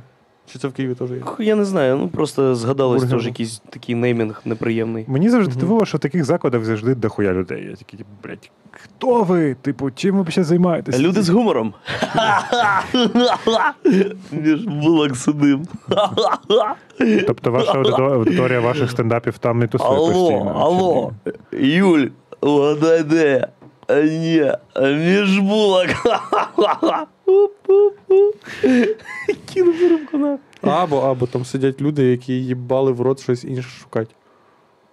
Speaker 5: Чи це в Києві теж є?
Speaker 3: Х- Я не знаю, ну просто згадалось
Speaker 5: Бургер.
Speaker 3: теж якийсь такий неймінг неприємний.
Speaker 1: Мені завжди
Speaker 5: Мгм.
Speaker 1: дивило, що в таких закладах завжди дохуя людей. Я такий, типу, блядь, хто ви? Типу, чим ви взагалі займаєтесь?
Speaker 3: Люди з гумором. [LAUGHS] Між булок [LAUGHS] сидим.
Speaker 1: Тобто ваша аудито- аудиторія ваших стендапів там не тусує
Speaker 3: Алло,
Speaker 1: постійно.
Speaker 3: алло. Юль, вода де? А ні, а між булок. [LAUGHS] Кинув рубку на.
Speaker 5: Або, або там сидять люди, які їбали в рот щось інше шукати.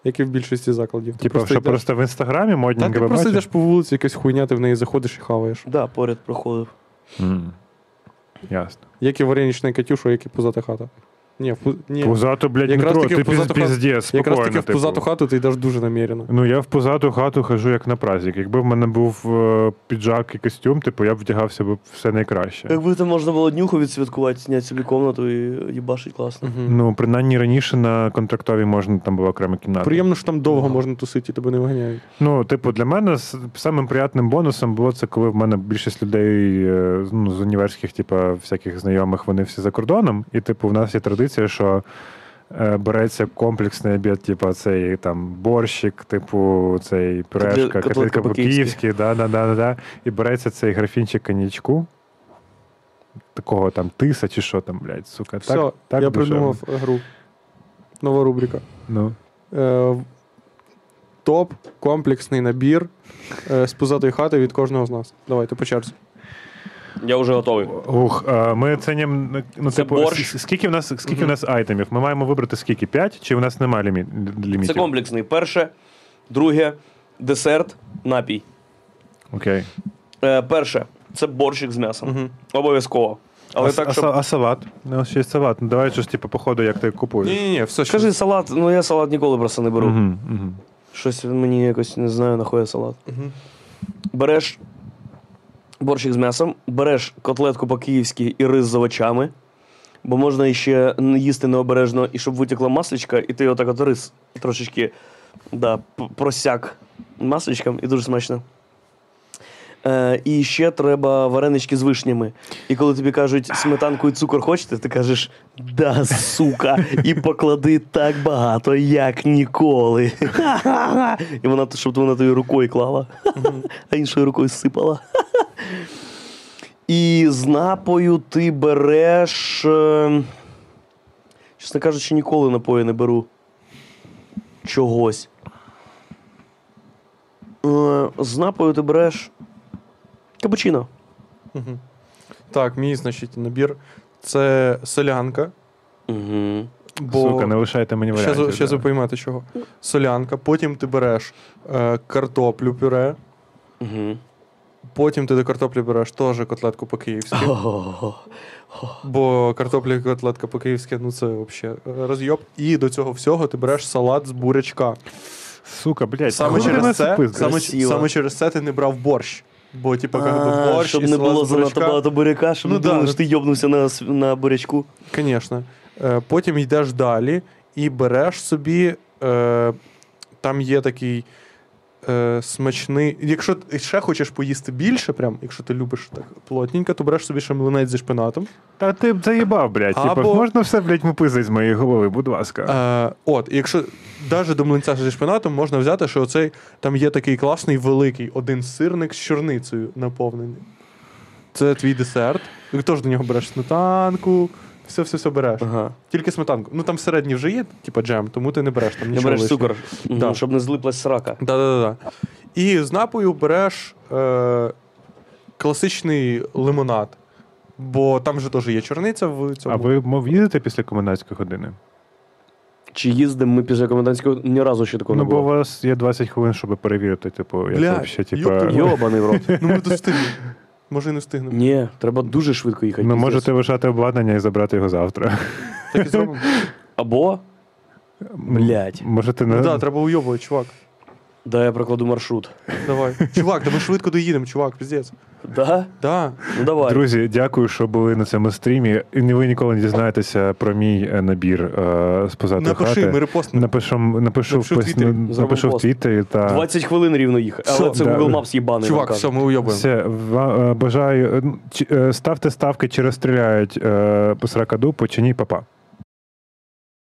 Speaker 5: Як і в більшості закладів. Ти
Speaker 1: Типу, що
Speaker 5: йдеш-
Speaker 1: просто в інстаграмі
Speaker 5: Та ти
Speaker 1: модненько
Speaker 5: просто
Speaker 1: бачиш?
Speaker 5: йдеш по вулиці, якась хуйня, ти в неї заходиш і хаваєш.
Speaker 3: Да, поряд проходив.
Speaker 1: Мгм. Ясно.
Speaker 5: Як і варенична Катюша, як і пузата хата. Ні, в пу- ні.
Speaker 1: Пузату, блядь,
Speaker 5: Якраз
Speaker 1: метро,
Speaker 5: таки
Speaker 1: ти
Speaker 5: в пузату
Speaker 1: піз-
Speaker 5: хату-
Speaker 1: піздець,
Speaker 5: Якраз
Speaker 1: спокійно.
Speaker 5: таки в
Speaker 1: типу.
Speaker 5: пузату хату ти йдеш дуже намірено.
Speaker 1: Ну, я в позату хату хожу як на праздник. Якби в мене був е, піджак і костюм, типу, я б вдягався б все найкраще.
Speaker 3: Якби там можна було днюху відсвяткувати, зняти собі комнату і їбашить класно.
Speaker 5: Мгм.
Speaker 1: Ну, принаймні раніше на контрактовій можна там була окрема кімната.
Speaker 5: Приємно, що там довго можна тусити, і тебе не виганяють.
Speaker 1: Ну, типу, для мене с- самим приятним бонусом було це, коли в мене більшість людей е, ну, з універських, типу, всяких знайомих, вони всі за кордоном. І, типу, в нас є традиція, що е, береться комплексний обід, типу, цей там борщик, типу, цей пюрешка,
Speaker 3: котлетка
Speaker 1: котлетка
Speaker 3: по-київськи.
Speaker 1: по-київськи, да, да, да, да, да. І береться цей графінчик коньячку. Такого там тиса чи що там, блядь, сука.
Speaker 5: Все,
Speaker 1: так, так
Speaker 5: я
Speaker 1: душевно.
Speaker 5: придумав е, гру. Нова рубрика.
Speaker 1: Ну.
Speaker 5: Е, в- топ, комплексний набір е, з пузатої хати від кожного з нас. Давайте по черзі.
Speaker 3: Я вже готовий.
Speaker 1: Ух, е, ми ценім ну,
Speaker 3: Це
Speaker 1: типу,
Speaker 3: борщ.
Speaker 1: с- скільки в нас скільки в нас айтемів? Ми маємо вибрати скільки? П'ять? Чи в нас немає лімі... лімітів?
Speaker 3: Це комплексний. Перше, друге, десерт, напій.
Speaker 1: Окей.
Speaker 3: Е, перше, це борщик з м'ясом. Обов'язково. Але
Speaker 1: а,
Speaker 3: так,
Speaker 1: а,
Speaker 3: щоб.
Speaker 1: а салат? У нас ще є салат. Ну давай щось типу походу, як ти купуєш.
Speaker 5: Ні, ні, все
Speaker 3: Скажи салат, ну я салат ніколи просто не беру.
Speaker 1: Угу, угу.
Speaker 3: Щось мені якось не знаю, нахуя салат. Береш борщик з м'ясом, береш котлетку по-київськи і рис з овочами, бо можна іще н- їсти необережно, і щоб витекла масличка, і ти отак от рис трошечки да, п- просяк масличком, і дуже смачно. Е, і ще треба варенички з вишнями. І коли тобі кажуть сметанку і цукор хочете, ти кажеш да, сука, і поклади так багато, як ніколи. І вона щоб вона тобі рукою клала, а іншою рукою сипала. І з напою ти береш. е, Чесно кажучи, ніколи напої не беру. Чогось. Е, З напою ти береш. Капучино.
Speaker 5: Так, мій, значить, набір. Це солянка.
Speaker 3: Угу.
Speaker 5: Бо
Speaker 1: Сука, не лишайте мені
Speaker 5: ще,
Speaker 1: варіантів.
Speaker 5: зу- ще
Speaker 1: да.
Speaker 5: зупоймати чого. Солянка, потім ти береш е, картоплю пюре,
Speaker 3: Угу.
Speaker 5: потім ти до картоплі береш теж котлетку по-київськи. Бо картопля і котлетка по-київськи, ну це взагалі розйоб. І до цього всього ти береш салат з бурячка.
Speaker 1: Сука, блядь,
Speaker 5: Саме
Speaker 1: куди ти мене
Speaker 5: через, це,
Speaker 1: записуєш?
Speaker 5: саме,
Speaker 3: Красиво.
Speaker 5: саме через це ти не брав борщ. Бо, типу, як би борщ,
Speaker 3: щоб
Speaker 5: і
Speaker 3: не
Speaker 5: салат
Speaker 3: було
Speaker 5: з
Speaker 3: занадто
Speaker 5: бурячка.
Speaker 3: багато буряка, щоб
Speaker 5: Ну
Speaker 3: не думали,
Speaker 5: да.
Speaker 3: що ти йобнувся на, с- на бурячку.
Speaker 5: Звісно. Е, Потім йдеш далі і береш собі е, там є такий е, смачний. Якщо ти ще хочеш поїсти більше, прям, якщо ти любиш так плотненько, то береш собі ще млинець зі шпинатом.
Speaker 1: Та ти б заїбав, блядь. Типу,
Speaker 5: Або-
Speaker 1: можна все, блядь, мупизить з моєї голови, будь ласка.
Speaker 5: Е, от, і якщо навіть до млинця зі шпинатом можна взяти, що оцей там є такий класний великий один сирник з чорницею наповнений. Це твій десерт. Ти теж до нього береш сметанку, все все все береш.
Speaker 3: Ага.
Speaker 5: Тільки сметанку. Ну там всередині вже є, типа джем, тому ти не береш
Speaker 3: Не
Speaker 5: там нічого.
Speaker 3: береш
Speaker 5: лишнього.
Speaker 3: цукор, Мгм,
Speaker 5: Да.
Speaker 3: щоб не злиплась срака.
Speaker 5: Да-да-да. І з напою береш е, класичний лимонад. Бо там же теж є чорниця в цьому.
Speaker 1: А ви мов їдете після комендантської години?
Speaker 3: Чи їздимо ми після комендантського? Ні разу ще такого
Speaker 1: Ну,
Speaker 3: не
Speaker 1: бо у
Speaker 3: було.
Speaker 1: вас є 20 хвилин, щоб перевірити, типу, як
Speaker 5: Блядь,
Speaker 1: вообще,
Speaker 5: ёпта,
Speaker 1: типу.
Speaker 3: Йобаний в рот.
Speaker 5: [LAUGHS] Ну ми тут встигнемо. Може і не встигнемо.
Speaker 3: Ні, треба дуже швидко їхати.
Speaker 1: Ну,
Speaker 3: піздець.
Speaker 1: можете вишати обладнання і забрати його завтра.
Speaker 5: Так і зробимо.
Speaker 3: Або. Блядь.
Speaker 1: Можете
Speaker 5: Ну
Speaker 1: не.
Speaker 5: да, треба уйобувати, чувак.
Speaker 3: Да, я прокладу маршрут.
Speaker 5: Давай. Чувак, да ми швидко доїдемо, чувак, піздець.
Speaker 3: Да?
Speaker 5: Да.
Speaker 3: Ну давай.
Speaker 1: Друзі, дякую, що були на цьому стрімі. І не- ви ніколи не дізнаєтеся про мій е, набір е, з позаду
Speaker 5: Напиши,
Speaker 1: хати.
Speaker 5: ми репостнемо.
Speaker 1: Напишу, напишу,
Speaker 5: Напиши в
Speaker 1: пос-
Speaker 5: Твіттері.
Speaker 1: на-
Speaker 3: Зробимо
Speaker 1: напишу в
Speaker 3: пост.
Speaker 1: Твіттері та
Speaker 3: 20 хвилин рівно їхати. Але
Speaker 5: Все,
Speaker 3: це
Speaker 1: да.
Speaker 3: Google Maps їбаний.
Speaker 5: Чувак,
Speaker 3: нам каже.
Speaker 5: все, ми уйобуємо.
Speaker 1: все ва- е, бажаю. е, ну, чи- е, Ставте ставки, чи розстріляють е, сракаду, чи ні, папа.